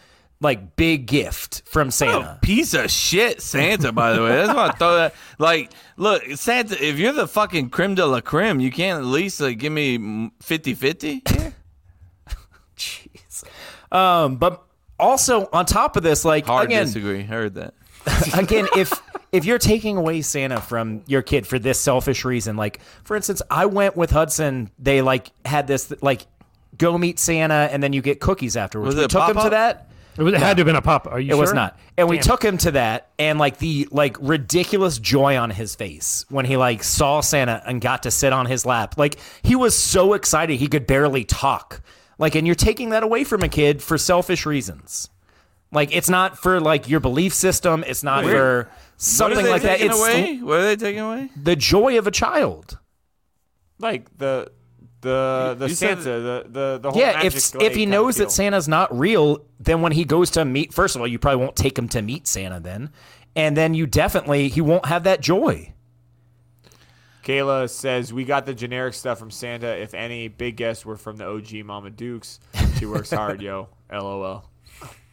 like big gift
Oh.
from Santa.
Piece of shit, Santa. By the way, that's why I throw that. Like, look, Santa, if you're the fucking creme de la creme, you can't at least like give me 50 50.
Jeez. Um, but also on top of this, like
Hard
again,
disagree. Heard that.
again, if if you're taking away Santa from your kid for this selfish reason, like for instance, I went with Hudson. They like had this like go meet Santa, and then you get cookies
Was
afterwards. we
it a
took him to
pop-up?
that.
It, was, it had to have been a pop. Are you
It
sure?
was not. And we
Damn.
took him to that and like the like ridiculous joy on his face when he like saw Santa and got to sit on his lap. Like he was so excited he could barely talk. Like and you're taking that away from a kid for selfish reasons. Like it's not for like your belief system, it's not
Where-
for something like that. It's
away? What are they taking away?
the joy of a child.
Like the the the
you said-
Santa the the the whole
Yeah,
magic,
if
like,
if he
kinda
knows
deal.
that Santa's not real, then when he goes to meet, first of all, you probably won't take him to meet Santa then, and then you definitely he won't have that joy.
Kayla says we got the generic stuff from Santa. If any, big guess we're from the OG Mama Dukes. She works hard, yo. LOL.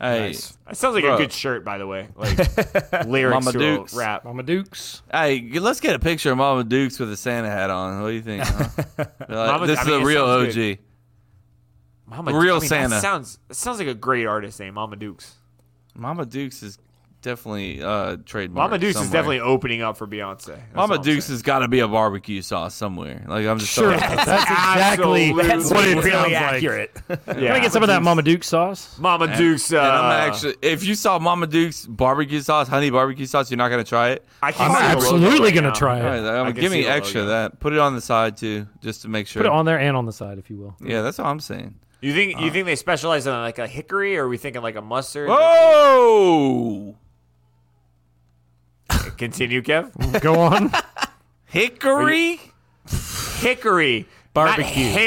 Hey,
That sounds like
Bro.
a good shirt, by the way. Like lyrics
Mama
to
Dukes.
a rap.
Mama Dukes.
hey, g- let's get a picture of Mama Dukes with a Santa hat on. What do you think? huh? Like,
Mama-
this
I
is
mean,
the
it
real
sounds
OG.
good. Mama
Real
I mean,
Santa.
That sounds that sounds like a great artist name, Mama Dukes.
Mama Dukes is definitely uh trademarked.
Mama Dukes is
somewhere.
definitely opening up for Beyonce. That's all
Mama
I'm
Dukes
saying.
has got to be a barbecue sauce somewhere. Like I'm just
Sure.
throwing-
That's exactly
Absolutely.
what it
Really
sounds like.
accurate.
yeah.
Can I get some of that Mama Duke sauce?
Mama Dukes. Uh,
and I'm actually, if you saw Mama Duke's barbecue sauce, honey barbecue sauce, you're not gonna try it.
I
I'm absolutely gonna try
All right,
it.
I
um,
can
give
see
me
the
extra
logo.
that. Put it on the side too, just to make sure.
Put it on there and on the side, if you will.
Yeah, that's what I'm saying.
You think
Uh.
you think they specialize in like a hickory, or are we thinking like a mustard?
Whoa,
Continue, Kev.
Go on.
hickory!
Hickory
Barbecue.
Not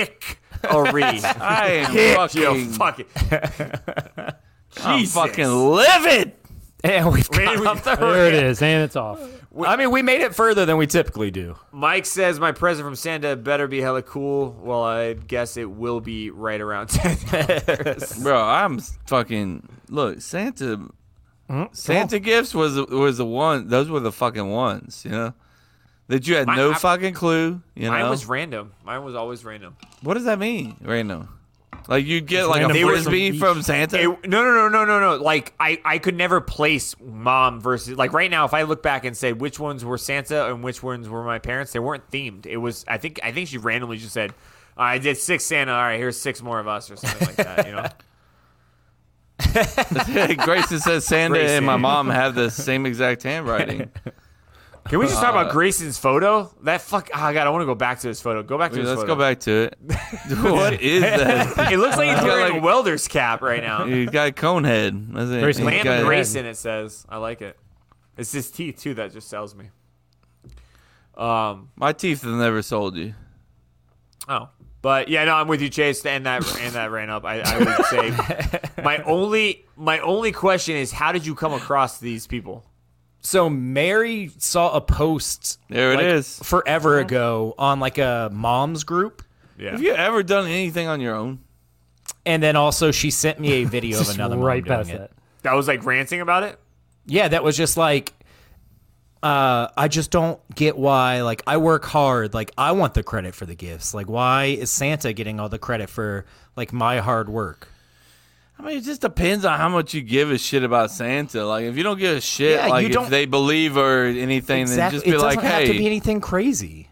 hickory.
I am
Yo,
fucking,
fuck it.
I'm fucking livid.
And we've
Man,
gone
we-
off the
there it is, and it's off.
I mean, we made it further than we typically do.
Mike says my present from Santa better be hella cool. Well, I guess it will be right around ten.
Bro, I'm s- fucking look. Santa, Santa gifts was was the one. Those were the fucking ones, you know, that you had
Mine-
no
I-
fucking clue. You know,
Mine was random. Mine was always random.
what does that mean? Random. Like you get like a
They were-
frisbee from Santa.
It- no, no, no, no, no, no. Like I, I could never place mom versus like right now. If I look back and say which ones were Santa and which ones were my parents, they weren't themed. It was I think I think she randomly just said, "I did six Santa. All right, here's six more of us or something like that." You know.
Grayson says Santa and my
Grayson.
mom have the same exact handwriting.
Can we just talk
Uh,
about Grayson's photo? That fuck. Oh god, I want to go back to his photo. Go back to
Wait,
his
let's
photo.
go back to it. what is that?
it looks like he's
He's got
wearing
like-
a welder's cap right now.
He's got a cone head. That's it.
Grayson.
He's
Lamb
got-
and Grayson, it says. I like it. It's his teeth too that just sells me. Um,
My teeth have never sold you.
Oh, but yeah, no, I'm with you, Chase. And that and that ran up. I, I would say my only my only question is how did you come across these people?
So Mary saw a post.
There it
like,
is.
Forever ago on like a mom's group.
Yeah.
Have you ever done anything on your own?
And then also she sent me a video of
Just
another mom
right
doing
past
it.
that.
That was like ranting about it.
Yeah, that was just like uh I just don't get why like I work hard. Like I want the credit for the gifts. Like why is Santa getting all the credit for like my hard work?
I mean, it just depends on how much you give a shit about Santa. Like, if you don't give a shit,
Yeah,
like
you
if
don't-
they believe or anything, then just
it
be
doesn't
like,
have
hey,
to be anything crazy.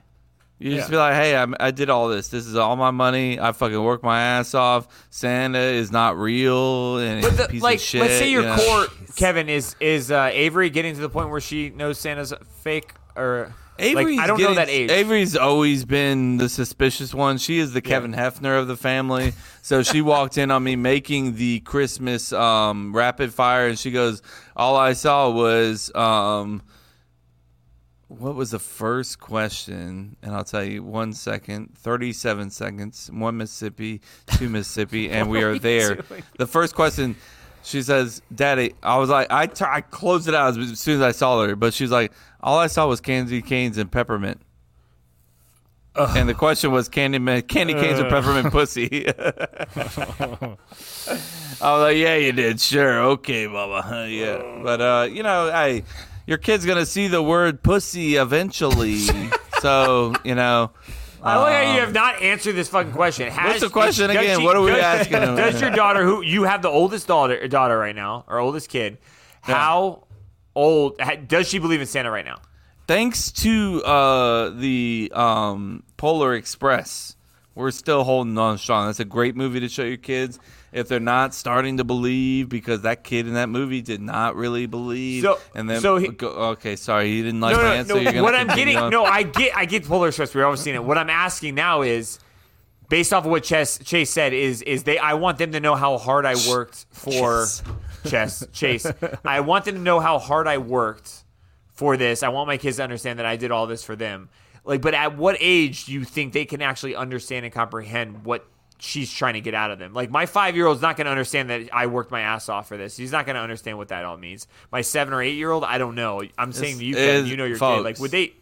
you just be like, hey, I, I did all this. This is all my money. I fucking work my ass off. Santa is not real and
But
it's a
the,
piece
like,
of shit.
let's say your
you know?
core, Kevin, is is uh, Avery getting to the point where she knows Santa's fake or like,
Avery's
I don't
getting-
know that age.
Avery's always been the suspicious one. She is the Kevin Hefner of the family. So she walked in on me making the Christmas um, rapid fire, and she goes, "All I saw was um, what was the first question?" And I'll tell you one second, thirty-seven seconds, one Mississippi, two Mississippi, and we
What
are
are we
there.
doing?
The first question. She says, "Daddy." I was like, I tur- I closed it out as soon as I saw her, but she was like, "All I saw was candy canes and peppermint." And the question was candy ma- candy canes or
Ugh.
Uh.
peppermint pussy. I was like, yeah, you did. Sure, okay, mama. Yeah, but uh, you know, I your kid's gonna see the word pussy eventually, so you know.
I like how
um,
you have not answered this fucking question. Has,
the question
does
again? What are we
does-
asking him?
Does your daughter, who you have the oldest daughter, daughter right now, or oldest kid, how old ha- does she believe in Santa right now?
thanks to uh, the um, Polar Express, we're still holding on strong. That's a great movie to show your kids if they're not starting to believe because that kid in that movie did not really believe.
So-
and then
so he-
go, okay, sorry, he didn't like my answer. You're gonna
what I'm
continue
getting,
on.
no, I get, I get the polar express. We've always seen it. What I'm asking now is, based off of what Chess, Chase said, is is they, I want them to know how hard I worked for Chess Chase. I want them to know how hard I worked for this. I want my kids to understand that I did all this for them. Like, but at what age do you think they can actually understand and comprehend what? She's trying to get out of them. Like my five year old's not going to understand that I worked my ass off for this. He's not going to understand what that all means. My seven or eight year old, I don't know. I'm saying
It's-
to you, Kevin,
it's
you know your
folks.
kid. Like, would they?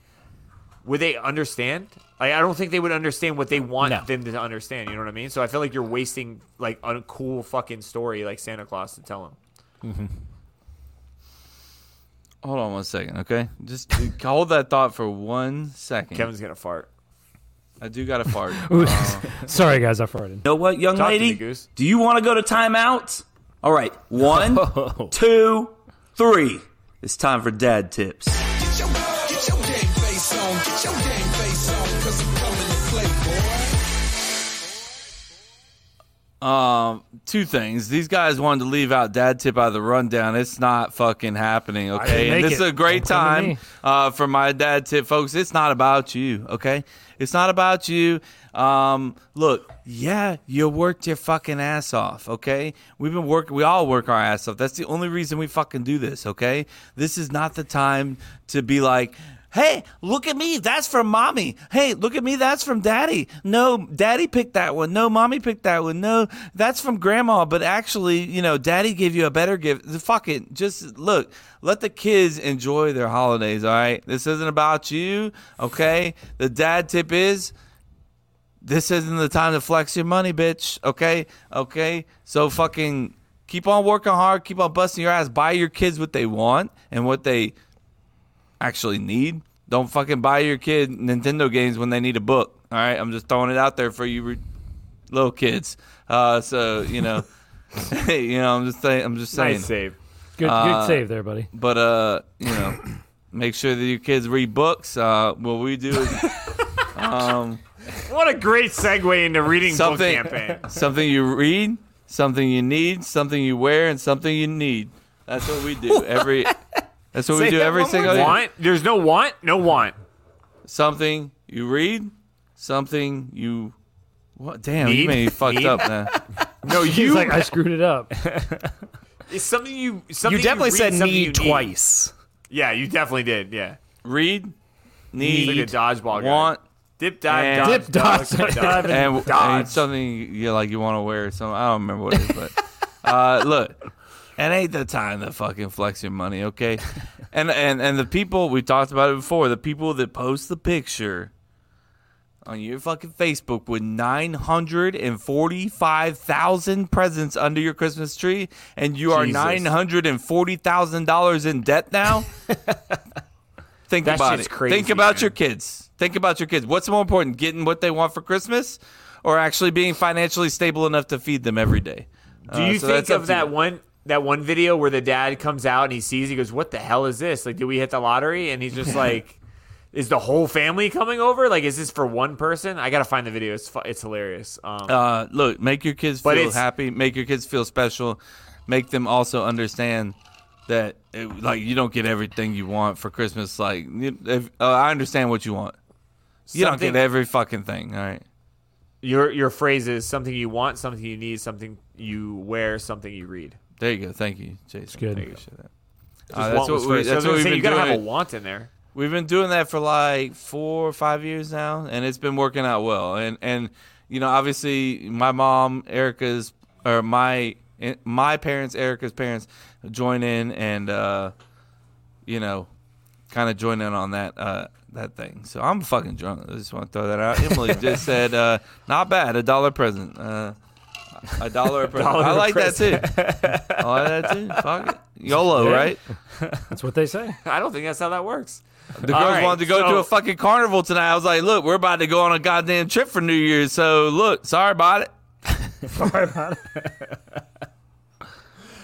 Would they understand? Like, I don't think they would understand what they want them to understand. You know what I mean? So I feel like you're wasting like a cool fucking story like Santa Claus to tell them.
Hold on one second, okay? Just uh, hold that thought for one second.
Kevin's gonna fart.
I do got to fart.
Ooh,
Uh,
Sorry, guys, I farted.
know what, young
Talk to
lady?
me, Goose.
Do you want to go to timeout? All right, one, two, three. It's time for dad tips.
Get your game face on, get your game face on, cause I'm coming to play, boy.
Um, two things. These guys wanted to leave out dad tip out of the rundown. It's not fucking happening, okay?
didn't
And
make
this is
it.
a great
Don't come to
time
me.
uh, for my dad tip, folks. It's not about you, okay? It's not about you. Um, look, yeah, you worked your fucking ass off, okay? We've been working. We all work our ass off. That's the only reason we fucking do this, okay? This is not the time to be like. Hey, look at me. That's from mommy. Hey, look at me. That's from daddy. No, daddy picked that one. No, mommy picked that one. No, that's from grandma. But actually, you know, daddy gave you a better gift. Fuck it. Just look, let the kids enjoy their holidays. All right. This isn't about you. Okay. The dad tip is this isn't the time to flex your money, bitch. Okay, okay. So fucking keep on working hard, keep on busting your ass. Buy your kids what they want and what they actually need. Don't fucking buy your kid Nintendo games when they need a book. All right, I'm just throwing it out there for you, re- little kids. Uh, so you know, you know, I'm just saying. I'm just saying.
Nice save. Good- good save there, buddy.
But uh, you know, make sure that your kids read books. Uh, what we do. is- um,
What a great segue into reading
something,
book campaign.
something you read, something you need, something you wear, and something you need. That's what we do every. That's what we
Say
do
that
every
one more
single
time.
year.
Want? There's no want, no want.
Something you read, something you. What? Damn, you
Need?
made me fucked
Need?
up, man.
No,
He's
you.
like I screwed it up.
it's something you. Something
definitely
read,
said
something
need
you
twice.
Yeah, you definitely did. Yeah.
Read,
He's
need,
like a dodgeball guy.
want,
dip, dive,
and-
dodge,
Dip,
dodge,
dodge,
dive,
dodge.
and,
dodge.
and something you like you want to wear. Some I don't remember what it is, but uh, look, it ain't the time to fucking flex your money, okay? And and and the people we talked about it before. The people that post the picture on your fucking Facebook with nine hundred and forty-five thousand presents under your Christmas tree, and you are
Jesus.
nine hundred and forty thousand dollars in debt now. Think
That
about
shit's
it.
crazy,
Think about
man.
your kids. Think about your kids. What's more important, getting what they want for Christmas, or actually being financially stable enough to feed them every day? Uh,
Do you think of that one that one video where the dad comes out and he sees he goes, "What the hell is this? Like, did we hit the lottery?" And he's just like, "Is the whole family coming over? Like, is this for one person?" I gotta find the video. It's fu- it's hilarious. Um,
Uh, look, make your kids
But
feel
it's-
happy. Make your kids feel special. Make them also understand that, it, like, you don't get everything you want for Christmas. Like, you- if, uh, I understand what you want. You don't
Something-
get every fucking thing. All right.
your your phrase is something you want, something you need, something you wear, something you read.
There you go. Thank you, Jason. It's
good.
that.
Just
Uh,
want was
that's what, we,
first. I was
that's
gonna
what we've
say,
been
you gotta
doing.
have a want in there.
We've been doing that for like four or five years now, and it's been working out well. And and you know, obviously, my mom, Erica's, or my eh, my parents, Erica's parents, join in and uh, you know, kind of join in on that uh, that thing. So I'm fucking drunk. I just want to throw that out. Emily just said, uh, "Not bad, a dollar present." Uh, a dollar a present.
Dollar
I
a
like
present.
that too. I like that too. Fuck it. YOLO,
Yeah.
right?
That's what they say.
I don't think that's how that works.
The
All
girls
right,
wanted to go
so-
to a fucking carnival tonight. I was like, look, we're about to go on a goddamn trip for New Year's. So, look, sorry about it.
Sorry about it.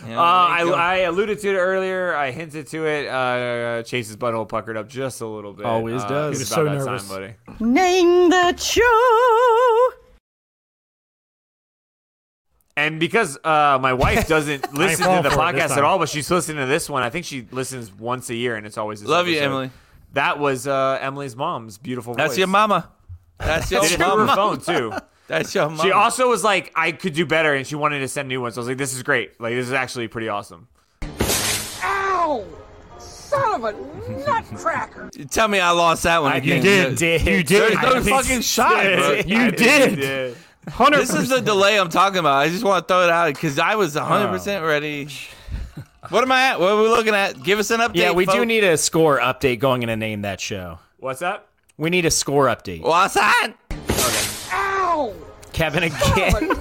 You
Uh,
know,
I,
there you go.
I alluded to it earlier. I hinted to it. Uh, Chase's butthole puckered up just a little bit.
Always
Uh,
does.
It's
He was
about
so
that
nervous.
time, buddy.
Name that show.
And because uh, my wife doesn't listen
fall
to the
for it this
podcast at
time.
all, but she's listening to this one. I think she listens once a year, and it's always this
Love you,
episode.
Emily.
That was uh, Emily's mom's beautiful
That's
voice.
your mama. That's your
Did it through her
mama.
phone too.
That's your mama.
She also was like, "I could do better," and she wanted to send new ones. I was like, "This is great. Like, this is actually pretty awesome."
Ow! Son of a nutcracker.
Tell me I lost that one.
I-
again.
did,
There's-
you did.
There's no
I
fucking shot,
did.
bro.
You
I
did. Hundred.
This is the delay I'm talking about. I just want to throw it out because I was
Oh.
100% ready. What am I at? What are we looking at? Give us an update.
Yeah, we do
folks.
need a score update going into name that show.
What's up?
We need a score update.
What's that?
Ow!
Kevin again.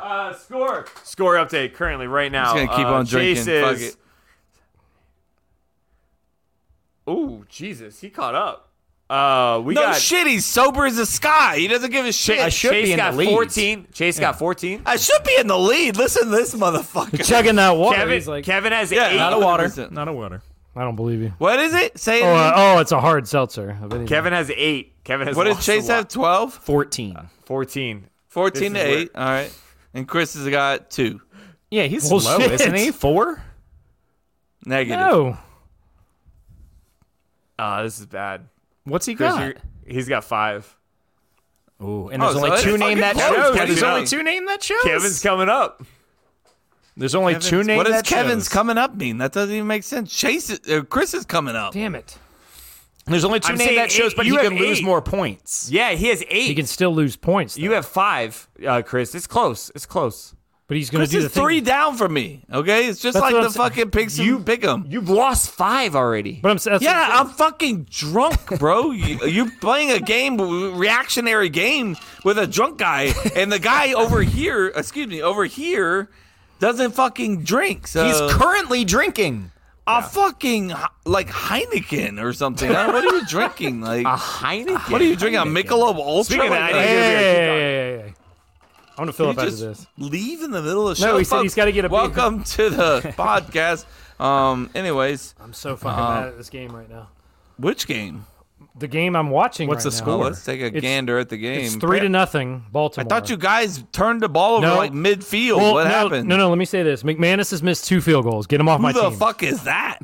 Uh, score. Score update currently right now.
just gonna keep
uh,
on drinking.
Chase
Fuck
is- Ooh, Jesus, he caught up. Uh, we
no
got
shit, he's sober as the sky. He doesn't give a shit.
I should
Chase
be in
got
the lead.
14. Chase got 14.
I should be in the lead. Listen to this motherfucker.
chugging that water.
Kevin,
He's like,
Kevin has
Yeah,
eight.
not a water. 100%.
Not a water.
I don't believe you.
What is it? Say it.
Oh, uh,
again.
oh, it's a hard seltzer. of any-
Kevin has eight. Kevin has
what does
lost
Chase
a lot.
have? 12?
14.
14.
14
This
to
is
8. All right. And Chris has got 2.
Yeah, he's
Bullshit.
low, isn't he? Four?
Negative.
No.
Ah, this is bad.
What's he
Chris,
got?
you're- he's got five.
Ooh, and there's
Oh, so
only
it's
two
fucking
name that
close.
shows.
Kevin's
There's only
out.
two name that shows.
Kevin's coming up.
There's only two name
What does
that
Kevin's
shows.
coming up mean? That doesn't even make sense. Chase is, uh, Chris is coming up.
Damn it.
There's only two
I'm
name
saying
that shows,
eight.
but
You
he
have
can lose
eight.
more points.
Yeah, he has eight.
He can still lose points, though.
you have five, uh, Chris. It's close. It's close.
but he's going to
Chris
do the
is
thing.
three down for me. Okay, it's just
That's
like
what
the
I'm sa-
fucking picks you pick 'em.
You've lost five already.
But I'm saying
Yeah, I'm fucking drunk, bro. you, you're playing a game, reactionary game with a drunk guy, and the guy over here, excuse me, over here, doesn't fucking drink. So
He's currently drinking.
a fucking h- like Heineken or something. I don't- what are you drinking? Like a
Heineken.
What are you drinking? A Michelob Ultra.
Speaking of
Like,
that,
hey, hey, hey,
I'm gonna fill
You
up after
just
this.
Leave in the middle of the
No,
show.
he said
folks.
he's gotta get a beer.
Welcome to the podcast. Um. Anyways,
I'm so fucking mad at this game right now.
Which game?
Uh-huh. The game I'm watching. right now.
Let's take a
It's-
gander at the game.
It's three to nothing,
I
Baltimore.
thought you guys turned the ball over
No.
like midfield.
Well,
what
no,
happened?
No, no. Let me say this: McManus has missed two field goals. Get him off
Who
my
the
team.
fuck is that?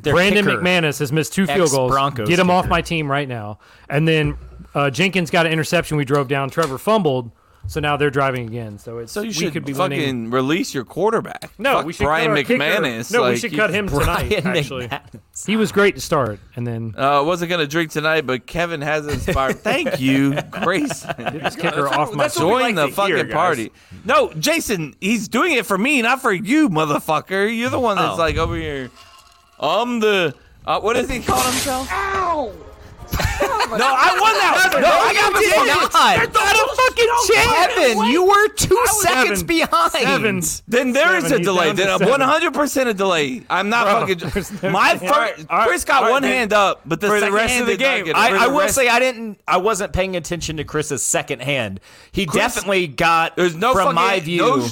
Brandon McManus has missed two field goals.
Ex-Broncos
Get him off
kicker.
my team right now. And then uh, Jenkins got an interception. We drove down. Trevor fumbled. So now they're driving again. So it's
So you
we
should
could be
fucking
winning.
release your quarterback.
No,
Fuck
we should
Brian
cut our kicker.
McManus.
No, we
like,
should
you-
cut him tonight.
Brian
Actually, he was great to start, and then
Uh, I wasn't gonna drink tonight, but Kevin has inspired. Thank you, Grace.
just kick her off my
Join the fucking party. No, Jason, he's doing it for me, not for you, motherfucker. You're the one that's
Oh.
like over here. I'm the. Uh, what is he calling himself?
Ow!
No, I won that.
No,
No,
I
I got
did
the
not.
They're the
fucking Kevin, you were two seconds
Seven.
behind.
Then there is
Seven.
a
He's
delay.
down to
Then
seven.
one hundred percent a delay. I'm not
Bro,
fucking.
no
my
chance.
first.
All right, all right,
Chris got
all right,
one
then.
hand up, but the
for the
second
rest
hand
of the
did not
game,
get it. For
I, I
the
will
rest-
say I didn't. I wasn't paying attention to Chris's second hand. He
Chris-
definitely got.
There's no fucking-
from my
no
view.
sh-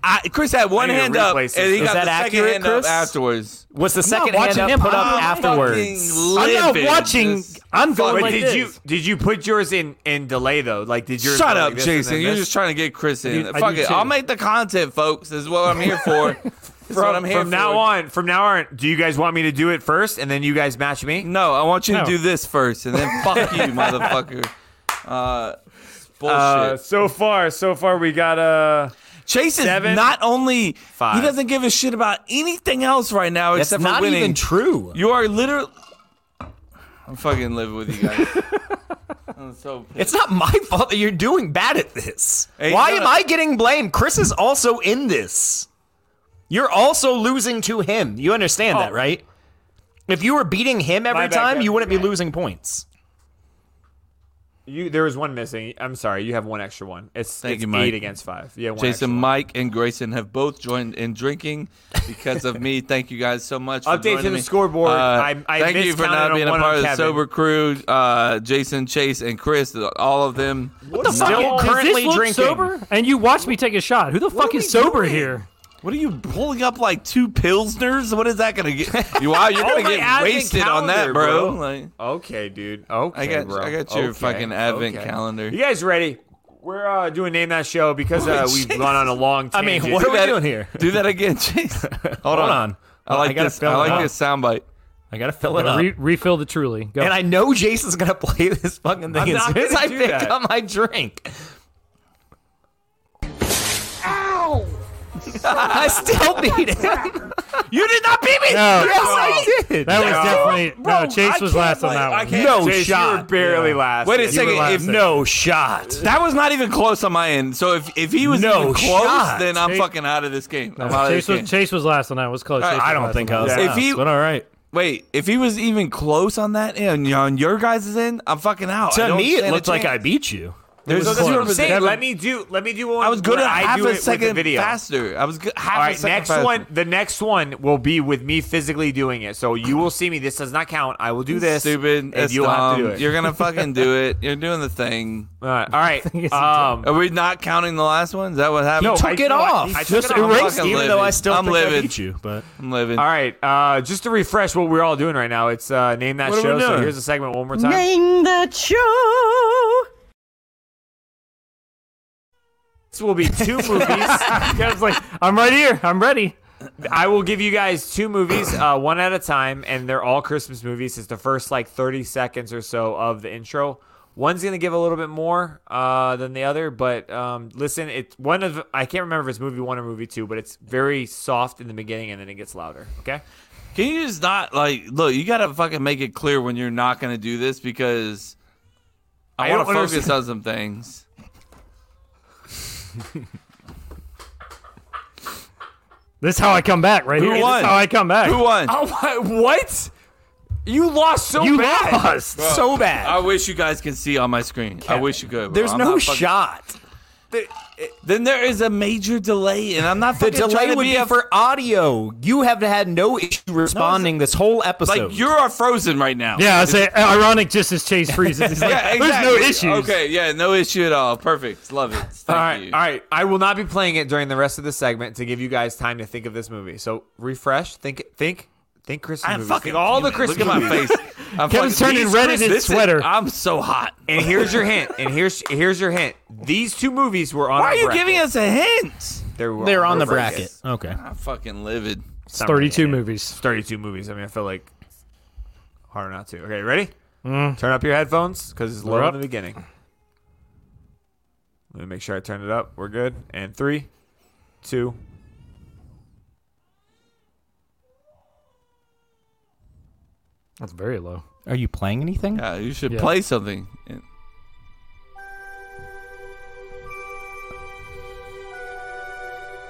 I, Chris had one
I need to
hand up, and
replace this.
he
Is
got
that
the
accurate,
second hand
Chris?
up afterwards.
Was the
I'm
second
not
hand
watching
up Ah,
him.
put up
I'm
afterwards?
fucking livid. Just-
I'm
going like
did
this.
you did you put yours in in delay though? Like did yours?
Shut
go
up,
like this and
Jason.
then
You're
this?
just trying to get Chris in.
I do- I
Fuck
do
it.
too.
I'll make the content, folks. This is what I'm here for. This is
From,
what I'm here
from
for.
now on, from now on, do you guys want me to do it first and then you guys match me?
No, I want you to
No.
do this first, and then fuck you, motherfucker. Uh, it's bullshit.
Uh, so far, so far we got uh
Chase is
seven,
not only he
five.
doesn't give a shit about anything else right now
That's
except
not
for winning.
even true.
You are literally. I'm fucking living with you guys. I'm so pissed.
It's not my fault that you're doing bad at this.
Hey,
Why
no,
am
no.
I getting blamed? Chris is also in this. You're also losing to him. You understand that, right? If you were beating him every
bad,
time,
Kevin.
you wouldn't be losing points.
you. There was one missing. I'm sorry. You have one extra one. It's,
Thank
it's
you, Mike.
eight against five. Yeah, one
Jason, Mike, and Grayson have both joined in drinking because of me. Thank you guys so much. For
Update to
joining
the
me. Uh,
scoreboard. I- I
thank you for
miscounted
not
on
being a
one
part
on
of the
Kevin.
sober crew. Uh, Jason, Chase, and Chris, all of them. What
the fuck?
Still
Does this
currently
look
drinking.
sober? And you watch me take a shot. Who the fuck is sober here?
What are you pulling up like two pilsners? What is that gonna get? You, wow, you're
Oh,
gonna
my
get
advent
wasted on that,
calendar,
bro.
bro.
Like,
okay, dude. Okay,
I got,
bro.
I got your
Okay,
fucking advent
okay.
calendar.
You guys ready? We're uh, doing name that show because
Oh,
uh,
Jesus.
we've gone on a long.
I
Tangent.
mean, what are we
that-
doing here?
Do that again, Chase. Hold, on.
on.
I
Well, I
like
gotta
this.
fill
I
it
like
up.
this soundbite.
I gotta fill it
Uh,
up.
Re- refill the truly. Go.
and I know Jason's gonna play this fucking
I'm
thing as
not
soon as
gonna
I
do
pick
that.
up my drink.
Ow!
I still beat him.
You did not beat me.
No.
yes, I did.
that was
No.
definitely
Bro,
no. Chase
I
was
can't
last on
play-
that
I
one.
can't-
No
Chase, You were
shot.
barely last.
Wait a second. If
laughing.
No shot.
that was not even close on my end. So if, if he was
No
even close,
shot.
then I'm
Chase-
fucking out of this game. I'm out of this
Chase
game.
was, Chase was last on that. It was close.
I-
Chase was
I
last on that.
I was
If he-
all right.
Wait, if he was even close on that end, on your guys' end, I'm fucking out. I
To
don't
me, it
stand a
looked like
chance.
I beat you.
There's
So
a
that's what I'm
zero
saying.
percent.
Let me do. Let me do one.
I was good
where
at
I
half
do it
a
with the
second
video.
faster. I was good. Half
All
a
right,
second
next
faster.
one. The next one will be with me physically doing it. So you will see me. This does not count. I will do this.
Stupid.
and
That's
you'll have to
dumb.
do it.
You're gonna fucking do it. You're doing the thing.
All right. All right.
Are
Um,
we not counting the last one? Is that what happened?
No. I-
Took it
no, I-
off.
I took
Just
it off. I'm
erased,
fucking
even though I
livid.
still
I'm
think I
livid.
beat you. But
I'm living.
all right. Uh, just to refresh what we're all doing right now, it's uh, name that
What are
show.
we
So
doing?
here's the segment one more time.
that show!
This will be two movies.
I was like, I'm right here. I'm ready.
I will give you guys two movies, uh, one at a time, and they're all Christmas movies. It's the first like 30 seconds or so of the intro. One's gonna give a little bit more uh, than the other, but um, listen, it's one of I can't remember if it's movie one or movie two, but it's very soft in the beginning and then it gets louder. Okay,
Can you just not like look? You gotta fucking make it clear when you're not gonna do this because
I
I, want to
don't
focus
understand.
on some things.
This is how I come back right
Who
here. This
won?
is how I come back.
Who won?
Oh, what? You lost so
You
bad.
lost.
so bad.
I wish you guys can see on my screen. I wish you could. bro.
There's
I'm
no
not fucking-
shot.
then there is a major delay, and I'm not
The
fucking trying
delay
to
would
be
be
a
for audio. You have had no issue responding this whole episode.
like you are frozen right now.
Yeah, I say uh, ironic just as Chase freezes. He's like,
Yeah,
there's no
exactly.
issues.
Okay, yeah, no issue at all. Perfect. Love it. Thank
all right,
you.
all right. I will not be playing it during the rest of the segment to give you guys time to think of this movie. So refresh, think, think, think. Christmas
I'm
movies.
fucking
Think all the
look
Christmas.
at my
movies.
face. I'm
Kevin's
fucking-
turning
these
red in
Chris-
his
this is-
swear.
I'm so hot.
And here's your hint. And here's here's your hint. These two movies were on.
Why
our
are you
bracket.
giving us a hint?
They were,
They're on
our
the bracket. Okay.
I'm fucking livid.
It's not really a
32
hint.
movies.
32 movies. I mean, I feel like hard not to. Okay, ready?
Mm.
Turn up your headphones because it's
They're
low
up.
in the beginning. Let me make sure I turn it up. We're good. And three, two.
That's very low.
Are you playing anything?
Yeah, you should
Yeah.
play something. And-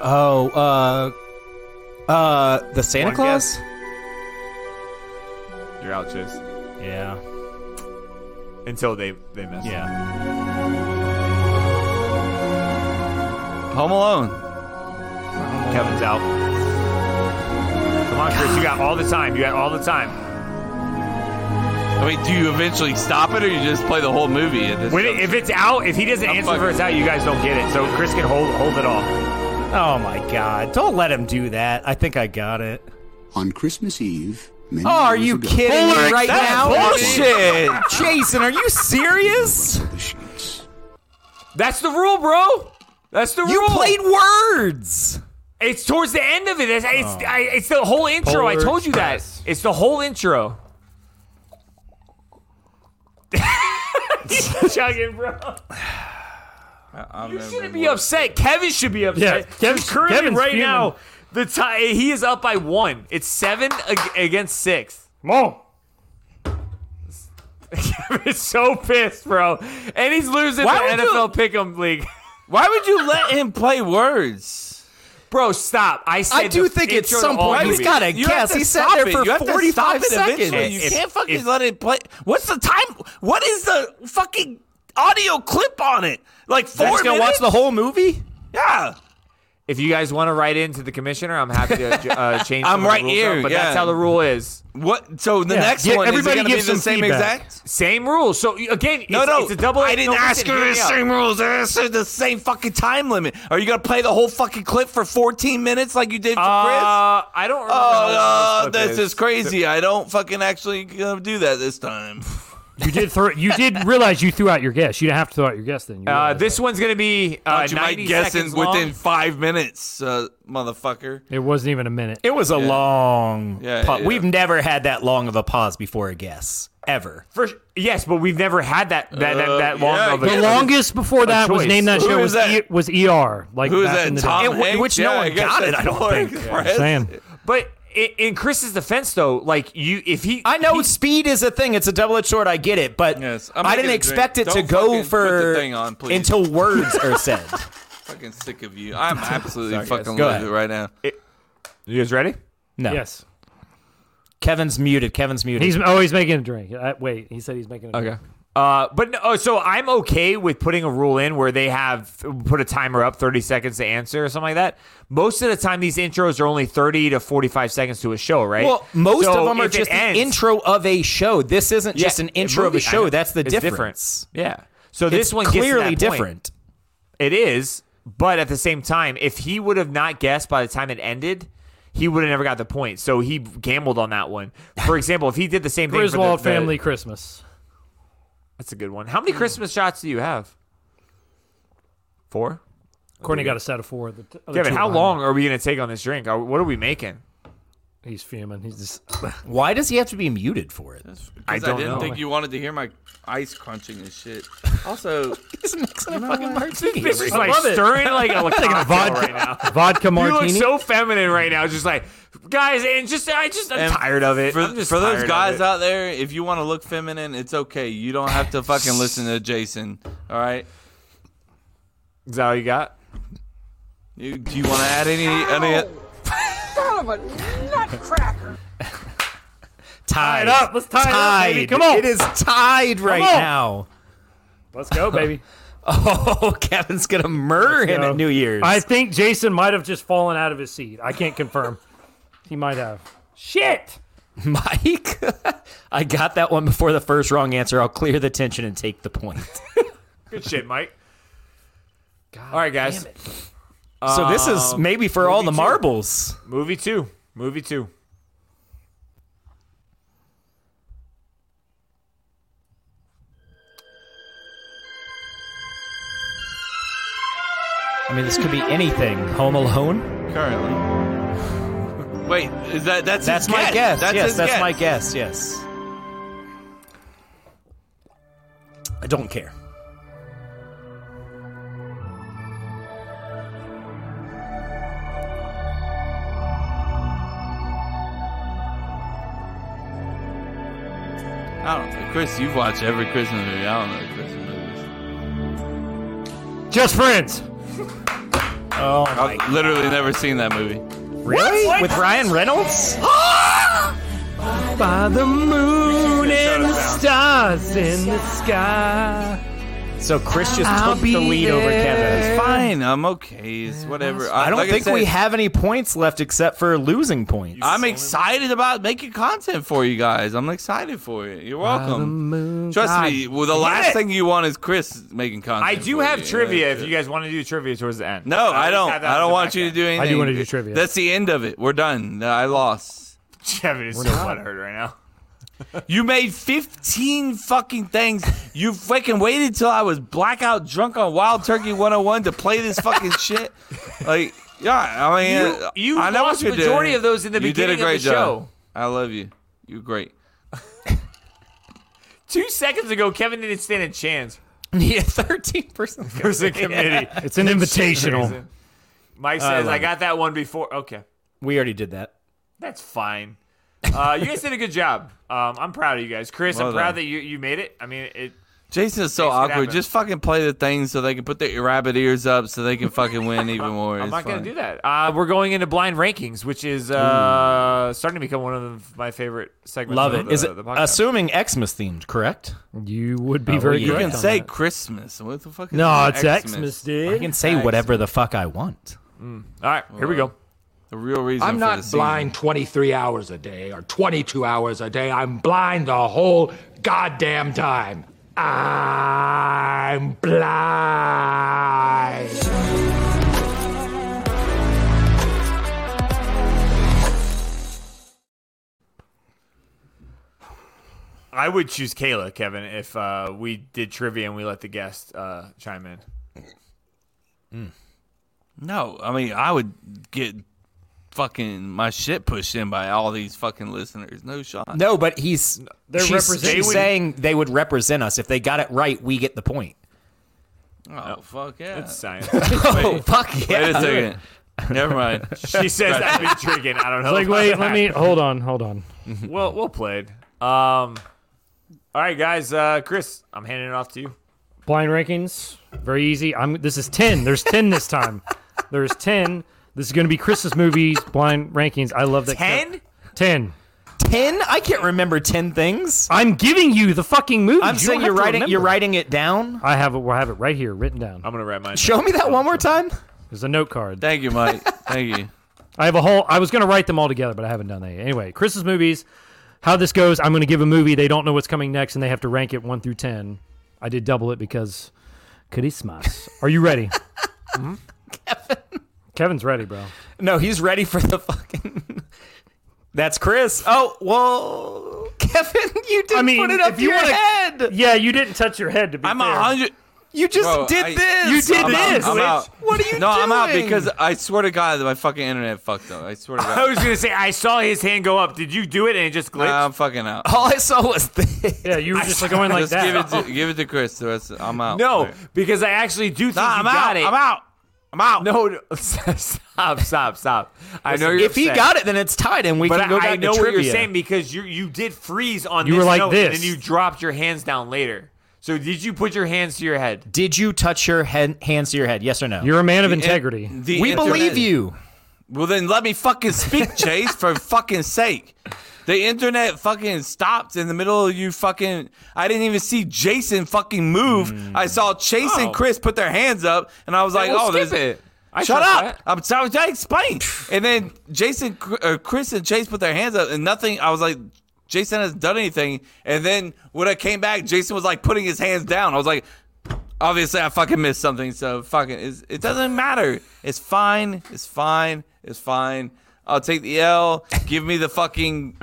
Oh, uh, uh, the Santa
One
Claus.
You're out, Chase.
Yeah.
Until they they mess.
Yeah.
Home Alone.
Kevin's out. Come on, Chris. You got all the time. You got all the time.
I mean, do you eventually stop it, or you just play the whole movie at this?
When it, if it's out, if he doesn't
I'm
answer for it's out, you guys don't get it. So Chris can hold hold it all.
Oh my God! Don't let him do that. I think I got it.
On Christmas Eve, many
Oh, are you
years ago-
kidding me right
that's
now?
bullshit.
Jason, are you serious?
That's the rule, bro. That's the
You
rule.
played words.
It's towards the end of it. It's, it's, I, it's the whole intro. I
Polar
told you that. It's the whole intro. He's chugging, bro. You shouldn't be upset. Kevin should be upset.
Yeah, Kevin's-
He's currently
Kevin's
right
fuming.
now. The tie. He is up by one. It's seven ag- against six.
Come on.
Kevin's so pissed, bro, and he's losing
Why
the
would you-
NFL Pick'em league.
Why would you let him play words?
Bro, stop! I said
I do
the
think at
intro to
some
all
point he's
movies.
got to
You have
guess.
to
He sat
stop
there
it.
for
You have to stop
45
it eventually.
seconds.
You
If-
can't fucking
if-
let it play. What's the time? What is the fucking audio clip on it? Like four
That's gonna
minutes?
watch the whole movie.
yeah.
If you guys want to write in to the commissioner, I'm happy to uh, change.
I'm
some of the
right
rules
here,
up, but
yeah.
that's how the rule is.
What? So the
Yeah,
next
yeah,
one
everybody
is it gonna
gives
be the
some
same
feedback.
exact.
Same rule. So y- again,
No,
it's,
no,
it's a double.
I didn't
no,
ask
listen, hear
her the
me out.
same rules. I asked her the same fucking time limit. Are you gonna play the whole fucking clip for 14 minutes like you did for Chris?
Uh, I don't remember. how
Oh,
long
uh,
this clip
this is crazy. I don't fucking actually gonna do that this time.
You did throw. You did realize you threw out your guess. You didn't have to throw out your guess then. You
Uh,
realized
this one's gonna be uh,
Thought you might
90
guess in
seconds
within
long.
five minutes, uh, motherfucker.
that. it wasn't even a minute.
It was a long.
Yeah,
pa-
yeah.
We've never had that long of a pause before a guess ever.
For, yes, but we've never had that that that, that
Uh,
long
yeah,
of
The
a.
yeah.
longest before that was
choice.
name that
Who
show
is
was
that?
E- was ER. Like
Who's
back
that?
in the
Tom
day.
w-
Hanks?
which no
Yeah, I
one
guess
got it,
that's
I don't
boring,
think.
Chris.
Saying.
But i- in Chris's defense, though, like you, if he,
I know speed is a thing. It's a double edged sword. I get it, but
Yes, I'm
I didn't
making a
expect
drink.
it to
Don't
go
fucking put the
for
thing on, please.
until words are said.
Fucking sick of you. I'm absolutely
Sorry, guys.
fucking
Go
livid
ahead.
right now.
you guys ready?
No,
Yes.
Kevin's muted. Kevin's muted.
He's oh he's making a drink. Uh, wait, he said he's making a drink.
Uh, but no, oh, so I'm okay with putting a rule in where they have put a timer up 30 seconds to answer or something like that. Most of the time, these intros are only 30 to 45 seconds to a show, right?
Well, most
So
of them are
if it
just
ends-
the intro of a show. This isn't
Yeah,
just an intro of a
movie, I
show.
know.
That's the
It's different.
difference.
Yeah. So
It's
this one gets to
clearly
that point.
different.
It is, but at the same time, if he would have not guessed by the time it ended, he would have never got the point. So he gambled on that one. For example, if he did the same thing, for the-
Griswold
the-
family Christmas.
that's a good one. How many Christmas shots do you have? Four.
Courtney got a set of four. The t- other
Kevin,
two
how
behind
long are we gonna take on this drink? Are, what are we making?
him. He's fuming. He's just
Why does he have to be muted for it?
I
I,
don't
didn't
know.
think you wanted to hear my ice crunching and shit. Also,
He's mixing a fucking martini.
This is
every-
like
love it.
stirring like a cocktail
vodka-
right now.
vodka
You look
martini.
so feminine right now. Just like guys, and just I just I'm
and
tired of it.
For,
I'm just
for those
tired of
guys
it.
out there, if you want to look feminine, it's okay. You don't have to fucking listen to Jason. All right.
is that all you got?
You, do you want to add any? any
Son of a nutcracker.
tied.
it up. Let's tie it up, baby.
Tied.
Come on.
It is tied right
on.
now.
let's go, baby.
Oh, Kevin's gonna murder him
So,
at New Year's.
I think Jason might have just fallen out of his seat. I can't confirm. he might have. Shit.
Mike, I got that one before the first wrong answer. I'll clear the tension and take the point.
Good shit, Mike. All right, guys.
so this is
Um,
maybe for all
movie
the
two.
marbles.
Movie two. Movie two.
I mean, this could be anything. Home Alone.
Currently. Wait, is that that's his
That's my
guess?
guess.
That's
yes,
his
that's
guess.
my guess. Yes. I don't care.
I don't know. Chris, you've watched every Christmas movie. I don't know Christmas movies.
Just friends.
Oh,
I've literally never seen that movie.
Really? With Ryan Reynolds?
By the moon and
the
stars in the sky.
So Chris just
I'll
took the
be
lead over Kevin.
there.
It's fine. I'm okay. It's whatever.
I don't
like
think
said,
we have any points left except for losing points.
I'm excited about making content for you guys. I'm excited for you. You're welcome. Trust
God
me. Well, the
damn
last
it.
thing you want is Chris making content.
I do
for
have
you.
trivia
That's
if
it.
you guys want to do trivia towards the end.
No, I
always
don't.
have that
I
in
don't
the
want you to do anything.
I do wanna do trivia.
That's the end of it. We're done. I lost.
back. Kevin is so butthurt right now.
You made 15 fucking things. You fucking waited till I was blackout drunk on Wild Turkey 101 to play this fucking shit. Like, yeah, I mean,
You- you
I know
lost
what you're
majority
doing.
of those in the
You did a
beginning of
great
the show.
job. I love you. You're great.
Two seconds ago, Kevin didn't stand a chance.
Yeah, 13 percent.
There's a committee.
It's an invitational.
Mike
I
says,
love
I, got that one before. Okay,
We already did that.
that's fine. Uh, you guys did a good job. Um, I'm proud of you guys. Chris,
Well
I'm proud
done.
that you, you made it. I mean, it.
Jason is so
Jason, it
awkward.
happened.
Just fucking play the thing so they can put their rabbit ears up so they can fucking win even more.
I'm
It's
not going
fun.
to do that. Uh, we're going into blind rankings, which is uh, starting to become one of my favorite segments.
Love
of
it.
The,
Is it
the podcast.
assuming Xmas themed, correct?
You would be
Oh,
very
yeah.
good.
You
Correct
can
on
say
that.
Christmas. What the fuck is
No,
that?
it's Xmas, dude.
I can say whatever the fuck I want.
All right, here we go.
The real reason
I'm
for the
not
season.
blind 23 hours a day or 22 hours a day. I'm blind the whole goddamn time. I'm blind.
I would choose Kayla, Kevin, if uh, we did trivia and we let the guest uh, chime in.
No, I mean I would get fucking my shit pushed in by all these fucking listeners. No shot. Oh,
No, but he's
They're
she's,
represent-
she's
They would-
saying they would represent us. If they got it right, we get the point.
Oh fuck yeah.
It's science.
Oh, fuck yeah.
Wait a second. Never mind.
she says I've been drinking. I don't know.
It's like,
about
wait,
that.
let me hold on, hold on.
Well, well played. Um, all right, guys. Uh, Chris, I'm handing it off to you.
Blind rankings, very easy. I'm. This is ten. There's ten this time. There's ten. This is going to be Christmas movies. Blind rankings. I love that.
Ten?
Ten.
Ten? I can't remember ten things.
I'm giving you the fucking movie.
I'm saying you're writing you're Oh. writing it down.
I have it. I have it right here, written down.
I'm gonna wrap mine.
Show me that one more time.
There's a note card.
Thank you, Mike. Thank you.
I have a whole. I was going to write them all together, but I haven't done that yet. Anyway, Christmas movies. How this goes? I'm going to give a movie. They don't know what's coming next, and they have to rank it one through ten. I did double it because Christmas. Are you ready? Mhm. Kevin's ready, bro.
No, he's ready for the fucking. That's Chris. Oh well, Kevin, you didn't
I mean,
put it up
if
to
you
your
wanna-
head.
Yeah, you didn't touch your head to be
I'm
fair.
a hundred.
You just
Bro,
did
I-
this.
You did
I'm out.
this.
I'm out.
What are you
No, I'm out
doing?
because I swear to God that my fucking internet fucked up. I swear to
Oh,
I
God.
was gonna say I saw his hand go up. Did you do it and it just glitched?
Nah, I'm fucking out.
all I saw was this.
Yeah, you were just like going like
Just give it
that.
to give it to Chris. The rest of- I'm out.
no,
Alright.
because I actually do think
Nah,
you
I'm
got
out.
it.
I'm out. I'm out.
No, no. stop, stop, stop. I know you're.
If he
upset,
got it, then it's tied, and we
but
can go
I,
back
I know
to
what
trivia.
you're saying because you you did freeze on.
You
this
were like
note,
this.
and then you dropped your hands down later. So did you put your hands to your head?
Did you touch your head, hands to your head? Yes or no?
You're a man of integrity.
The
we
internet-
believe you.
Well, then let me fucking speak, Chase, for fucking sake. The internet fucking stopped in the middle of you fucking. I didn't even see Jason fucking move. I saw Chase and
Oh.
Chris put their hands up, and I was
Then
like,
we'll
"Oh,
skip
this
it. I
Shut
trust
up!
that.
I'm sorry. I explained. and then Jason, uh, Chris, and Chase put their hands up, and nothing. I was like, Jason hasn't done anything. And then when I came back, Jason was like putting his hands down. I was like, obviously, I fucking missed something. So fucking, it's, it doesn't matter. It's fine. It's fine. It's fine. I'll take the L. Give me the fucking.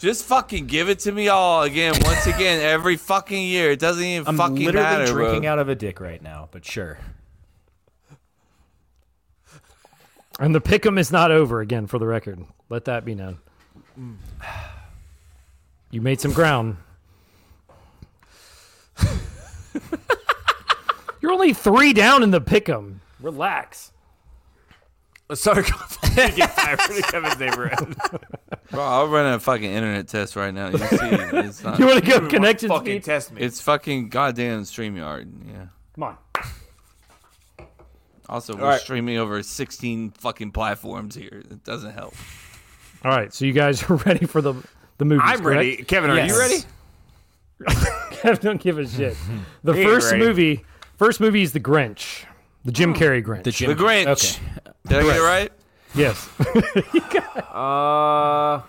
Just fucking give it to me all again, once again, every fucking year. It doesn't even
I'm
fucking
literally
matter.
drinking
bro.
out of a dick right now, but sure.
And the pick'em is not over again, for the record. Let that be known. You made some ground. You're only three down in the pick'em. Relax.
Sorry, get fired for Kevin's neighborhood.
Bro, I'll run a fucking internet test right now. You see, it's not.
You wanna go connections
Fucking
speed?
test me.
It's fucking goddamn StreamYard. Yeah.
Come on.
Also,
All
we're
right.
streaming over 16 fucking platforms here. It doesn't help.
All right, so you guys are ready for the the movies.
I'm ready.
correct?
Kevin, are you ready?
Kevin, don't give a shit. The
He ain't
first
ready.
movie, first movie is The Grinch, the Jim Carrey Grinch.
The Jim-
The Grinch.
Okay.
Did I get it
Correct.
right?
Yes.
Uh,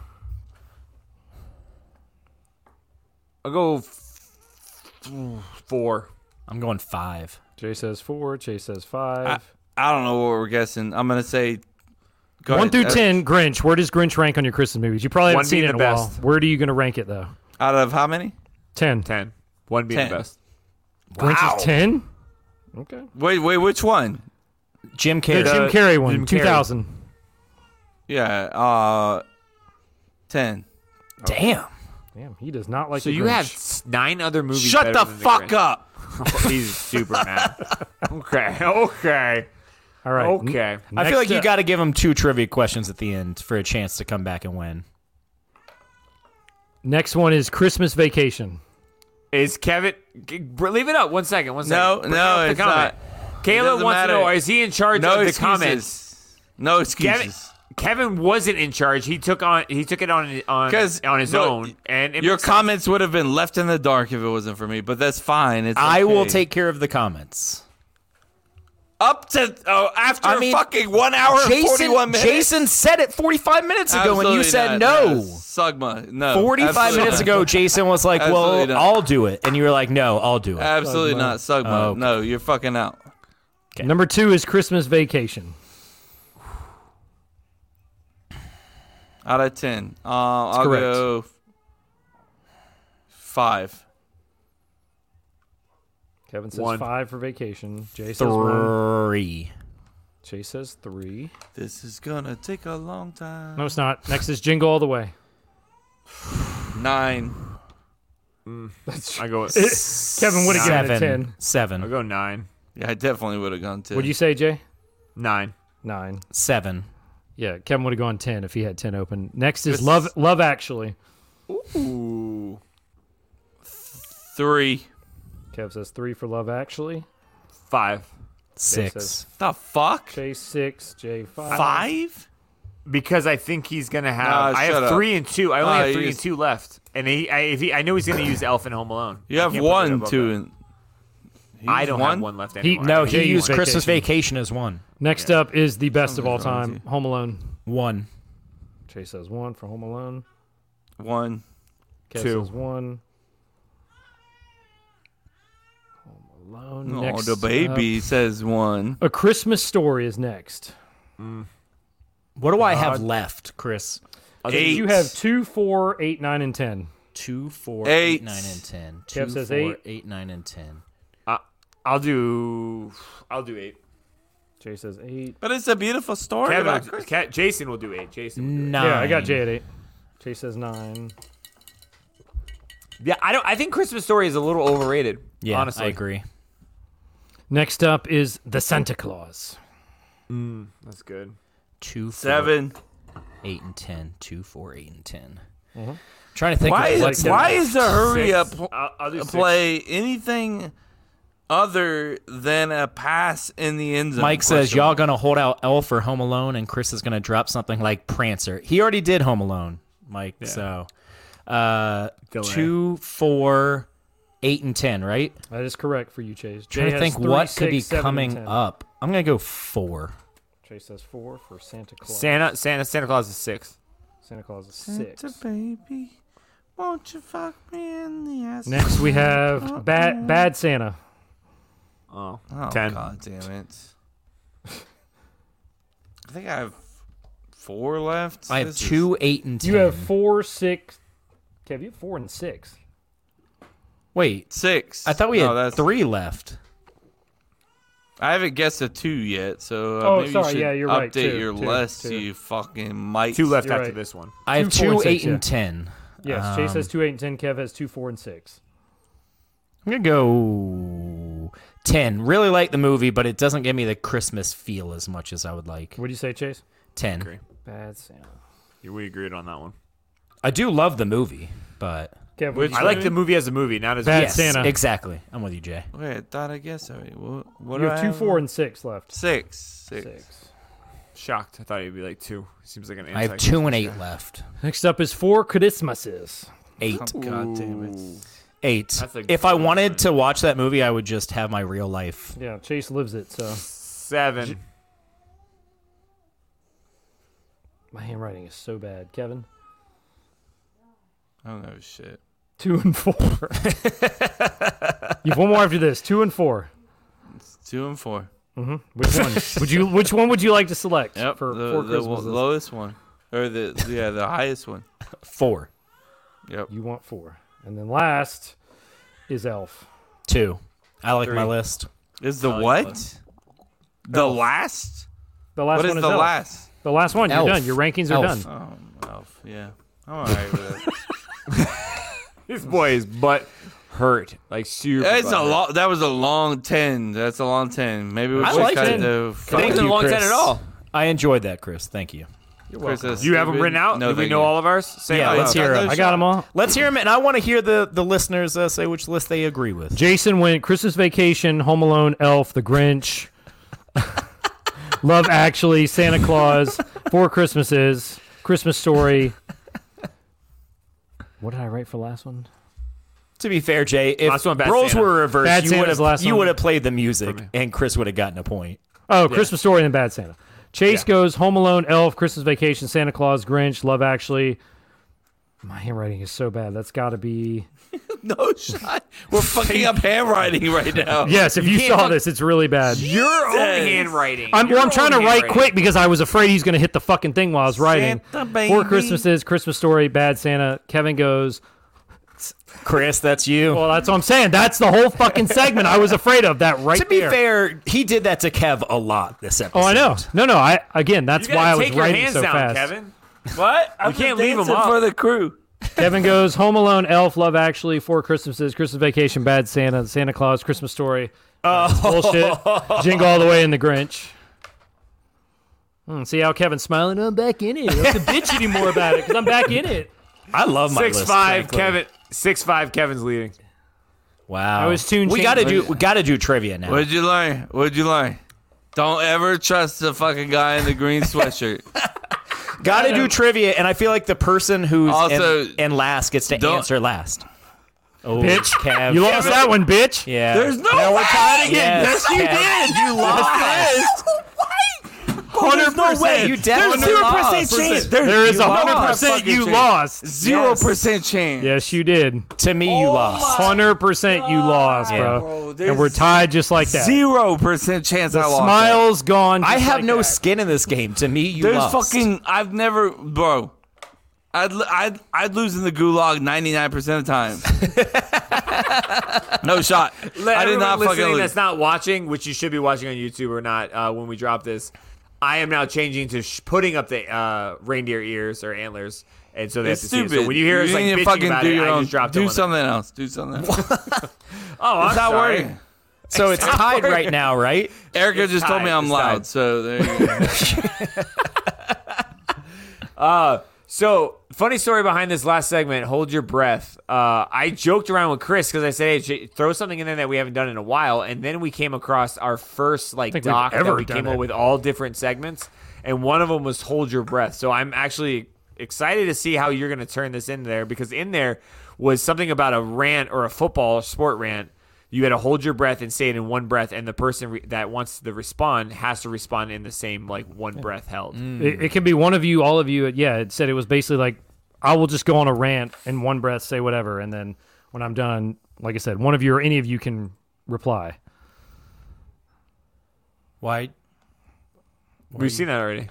I'll go f- four.
I'm going five.
Jay says four. Jay says five.
I don't know what we're guessing. I'm going to say. go
One
ahead.
through
Uh,
ten, Grinch. Where does Grinch rank on your Christmas movies? You probably
One
haven't seen
being
it in a
the
while.
best.
Where are you going to rank it though?
Out of how many?
Ten.
Ten. One being the
Ten.
best.
Grinch
Wow.
is ten. Okay.
Wait, wait, which one?
Jim
The
Carrey.
Jim Carrey one, two thousand.
Yeah. Uh, 10.
Oh. Damn.
Damn, he does not like.
So
the
you
Grinch.
had s- nine other movies.
Shut
better
the
than
fuck
Grinch.
up.
He's super mad. Okay. Okay.
All right.
Okay.
I feel like you got to give him two trivia questions at the end for a chance to come back and win.
Next one is Christmas Vacation.
Is Kevin? g- br- Leave it up. One second. One second.
No,
Bring
no,
up the
it's
comment.
not. It
Kayla
doesn't
wants
matter.
to know: Is he in charge
No
of the
excuses.
comments?
No
Kevin,
excuses.
Kevin wasn't in charge. He took on. He took it on on on his
look,
own. And it
your
makes sense.
comments would have been left in the dark if it wasn't for me, but that's fine. It's
I will
okay.
take care of the comments.
up to oh, after fucking one hour, and
Jason,
forty-one minutes.
Jason said it 45 minutes ago and you
Absolutely
said
not.
no.
Sugma, no.
45
Absolutely
minutes
not.
ago, Jason was like,
Absolutely
well,
not.
I'll do it. And you were like, no, I'll do it.
Absolutely not, Sugma.
Oh,
No, you're fucking out.
Number two is Christmas Vacation.
Out of ten, uh, I'll
correct.
go f- five.
Kevin says
One.
five for Vacation. Jay says one.
Three.
Jay says three.
This is gonna take a long time.
No, it's not. Next is Jingle All the Way.
Nine.
I go with
Kevin would have given it
Seven.
a ten.
I'll
Seven.
go nine.
Yeah, I definitely would have gone ten.
What'd you say, Jay?
Nine.
Nine.
Seven.
Yeah, Kevin would have gone ten if he had ten open. Next is
This-
Love Love Actually.
Ooh. Three.
Kev says three for Love Actually.
Five.
Six.
says-
The fuck?
Jay six. Jay five.
Five?
Because I think he's gonna have.
Nah,
I
shut
have
up.
three and two. I only
Nah,
have
you
three and
just-
two left. And he, I, if he, I know he's gonna use Elf and Home Alone.
You
I
have
can't put it
one,
above
two,
that.
and
I don't
one?
have one left
He-
anymore.
No,
Yeah,
he
you
used
vacation.
Christmas Vacation as one.
Next up is the best of all time,
with
Home Alone.
One.
Jay says one for Home Alone.
one.
Kev
Two.
says one. Home Alone.
Oh,
next
the baby says one.
up- A Christmas Story is next.
What do I have left, Chris?
Eight.
You have two, four, eight, nine, and ten.
Two, four,
Eight.
eight, nine, and ten. Two,
Kev says
four,
eight.
eight, nine, and ten.
I'll do. I'll do eight.
Jay says eight.
But it's a beautiful story.
Kevin,
about
will-
Christmas.
Ke- Jason will do eight. Jason. Will do
Nine.
Yeah, I got Jay at eight. Jay says nine.
eight. Yeah, I don't. I think Christmas Story is a little overrated.
Yeah,
honestly,
I agree.
Next up is the Santa Claus.
That's good.
Two, four,
seven.
eight, and ten. Two, four, eight, and 10
Mm-hmm.
Trying to think.
Why
of what
is, why is the hurry
Six.
up
I'll, I'll do six.
uh, play anything other than a pass in the end zone?
Mike says
Question
y'all
mark.
gonna hold out Elf or Home Alone, and Chris is gonna drop something like Prancer. He already did Home Alone. Mike. So uh, two, four, eight, and ten, right?
That is correct for you, Chase.
trying
Jay
to
has
think
three,
what could
six,
be
seven, and
coming
10.
up. I'm gonna go four.
Chase says four for Santa Claus.
Santa Santa Santa Claus is six.
Santa Claus is six.
Santa baby, won't you fuck me in the ass?
Next we have Bad Bad Santa.
Oh,
Oh,
ten.
God damn it. I think I have four left.
I have
This is-
two, eight, and ten.
You have four, six. Kev, you have four and six.
Wait,
six.
I thought we
No,
had
that's-
three left.
I haven't guessed a two yet, so uh,
Oh,
maybe
sorry,
you should
yeah, you're
update
right, two,
your
two,
list,
two.
you fucking might.
Two left You're after right. this one.
I have
four,
two,
six,
eight, and
yeah.
ten.
Yes, Chase
Um,
has two, eight, and ten. Kev has two, four, and six.
I'm gonna go ten. Really like the movie, but it doesn't give me the Christmas feel as much as I would like.
What do you say, Chase?
Ten.
Bad Santa.
Yeah, we agreed on that one.
I do love the movie, but
Kev, what'd you
I
say?
like the movie as a movie, not as
Yes, Exactly. I'm with you, Jay.
Wait, I thought I guessed already. What, what
you
do
have
I
two,
have?
four, and six left.
Six. Six.
Shocked. I thought he'd be like two. Seems like an.
I have two and eight left.
Next up is four Christmases.
Eight.
God damn it.
Eight.
That's a
If I
good
wanted to watch that movie, I would just have my real life.
Yeah, Chase lives it. So
seven.
My handwriting is so bad, Kevin.
I don't know Oh, shit.
Two and four. you have one more after this. Two and four.
It's two and four.
hmm Which one would you? Which one would you like to select
Yep.
for
the,
four
the
Christmases?
one- lowest one, or the yeah the highest one.
Four.
Yep.
You want four, and then last is Elf.
Two. I like
Three.
my list.
Is the
I like
what?
less.
The last?
The last
What
one
is
is
the
Elf.
last?
The last one.
Elf.
You're done. Your rankings are
Elf.
done.
Um, elf. Yeah. I'm alright with it.
This boy is butt hurt. Like super.
It's
butt
a
hurt.
long. That was a long ten. That's a long ten. Maybe we
I
should
liked
cut
it.
it to
It
five.
wasn't a long 10 at all.
I enjoyed that, Chris. Thank you.
Chris, that's
You have them
stupid.
written out.
No,
Do we
thank
know
you.
all of ours? Say
yeah,
it out
let's
loud.
hear
Oh.
them.
I got them all.
Let's hear them, and I want to hear the the listeners uh, say which list they agree with.
Jason went Christmas Vacation, Home Alone, Elf, The Grinch, Love Actually, Santa Claus, Four Christmases, Christmas Story. What did I write for last one?
To be fair, Jay, if
Last one, Bad
roles
Santa.
were reversed,
Bad
you
Santa's
would have
last
you
one.
would have played the music, and Chris would have gotten a point.
Oh, Christmas Story and Bad Santa. Chase goes Home Alone, Elf, Christmas Vacation, Santa Claus, Grinch, Love Actually. My handwriting is so bad. That's got to be
No shot. We're fucking up handwriting right now.
yes. If you, saw this, it's really bad.
Your own
Jesus.
handwriting.
I'm, well,
Your
I'm trying
own
to write
handwriting.
quick because I was afraid he's going to hit the fucking thing while I was writing. Four
baby.
Christmases, Christmas Story, Bad Santa. Kevin goes.
Chris, that's you.
Well, that's what I'm saying. That's the whole fucking segment I was afraid of. That right
to be
there.
fair, he did that to Kev a lot this episode.
Oh, I know. No, no. I again. That's
You gotta
why I was
take your
writing
hands
so
down,
fast.
Kevin.
What?
I'm can't leave 'em dancing up.
for
for
the crew.
Kevin goes Home Alone, Elf, Love Actually, Four Christmases, Christmas Vacation, Bad Santa, Santa Claus, Christmas Story, uh,
Oh.
bullshit, Jingle All the Way, and The Grinch. Hmm, see how Kevin's smiling? I'm back in it. I don't have to bitch anymore about it because I'm back in it.
I love my
Six
list,
five.
frankly.
Kevin. Six five. Kevin's leading.
Wow,
I was tuned
We
in.
gotta do we gotta do trivia now.
What'd you learn? What'd you learn? Don't ever trust the fucking guy in the green sweatshirt.
Gotta do trivia, and I feel like the person who's
Also-
in, in last gets to
Don't-
answer last. Oh,
Bitch.
Kev.
You lost that one, bitch.
Yeah.
There's no
Now
way!
we're tied again.
Yes, you did.
You lost. Hundred no way. You definitely lost.
There is
You
a
lost.
hundred percent you lost.
Zero percent chance.
Yes, you did.
To me, you lost.
Hundred percent, you lost,
Yeah.
bro. and we're tied just like that.
Zero percent chance I
The
lost.
smile's gone.
I
just
have
like
no
that.
skin in this game. To me, you
There's
lost.
fucking. I've never, bro. I'd l- I'd I'd lose in the gulag ninety nine percent of the time. no shot.
Let
I did
everyone
not
listening
fucking
That's
lose.
not watching, which you should be watching on YouTube or not uh, when we drop this. I am now changing to sh- putting up the uh, reindeer ears or antlers, and so they
It's
have to
stupid.
see it. So when you hear us like
need to
bitching
fucking
about
do
it,
your
I
own.
just dropped it
do
on
something else. Do something else.
there. Oh, I'm
it's not
sorry.
working.
So it's tied right now, right?
Erica
It's
just told
tied.
me I'm
It's
loud,
tied.
so there you go.
Uh, so funny story behind this last segment. Hold your breath. Uh, I joked around with Chris because I said, "Hey, J- throw something in there that we haven't done in a while," and then we came across our first like
think we've
doc
ever
that we
done
came
it.
up with all different segments, and one of them was "Hold Your Breath." So I'm actually excited to see how you're going to turn this in there because in there was something about a rant or a football sport rant. You had to hold your breath and say it in one breath, and the person re- that wants to respond has to respond in the same like one breath held.
It, it can be one of you, all of you. Yeah, it said it was basically like, I will just go on a rant in one breath, say whatever, and then when I'm done, like I said, one of you or any of you can reply.
Why?
We've seen that already.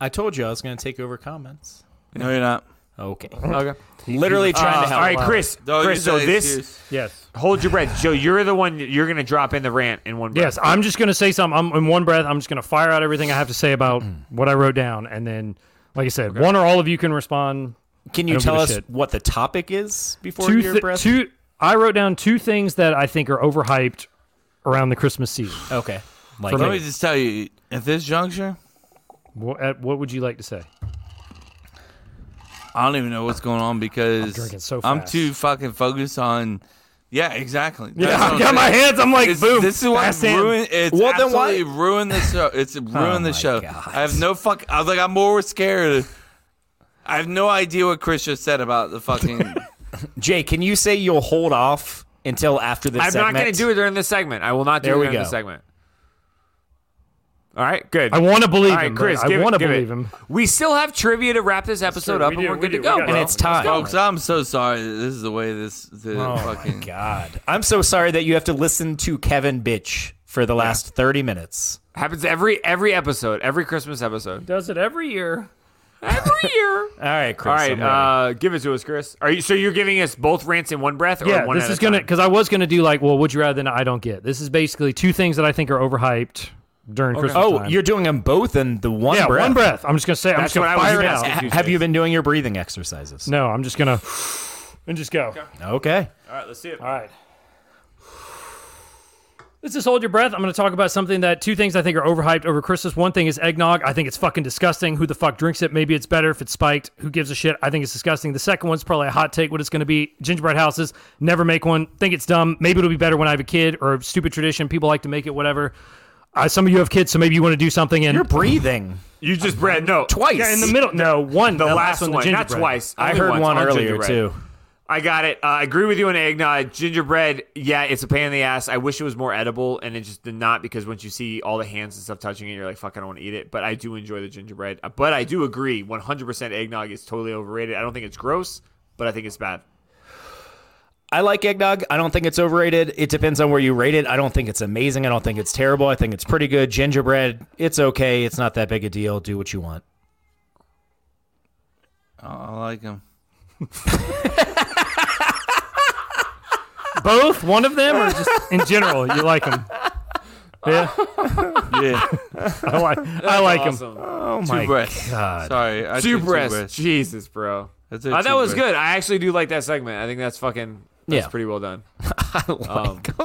I told you I was going to take over comments.
No, you're not.
Okay. Uh,
Okay.
Literally trying
Uh,
to help.
All right, Chris.
Don't
Chris,
use
so
that
this
excuse.
Yes.
Hold your breath, Joe. You're the one. You're going to drop in the rant in one breath.
Yes, I'm just going to say something. I'm in one breath. I'm just going to fire out everything I have to say about what I wrote down, and then, like I said, one or all of you can respond.
Can
I
you
don't
tell
give a
us
shit.
what the topic is before
two,
your
thi-
breath?
two? I wrote down two things that I think are overhyped around the Christmas season.
Okay.
For
Let
me.
me just tell you, at this juncture,
Wha- at- what would you like to say?
I don't even know what's going on because
I'm drinking so
I'm
fast.
too fucking focused on. Yeah, exactly.
Yeah,
That's
I
what I'm
got my
saying.
hands, I'm like,
It's-
boom,
This is what
fast hand.
ruined. It's
Well, then why- Oh
absolutely ruined the show. It's ruined the show. I have no fuck. I was like, I'm more scared. I have no idea what Chris just said about the fucking.
Jay, can you say you'll hold off until after this
I'm
segment?
not going to do it during this segment. I will not do
There
it
we
during
go.
this segment. All right, good.
I wanna believe
All right,
him, but
Chris.
I
give it-
wanna
give it.
believe him.
We still have trivia to wrap this episode
true.
up,
We
and
do,
we're
we
good
do,
to
we
go.
got
bro.
it.
it's time.
Folks, I'm so sorry. that This is the way this. The
Oh my
fucking
God. I'm so sorry that you have to listen to Kevin bitch for the last 30 minutes.
Happens every every episode, every Christmas episode.
Does it every year?
Every year.
All right, Chris.
All
I'm
right,
ready.
uh, give it to us, Chris. Are you so you're giving us both rants in one breath? Or
yeah,
one
this
at
is
a
gonna
time?
because I was gonna do like, well, would you rather than I don't get. This is basically two things that I think are overhyped during Christmas.
oh,
time.
you're doing them both in the one
yeah,
breath.
one breath. I'm just gonna say. I'm
That's
just gonna
what I
fire
was
it
gonna
out.
ask. Ha- Have you been doing your breathing exercises?
No, I'm just gonna and just go.
Okay.
All right, let's see it.
All right. Let's just hold your breath. I'm going to talk about something that two things I think are overhyped over Christmas. One thing is eggnog. I think it's fucking disgusting. Who the fuck drinks it? Maybe it's better if it's spiked. Who gives a shit? I think it's disgusting. The second one's probably a hot take. What it's going to be gingerbread houses. Never make one. Think it's dumb. Maybe it'll be better when I have a kid or a stupid tradition. People like to make it. Whatever. Uh, some of you have kids, so maybe you want to do something. And
You're breathing.
You just bread no
Twice.
Yeah, in the middle. No, one.
The
that
last
the
one, not
gingerbread.
twice.
I
Only
heard
once
one
on
earlier,
gingerbread.
too.
I got it. Uh, I agree with you on eggnog. Gingerbread, yeah, it's a pain in the ass. I wish it was more edible, and it just did not because once you see all the hands and stuff touching it, you're like, fuck, I don't want to eat it. But I do enjoy the gingerbread. Uh, But I do agree 100% eggnog is totally overrated. I don't think it's gross, but I think it's bad.
I like eggnog. I don't think it's overrated. It depends on where you rate it. I don't think it's amazing. I don't think it's terrible. I think it's pretty good. Gingerbread, it's okay. It's not that big a deal. Do what you want.
I- I like him.
Both? One of them? Or just in general? You like them? Yeah.
Yeah.
Oh I like, I like 'em.
Oh
Two breaths. Sorry. I
Two
took
breasts. Jesus, bro.
I took
Oh,
Uh, that
two
was
breaths.
good. I actually do like that segment. I think that's fucking. That's
Yeah.
pretty well done.
I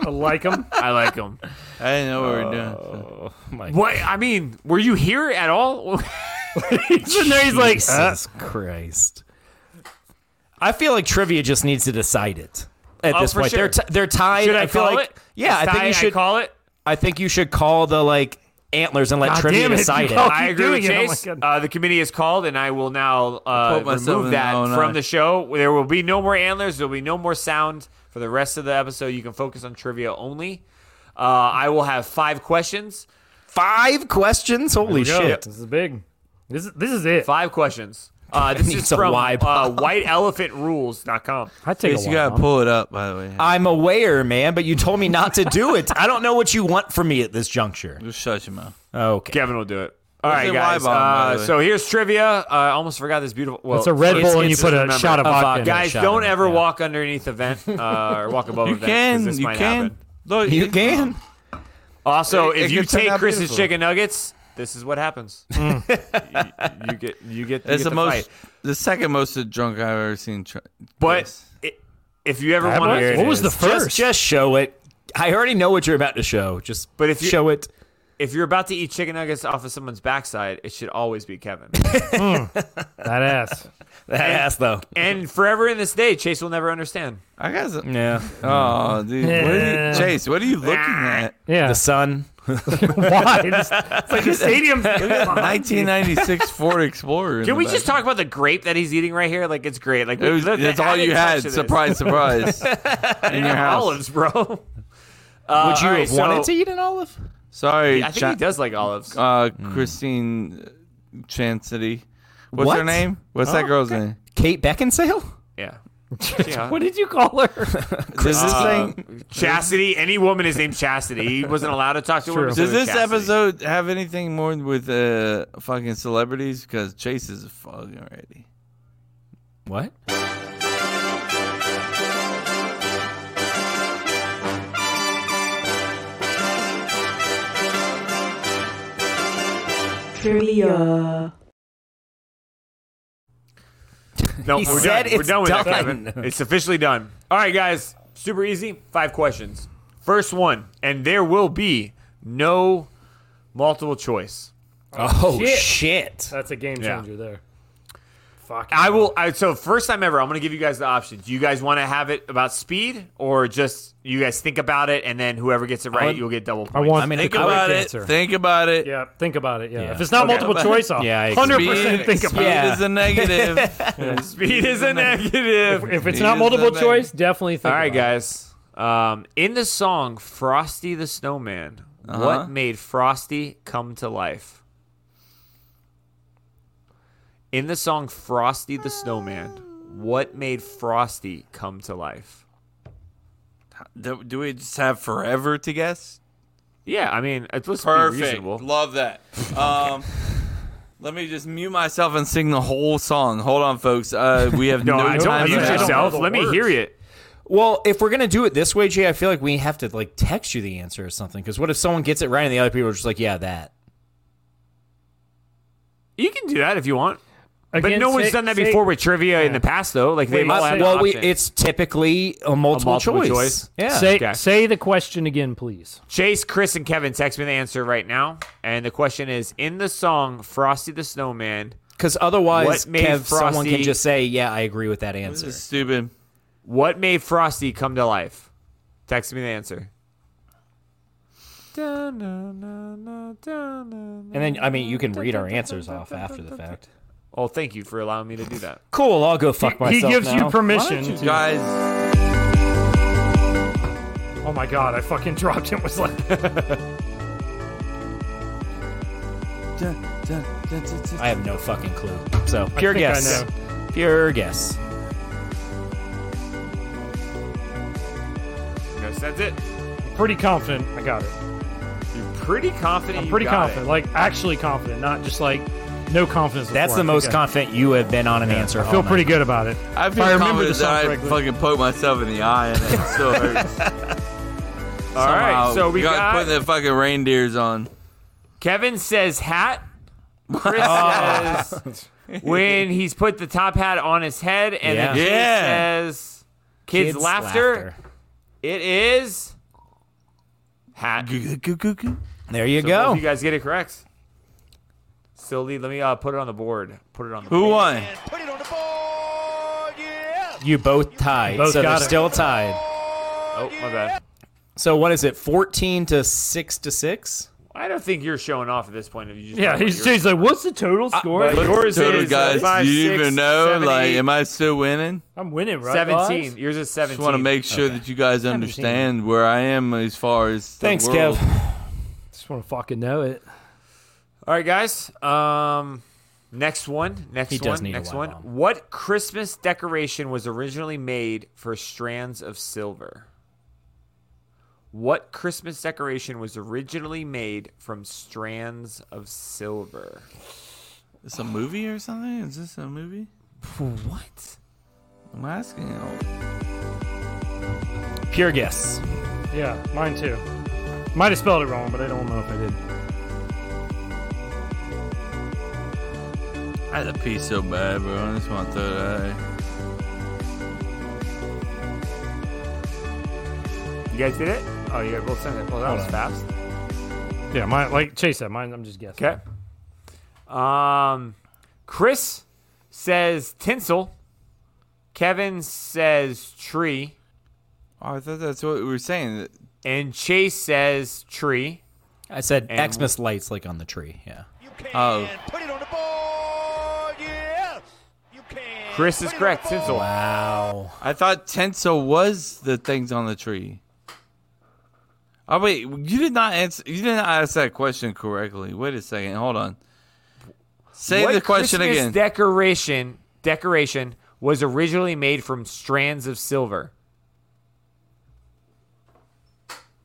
like them.
I like them.
I didn't know what we were doing.
Oh.
so.
My
What I mean, were you here at all?
Sitting there, he's like, uh,
Jesus Christ. I feel like trivia just needs to decide it at
Oh,
this
for
point.
sure.
They're t- they're tied.
Should I,
feel
call
like
it?
yeah.
It's
I think
tie-
you should.
call it.
I think you should call the like antlers and let
God
trivia
damn it,
decide
you
it.
called-
I
keep
agree with
doing it. Oh my
Chase.
God.
uh, the committee is called, and I will now uh,
put myself
remove
in oh,
that
the own
from
eye.
the show. There will be no more antlers. There will be no more sound for the rest of the episode. You can focus on trivia only. Uh, I will have five questions.
Five questions. Holy
Yo,
shit!
This is big. This is this is it.
Five questions. Uh, this
need
is
some
from uh,
wide-
whiteelephantrules.com.
I take a
Chris, you gotta
while.
pull it up, by the way.
I'm aware, man, but you told me not to do it. I don't know what you want from me at this juncture.
Just shut your mouth.
Okay.
Kevin will do it. All
What's
right,
in
guys.
Y-bomb, by
uh,
the way?
so here's trivia. Uh, I almost forgot this beautiful. Well,
It's a Red
It's-
Bull and you
it's-
put a
remember.
shot of
A
vodka.
vodka.
in it.
Guys,
shot
don't
in it,
ever
yeah.
walk underneath event uh, or walk above
You
event. 'cause
can.
This
You
might
can.
happen.
Look,
You can.
Also,
It- it
if you
could turn
take
out
Chris's
beautiful.
chicken nuggets, this is what happens. you, you get you get, you
It's
get
Mm. the
the
most,
fight.
the second most drunk I've ever seen. Tr-
But i if you ever
That
want
was-
to,
what was the
It's just-
first?
Just, show it. I already know what you're about to show. Just
But if you-
show it,
if you're about to eat chicken nuggets off of someone's backside, it should always be Kevin.
that ass.
that ass though.
and forever in this day, Chase will never understand.
I got some.
Yeah.
Oh, dude. What are
Yeah.
you, Chase, what are you looking at?
Yeah.
The sun.
Why? It's, it's like the stadium.
1996 Ford Explorer. in
Can
the
we
back.
just talk about the grape that he's eating right here? Like it's great. Like
It was-
look,
that's
the
all you
added
had.
touch to this.
Surprise, surprise.
in
your house.
olives, bro. Uh,
Would you
all right,
have wanted
so-
to eat an olive?
Sorry,
I think
Cha-
he does like olives.
Uh,
Hmm.
Christine Chancity. What's her
What?
name? What's that
Oh,
girl's
okay.
name?
Kate Beckinsale?
Yeah.
What did you call her?
Does this
Uh,
thing-
Chastity. Any woman is named Chastity. He wasn't allowed to talk to her.
Does this episode have anything more with uh, fucking celebrities? Because Chase is fucking already.
What?
Trivia.
No,
He
we're
said
done. we're
it's
done with it,
done.
Kevin. It's officially done. All right, guys. Super easy. Five questions. First one, and there will be no multiple choice.
Oh, shit.
That's a game
Yeah.
changer there. Fuck.
I will. I, so first time ever, I'm going to give you guys the option. Do you guys want to have it about speed, or just you guys think about it, and then whoever gets it right,
would-
you'll get double
I
points.
want.
Think about it. Think about it.
Yeah, think about it. Yeah.
Yeah.
If it's not
Okay.
multiple choice, I'll
Yeah, I agree.
100% think
Speed-
about
speed
it.
is a negative.
Yeah.
Speed is a negative.
If, if it's not multiple choice, definitely think
All right,
about it.
guys. Um, in the song "Frosty the Snowman,"
Uh-huh.
what made Frosty come to life? In the song "Frosty the Snowman," what made Frosty come to life?
Do, do we just have forever to guess?
Yeah, I mean, it's let's be
Perfect.
reasonable.
Love that. Um, Let me just mute myself and sing the whole song. Hold on, folks. Uh, we have no,
No, I don't
time.
mute
for that.
yourself. Let me hear it.
Well, if we're gonna do it this way, Jay, I feel like we have to like text you the answer or something. Because what if someone gets it right and the other people are just like, "Yeah, that."
You can do that if you want. but
Again,
no one's
say-
done that
say-
before with trivia in the past, though. Like they all had
well,
an
we,
option.
it's typically a multiple,
multiple
choice.
choice.
Yeah.
Say,
Okay.
say the question again, please.
Chase, Chris, and Kevin text me the answer right now. And the question is in the song Frosty the Snowman.
Because otherwise,
What made
Kev, someone can
Frosty-
just say, "Yeah, I agree with that answer."
stupid.
What made Frosty come to life? Text me the answer. And
And then, I mean, you can read our answers off after the fact.
Oh, thank you for allowing me to do that.
Cool. I'll go fuck myself. now.
you to-
guys.
Oh my god, I fucking dropped it. Was like,
I have no fucking clue. So
I
pure
think I
guess.
know.
Pure guess.
Guess that's it.
pretty confident I got it.
You're pretty confident.
I'm
you
pretty
got
confident,
it.
like actually confident, not just like no confidence.
That's
before.
the
I
most
think I-
confident you have been on an answer.
I feel
Oh,
all night.
pretty good about it.
I
If
feel
remember the
confident that
song
I
correctly.
fucking poked myself in the eye and it still hurts.
All right, so we
gotta
got-
put the fucking reindeers on.
Kevin says hat. Chris says when he's put the top hat on his head. And then
Yeah.
Chris
Yeah.
says kids,
Kids'
laughter.
laughter.
It is hat.
There you
So both
go.
of You guys get it correct. Still lead. Let me uh, put it on the board. Put it on the
Who
board.
won? You both tied.
Both
so they're
got it.
still tied.
Oh, my bad.
So what is it? Fourteen to six to six.
I don't think you're showing off at this point. If you just
Yeah,
talking
he's,
about yours.
he's like, what's the total score?
but yours
Total
is, uh,
guys,
five,
do you
six,
even know?
seven,
like,
eight.
am I still winning?
I'm winning, right?
17.
guys?
Yours is
Just
17.
want to make sure that you guys understand where I am as far as the
Thanks,
world.
Kev. Just want to fucking know it.
All right, guys. Um, next one. Next
He
one.
does need a
next
wine
one. What Christmas decoration was originally made for strands of silver? What Christmas decoration was originally made from strands of silver?
Is this a movie or something? Is this a movie?
What?
I'm asking. you.
Pure guess.
Yeah, mine too. Might have spelled it wrong, but I don't know if I did.
I had a pee so bad, bro. I just want to uh, throw it out.
You guys did it? Oh, you guys both sent it. Well, that
Hold
was
on.
fast.
Yeah, mine. Like Chase said, mine. I'm just guessing.
Okay. Um, Chris says tinsel. Kevin says tree.
Oh, I thought that's what we were saying.
And Chase says tree.
I said
And-
Xmas lights like on the tree. Yeah.
Oh,
Chris is correct. Tinsel.
Wow.
I thought tinsel was the things on the tree. Oh wait, you did not answer. You did not ask that question correctly. Wait a second. Hold on. Say
What
the question
Christmas
again.
Decoration decoration was originally made from strands of silver.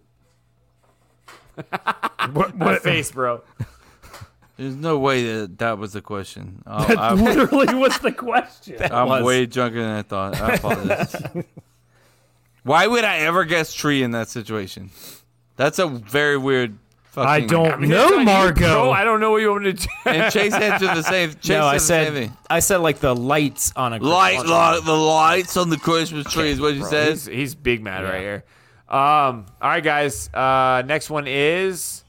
What,
My face, bro.
There's no way that that was the question. Oh,
That
I-
literally was the question.
I'm way drunker than I thought. I apologize. Why would I ever guess tree in that situation? That's a very weird. Fucking
I don't know,
Bro,
Margo.
I don't know what you want me to do.
And Chase answered the same. Chase
no, I
said, the same
said
thing.
I said like the lights on a
Light,
on-
light, the lights on the Christmas tree is what you
Bro,
said.
He's, he's big mad right here. Um, all right, guys. Uh, next one is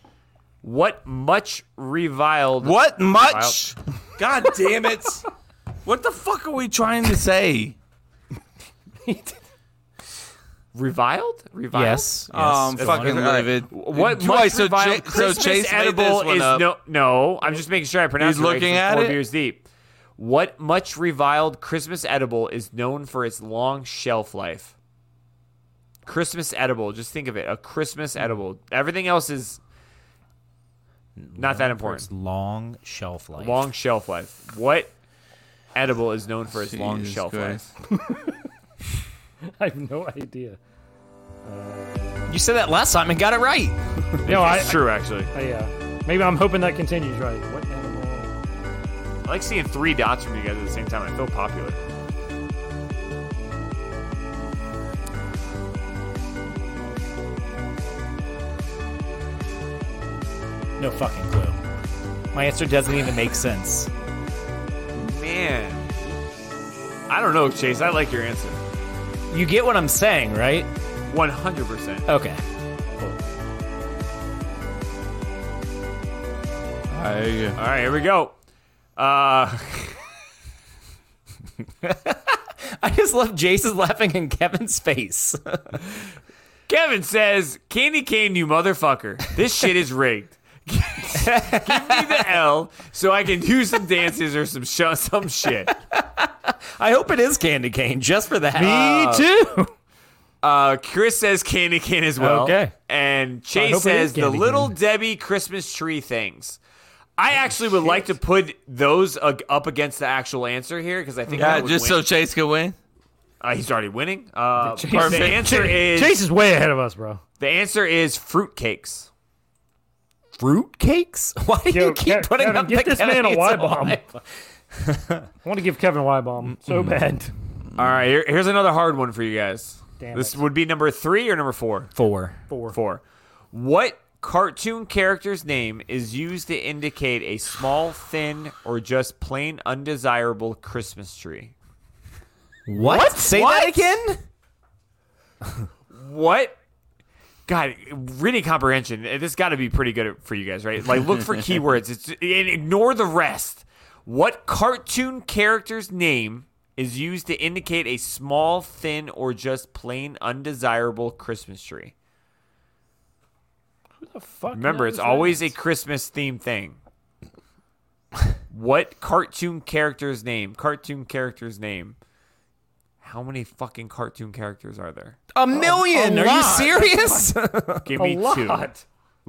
what much reviled.
What much? God damn it! What the fuck are we trying to say?
Reviled? Reviled?
Yes.
Um,
That's
fucking
one of-
livid.
What
Wait,
much
so
reviled
Cha- so
Christmas
Chase made
edible
this one
is
up.
no. No, I'm just making sure I pronounce
He's
it right
looking
from
at
four
it?
beers deep. What much reviled Christmas edible is known for its long shelf life? Christmas edible. Just think of it. A Christmas
Hmm.
edible. Everything else is not that important.
It's long shelf life.
Long shelf life. What edible is known for its long
Jesus
shelf
Christ.
life?
I have no idea.
You said that last time and got it right.
No, I-
It's true, actually.
Oh, yeah. Maybe I'm hoping that continues right. What animal?
I like seeing three dots from you guys at the same time. I feel popular.
No fucking clue. My answer doesn't even make sense.
Man. I don't know, Chase. I like your answer.
You get what I'm saying, right?
100%.
Okay.
All right, here we go. Uh,
I just love Jason's laughing in Kevin's face.
Kevin says, Candy cane, you motherfucker. This shit is rigged. Give me the L so I can do some dances or some sh- some shit.
I hope it is candy cane just for that. Uh,
Me too.
Uh, Chris says candy cane as well.
Okay.
And
I
Chase
hope it is
says the
candy
little Debbie Christmas tree things. I actually would like to put those uh, up against the actual answer here because I think
Yeah,
that would
just
win.
so Chase can win.
uh, he's already winning. Uh,
Chase-
perfect. The answer is
Chase is way ahead of us, bro.
the answer is fruitcakes.
Fruit cakes? Why do
Yo,
you keep
Ke-
putting
Kevin,
up
get
the
this man a
Kevin's
Y bomb.
alive?
I want to give Kevin a Y bomb so bad.
All right, here, here's another hard one for you guys.
Damn
this would be number three or number four.
Four.
Four.
Four. What cartoon character's name is used to indicate a small, thin, or just plain undesirable Christmas tree?
What? Say
What?
that again?
What? God, reading comprehension. eh, This got to be pretty good for you guys, right? Like, look for keywords. It's and ignore the rest. What cartoon character's name is used to indicate a small, thin, or just plain undesirable Christmas tree?
Who the fuck?
Remember, it's
knows
always
that?
a Christmas theme thing. what cartoon character's name? Cartoon character's name. How many fucking cartoon characters are there?
A million? Are you serious?
Give
A
me
lot.
two.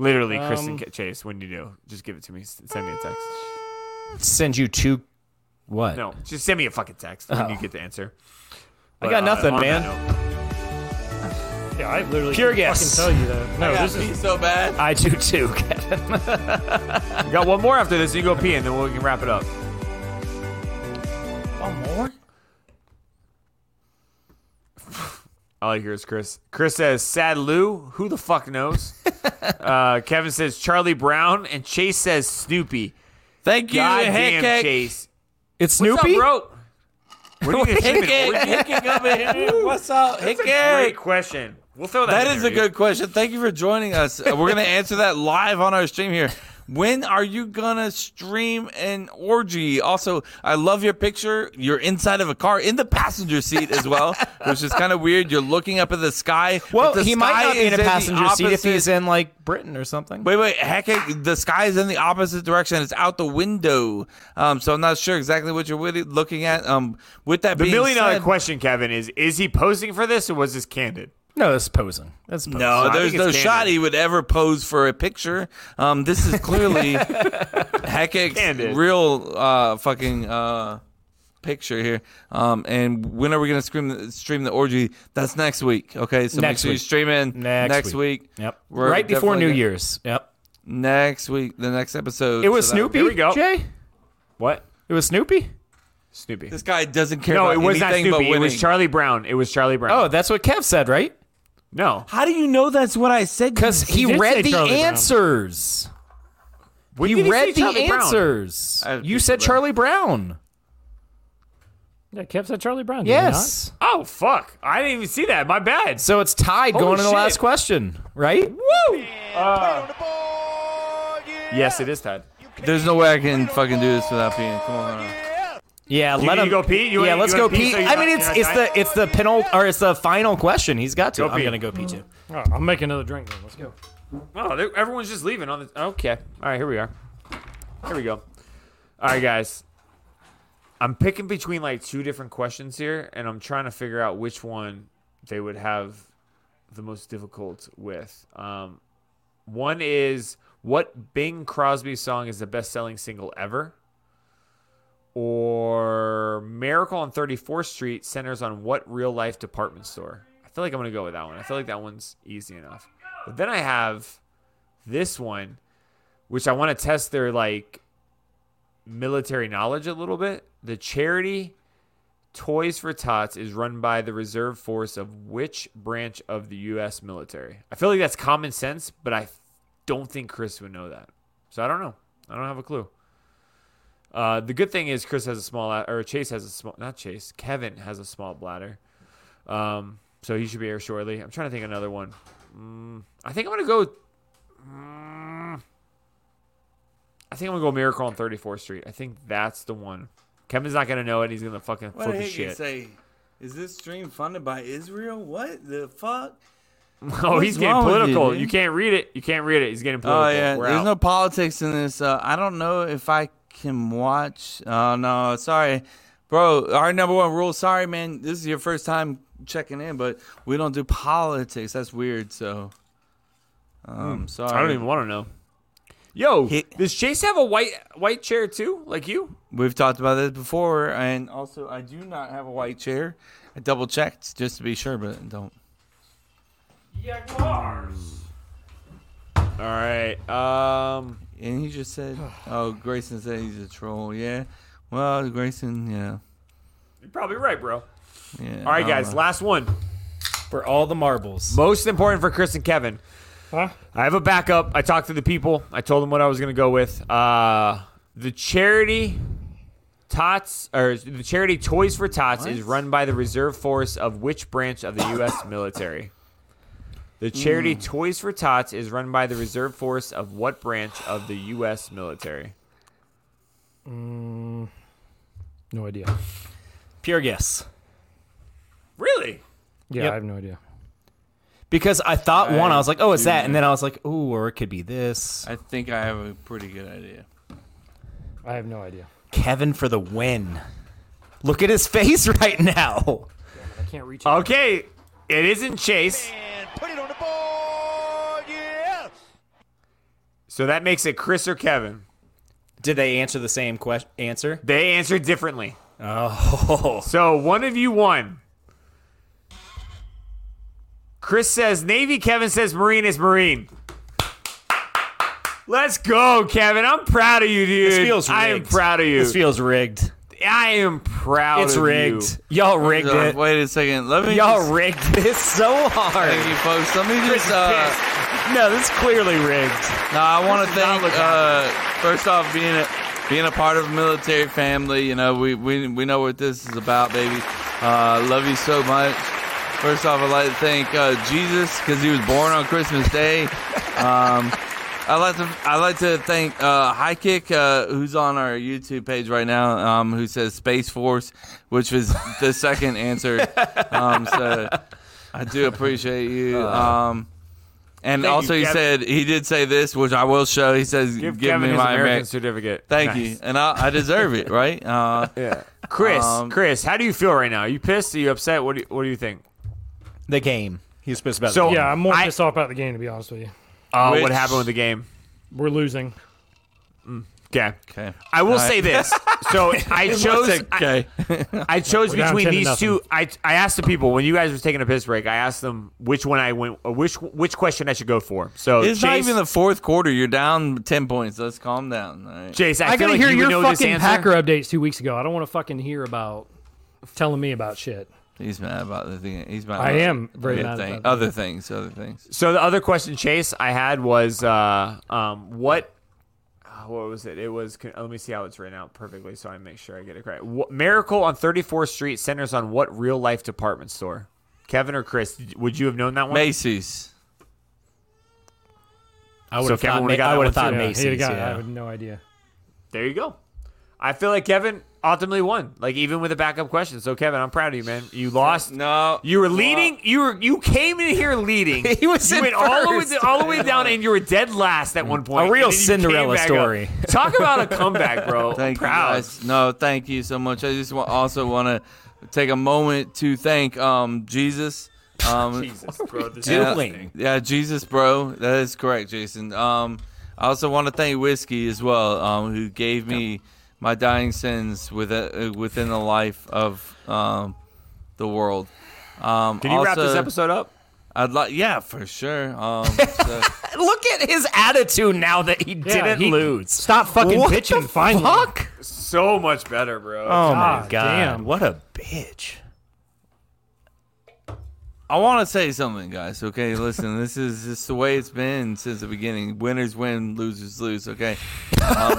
Literally, Chris
Um,
and Ca- Chase, when you do, just give it to me. S- Send me a text.
Send you two. What?
No, just send me a fucking text when you get the answer. uh,
I got nothing,
on that
man.
note-
Yeah, I literally
Pure
can
guess.
fucking tell you that. No, this is
so bad.
I do too, Kevin.
You got one more after this. You go pee, and then we can wrap it up.
One more?
I like yours, Chris. Chris says, Sad Lou. Who the fuck knows? uh, Kevin says, Charlie Brown. And Chase says, Snoopy.
Thank you,
Goddamn,
Hickok.
Chase.
It's
What's
Snoopy?
up, bro? What are you gonna-
Hickok, Hickok up in here. What's up,
Great
Hickok?
question. We'll throw that
That
in
is
there,
a
dude.
Uh, good question. Thank you for joining us. We're gonna answer that live on our stream here. When are you gonna stream an orgy? Also, I love your picture. You're inside of a car in the passenger seat as well, which is kind of weird. You're looking up at the sky.
Well,
but the
he might
sky
not be in
is
a
the
passenger seat if
opposite-
he's in like Britain or something.
Wait, wait, heck, it- the sky is in the opposite direction. It's out the window. Um, so I'm not sure exactly what you're really looking at. Um, with that
The
being
million dollar
said-
question, Kevin, is is he posing for this or was this candid?
No, that's posing. That's posing.
No,
I
Oh, there's
think it's
no
candid.
shot he would ever pose for a picture. Um, this is clearly Heck's
Candid.
real uh, fucking uh, picture here. Um, and when are we gonna stream stream the orgy? That's next week. Okay, so make
Next
sure you
week.
stream in
Next
week.
week. Yep.
We're
Right before
definitely
New
gonna-
Year's. Yep.
Next week, the next episode.
It was
So that-
Snoopy. Jay.
What?
It was Snoopy.
Snoopy.
This guy doesn't care.
no,
about
it was not
anything but
Snoopy. It was
winning.
Charlie Brown. It was Charlie Brown.
Oh, that's what Kev said, right?
No.
How do you know that's what I said?
Because he,
did say
read the
Charlie Brown.
answers.
When
he
did he
read
say
the
Charlie Brown?
answers.
I-
You said Charlie Brown.
Yeah, Kev said Charlie Brown. did he
Yes.
Oh fuck! I didn't even see that. My bad.
So it's tied
Holy
going to the
shit.
last question, right?
Woo! yes, it is Todd.
There's no way I can fucking do this without being. Come on.
Yeah,
You-
let
you
him
go pee? You
yeah,
wanna-
let's
you
go
wanna
pee.
pee so you're
I
not-
mean, it's
you're not
it's
dying?
the it's the penal or it's the final question. He's got to.
Go
I'm
pee.
gonna go pee too.
All right, I'll make another drink then. Let's go.
Oh, they- everyone's just leaving on the. Okay. All right, here we are. Here we go. All right, guys. I'm picking between like two different questions here, and I'm trying to figure out which one they would have the most difficult with. Um, one is what Bing Crosby song is the best selling single ever? Or Miracle on 34th Street centers on what real life department store? I feel like I'm going to go with that one. I feel like that one's easy enough. But then I have this one, which I want to test their like military knowledge a little bit. The charity Toys for Tots is run by the reserve force of which branch of the U.S. military? I feel like that's common sense, but I don't think Chris would know that. So I don't know. I don't have a clue. Uh, the good thing is Chris has a small, or Chase has a small, not Chase, Kevin has a small bladder. Um, so he should be here shortly. I'm trying to think of another one. Mm, I think I'm gonna go. Mm, I think I'm gonna go Miracle on 34th Street. I think that's the one. Kevin's not gonna know it. He's gonna fucking
What
flip
the
his
heck you
shit.
say? Is this stream funded by Israel? What the fuck?
Oh,
What's
he's getting
wrong with you,
political.
dude?
You, can't read it. You can't read it. He's getting
Oh
political.
yeah,
We're
there's
out.
no politics in this. Uh, I don't know if I can watch. Oh no, sorry, bro. Our number one rule. Sorry, man. This is your first time checking in, but we don't do politics. That's weird. So, um, sorry.
Hmm. I don't even want to know. Yo, does Chase have a white white chair too, like you?
We've talked about this before, and also I do not have a white chair. I double checked just to be sure, but I don't.
All right. Um.
And he just said, "Oh, Grayson said he's a troll." Yeah. Well, Grayson, yeah,
You're probably right, bro.
yeah.
All right, guys. Last one.
For all the marbles.
Most important for Chris and Kevin. I have a backup. I talked to the people. I told them what I was going to go with. Uh, the charity Tots or the charity Toys for Tots is run by the reserve force of which branch of the U.S. military? The charity Toys for Tots is run by the reserve force of what branch of the U.S. military?
No idea.
Pure guess.
Really?
Yeah,
Yep.
I have no idea.
Because I thought one, I was like, oh, it's that,
do.
and then I was like, ooh, or it could be this.
I think I have a pretty good idea.
I have no idea.
Um, Kevin for the win. Look at his face right now.
I can't reach. it.
Okay, it isn't Chase. So that makes it Chris or Kevin.
Did they answer the same question? Answer?
They answered differently.
Oh,
So one of you won. Chris says Navy. Kevin says Marine is Marine. Let's go, Kevin. I'm proud of you, dude.
this feels rigged.
I am proud of you.
This feels rigged.
I am proud
It's
of
rigged.
you.
You. all rigged
Uh,
it.
Wait a second. Let me.
Y'all
just-
rigged this so
Thank
hard.
you, folks. Let me just. Uh,
No, this is clearly rigged.
no, I want to thank. Uh, first off, being a being a part of a military family, you know, we we, we know what this is about, baby. Uh, love you so much. First off, I'd like to thank uh, Jesus because he was born on Christmas Day. Um, I'd like to I'd like to thank uh, High Kick, uh, who's on our YouTube page right now, um, who says Space Force, which was the second answer. Um, so I do appreciate you. Um,
Uh, Thank
and
you,
also, he
Kevin.
said he did say this, which I will show. He says,
Give
"Give,
Kevin
me
his
my
American
Ameri-
certificate.
Thank
Nice.
you, and I, I deserve it, right? Uh, yeah.
Chris,
Um,
Chris, how do you feel right now? Are you pissed? Are you upset? What do you, What do you think?
The game. He's pissed about
So-
the game.
yeah, I'm more
I-
pissed off about the game to be honest with you.
Uh,
Which-
what happened with the game?
We're losing.
Okay.
Okay.
I will
All right.
say this. So I
It
chose.
was
I,
okay.
I chose
We're down
between
10 to
these
nothing.
two. I I asked the people when you guys were taking a piss break. I asked them which one I went, or which which question I should go for. So
it's not
Chase-
even the fourth quarter. You're down ten points. Let's calm down. All right.
Chase,
I,
feel
gotta
like
hear
you would
your
know this
fucking
answer.
Packer updates two weeks ago. I don't want to fucking hear about telling me about shit.
He's mad about the thing. He's mad.
I
about
am
the
very
other
mad
thing-
about that.
Other things. Other things.
So the other question, Chase, I had was uh, um, what uh, what was it? It was. can- Let me see how it's written out perfectly, so I make sure I get it correct. What, Miracle on 34th Street centers on what real life department store? Kevin or Chris? did- Would you have known that one?
Macy's.
I
So
would have
Kevin
thought,
would've
Ma-
got
I
that
would
one
have thought
too. Yeah,
Macy's.
he'd have got-
yeah.
I have no idea.
There you go. I feel like Kevin ultimately won, like even with a backup question. So Kevin, I'm proud of you, man. You lost.
No,
you were leading. You were you came in here leading.
He was
You
in
went all the, way,
first.
all the way down, and you were dead last at one point.
A real
and then you came
Cinderella
back up.
story.
Talk about a comeback, bro.
Thank
proud.
you guys. No, thank you so much. I just wa- also want to take a moment to thank um, Jesus. Um,
Jesus, bro, this is
yeah,
disgusting.
yeah, Jesus, bro. That is correct, Jason. Um, I also want to thank Whiskey as well, um, who gave me my dying sins with a, uh, within the life of um, the world. Um,
Can you wrap
also-
this episode up?
I'd like, yeah, for sure. Um, so-
Look at his attitude now that he didn't
he-
lose.
Stop fucking
What
bitching.
The
finally,
fuck?
So much better, bro.
Oh my
God
god!
damn.
What a bitch.
I want to say something, guys. Okay, listen. this is just the way it's been since the beginning. Winners win, losers lose. Okay, um,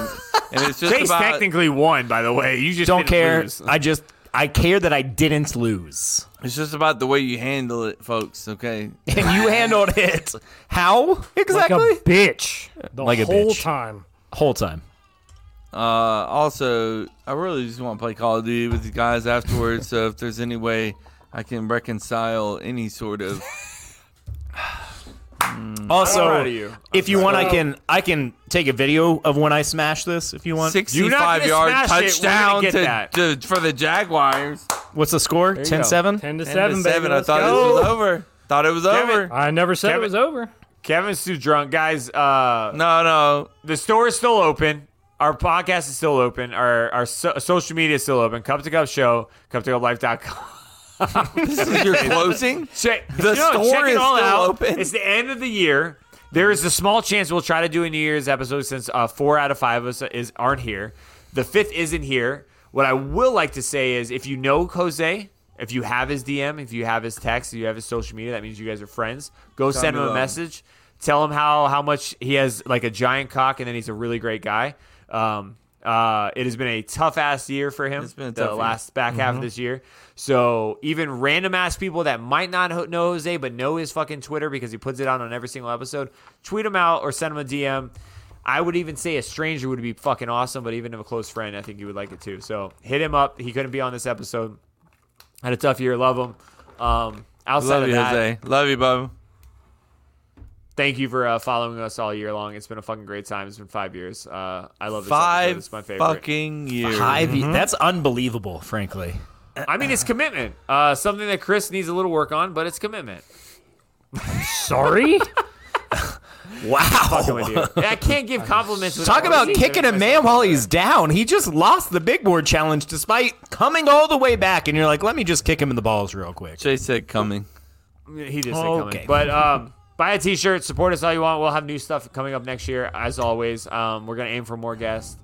and it's just
Chase
about
technically won, by the way. You just
don't
didn't
care.
lose.
I just I care that I didn't lose,
it's just about the way you handle it, folks. Okay,
and you handled it. How exactly?
like a bitch the
Like a
whole
bitch.
time.
Whole time.
Uh, also, I really just want to play Call of Duty with you guys afterwards. so if there's any way I can reconcile any sort of
Also,
proud of you.
if you
I'm
want, I
proud.
can I can take a video of when I smash this. If you want,
smash
65 yard
it. We're gonna
touchdown
get
to,
that.
to, for the Jaguars.
what's the score?
you
10-7?
Ten to
10 to
seven, baby.
seven. I
let's
thought
go.
it was over. Thought it was
Damn it.
over.
I never said
Kevin-
it was over.
Kevin's too drunk, guys. Uh,
No, no.
the store is still open. Our podcast is still open. Our our so- social media is still open. Cup to Cup Show, cup to cuplife.com.
This is your closing.
Check no,
The store
check it
is
all
still
out.
open.
It's the end of the year. There is a small chance we'll try to do a New Year's episode since uh, four out of five of us is aren't here. The fifth isn't here. What I will like to say is, if you know Jose, if you have his DM, if you have his text, if you have his social media, that means you guys are friends. Go
Tell
send
me
him a
love.
message. Tell him how how much he has like a giant cock, and then he's a really great guy. Um, uh, it has been a tough ass year for him.
It's been a
the
tough year.
last back half of
Mm-hmm.
this year. So even random ass people that might not ho- know Jose but know his fucking Twitter because he puts it out on every single episode, tweet him out or send him a DM. I would even say a stranger would be fucking awesome, but even if a close friend, I think you would like it too. So hit him up. He couldn't be on this episode. Had a tough year. Love him. Um, outside
Love
of
you,
that,
Jose. Love you, Bubba.
thank you for uh, following us all year long. It's been a fucking great time. It's been five years. Uh, I love this
Five
Episode. It's my favorite.
fucking years.
Five.
Mm-hmm.
That's unbelievable, frankly.
I mean, it's commitment. Uh, something that Chris needs a little work on, but it's commitment.
Sorry.
Fucking with you.
Wow.
I can't give compliments. without-
Talk about kicking a man while he's down. He just lost the big board challenge despite coming all the way back, and you're like, let me just kick him in the balls real quick.
Chase said coming.
He just said
Okay.
coming. But um, buy a t-shirt. Support us all you want. We'll have new stuff coming up next year, as always. Um, we're gonna aim for more guests,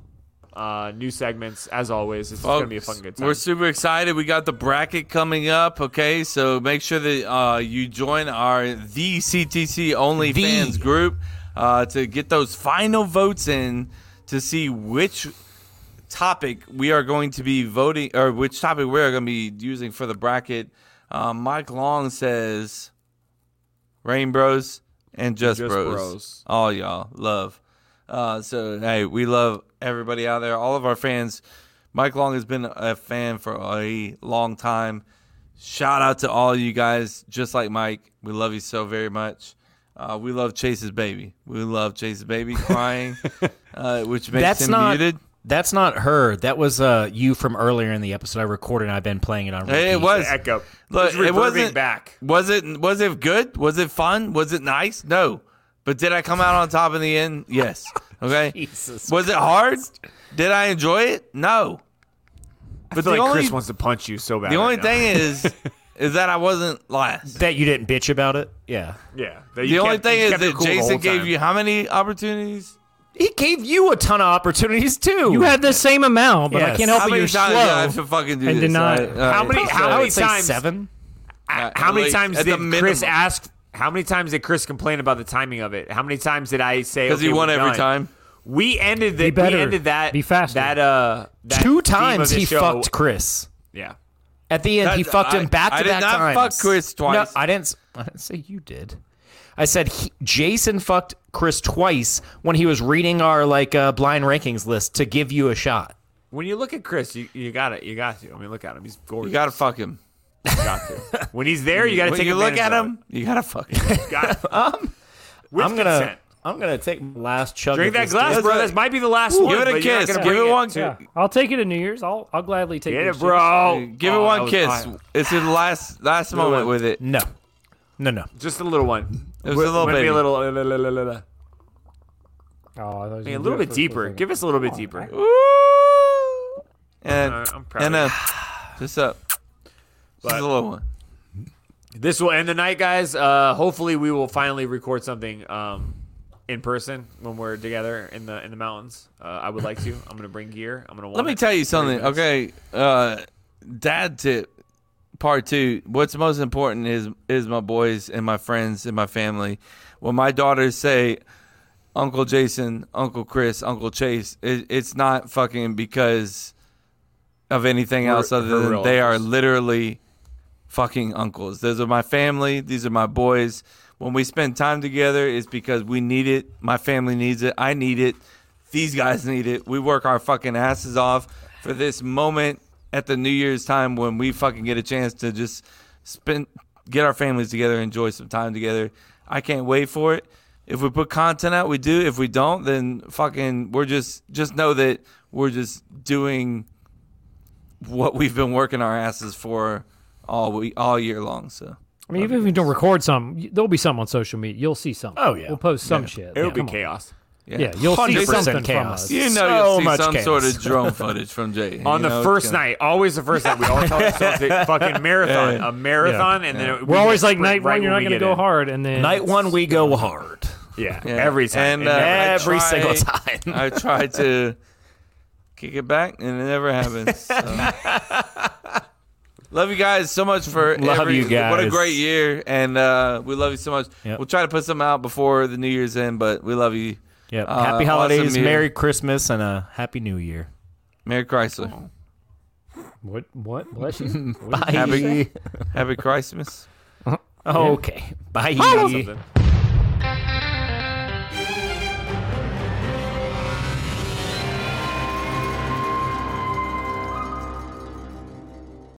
uh, new segments, as always. It's just gonna be a
Folks,
fucking good time.
We're super excited. We got the bracket coming up. Okay, so make sure that uh, you join our the CTC only
The.
fans group uh, to get those final votes in to see which topic we are going to be voting or which topic we are going to be using for the bracket. Um, Mike Long says, "Rain Bros, and just,
Just
bros.
Bros.
All y'all love. Uh, so hey, we love everybody out there. All of our fans. Mike Long has been a fan for a long time. Shout out to all you guys. Just like Mike, we love you so very much. Uh, we love Chase's baby. We love Chase's baby crying, uh, which makes
that's
him
not
muted.
that's not her. That was uh, you from earlier in the episode I recorded. and I've been playing it on.
Hey, it
repeat.
was
echo.
Look,
It's
it
reverbing
wasn't
back.
Was it? Was it good? Was it fun? Was it nice? No. But did I come out on top in the end? Yes. Okay.
Jesus
was it hard? Did I enjoy it? No.
But I feel like Chris wants to punch you so bad.
The
right
only
now.
thing is, is that I wasn't last.
That you didn't bitch about it. Yeah.
yeah. that
The
you
only
kept-
thing
you
is
kept your
that
cool the
Jason
whole
gave
time.
you how many opportunities?
He gave you a ton of opportunities too.
You had the same amount, but I can't help
how
it.
many
You're
times
slow.
do I have to fucking do
and
this? All
deny-
right, all
How
right,
many? How
so-
many times?
Uh,
How many
like,
times
at the
did Chris
minimum.
ask? How many times did Chris complain about the timing of it? How many times did I say?
'Cause he
okay,
won
we're
every
done?
time.
We ended
Be
that.
better.
we ended that.
Be faster.
That uh. That theme
Two
of
times
the
he
show-
fucked Chris.
Yeah.
At the end, he
That-
fucked
I-
him back
I
to
did
back
not
times.
fuck Chris twice.
No, I didn't. s- I didn't say you did. I said he, Jason fucked Chris twice when he was reading our like uh, blind rankings list to give you a shot.
When you look at Chris, you, you got it. You got to. I mean, look at him. He's gorgeous.
You gotta fuck him.
You got to. When he's there, you gotta
When
take.
you look
advantage
at
of
him,
it.
you gotta fuck him.
Got it. With
I'm gonna.
consent.
I'm gonna take my last chug.
Drink
of
that
this
glass,
dude.
bro. This might be the last one.
Give it a
but you're not
kiss.
gonna
Give
bring
it one-
Yeah, I'll take it at New Year's. I'll I'll gladly take
Get
these
it, bro.
shits.
Give it
Oh,
one
that was-
kiss.
I-
It's his last last
Little
moment
one.
with it.
No, no, no.
Just a little one.
It was a little
Maybe
baby.
a little. la- la- la- la- la- la.
Oh, I thought you were
Hey,
gonna
a
do
little
it
bit
for-
deeper. Give us a little bit deeper.
And
Uh, I'm proud
and
of
uh, just up. Just
But-
a little one.
This will end the night, guys. Uh, hopefully, we will finally record something um, in person when we're together in the in the mountains. Uh, I would like to. I'm gonna bring gear. I'm gonna. Want
Let me
it.
tell you something.
Very much.
Okay, uh, dad tip part two. What's most important is is my boys and my friends and my family. When my daughters say Uncle Jason, Uncle Chris, Uncle Chase, it, it's not fucking because of anything
Her-
else other
her
than
real
they are
uncles.
literally fucking uncles. Those are my family. These are my boys. When we spend time together, it's because we need it. My family needs it. I need it. These guys need it. We work our fucking asses off for this moment at the New Year's time when we fucking get a chance to just spend, get our families together, enjoy some time together. I can't wait for it. If we put content out, we do. If we don't, then fucking, we're just, just know that we're just doing what we've been working our asses for all week, all year long. So
I mean, even if we don't record something, y- there'll be something on social media. You'll see something.
Oh, yeah.
we'll post some
Yeah.
shit.
It
Yeah,
would be
come on.
chaos.
Yeah, you'll see
100%
something from
chaos.
us.
you know
So
you'll see
much
some
chaos.
sort of drone footage from Jay
On
You know
the
it's
first
gonna-
night, always the first night, we always tell ourselves that fucking marathon, a marathon, and then
We're always like night
right
one, you're not
going to
go hard, and then
Night one, we go hard.
Yeah,
Yeah.
every time.
And, uh,
never-
I
Every
try-
single time.
I tried to kick it back, and it never happens. so. Love you guys so much for
Love
every-
you guys.
What a great year, and uh, we love you so much.
Yep.
We'll try to put something out before the New Year's end, but we love you.
Yep.
Uh,
happy holidays,
awesome year.
Merry Christmas, and a Happy New Year.
Merry Chrysler,
What? What? Bless you. What did
Bye.
you
happy,
say?
happy Christmas.
Okay. Bye.
Something.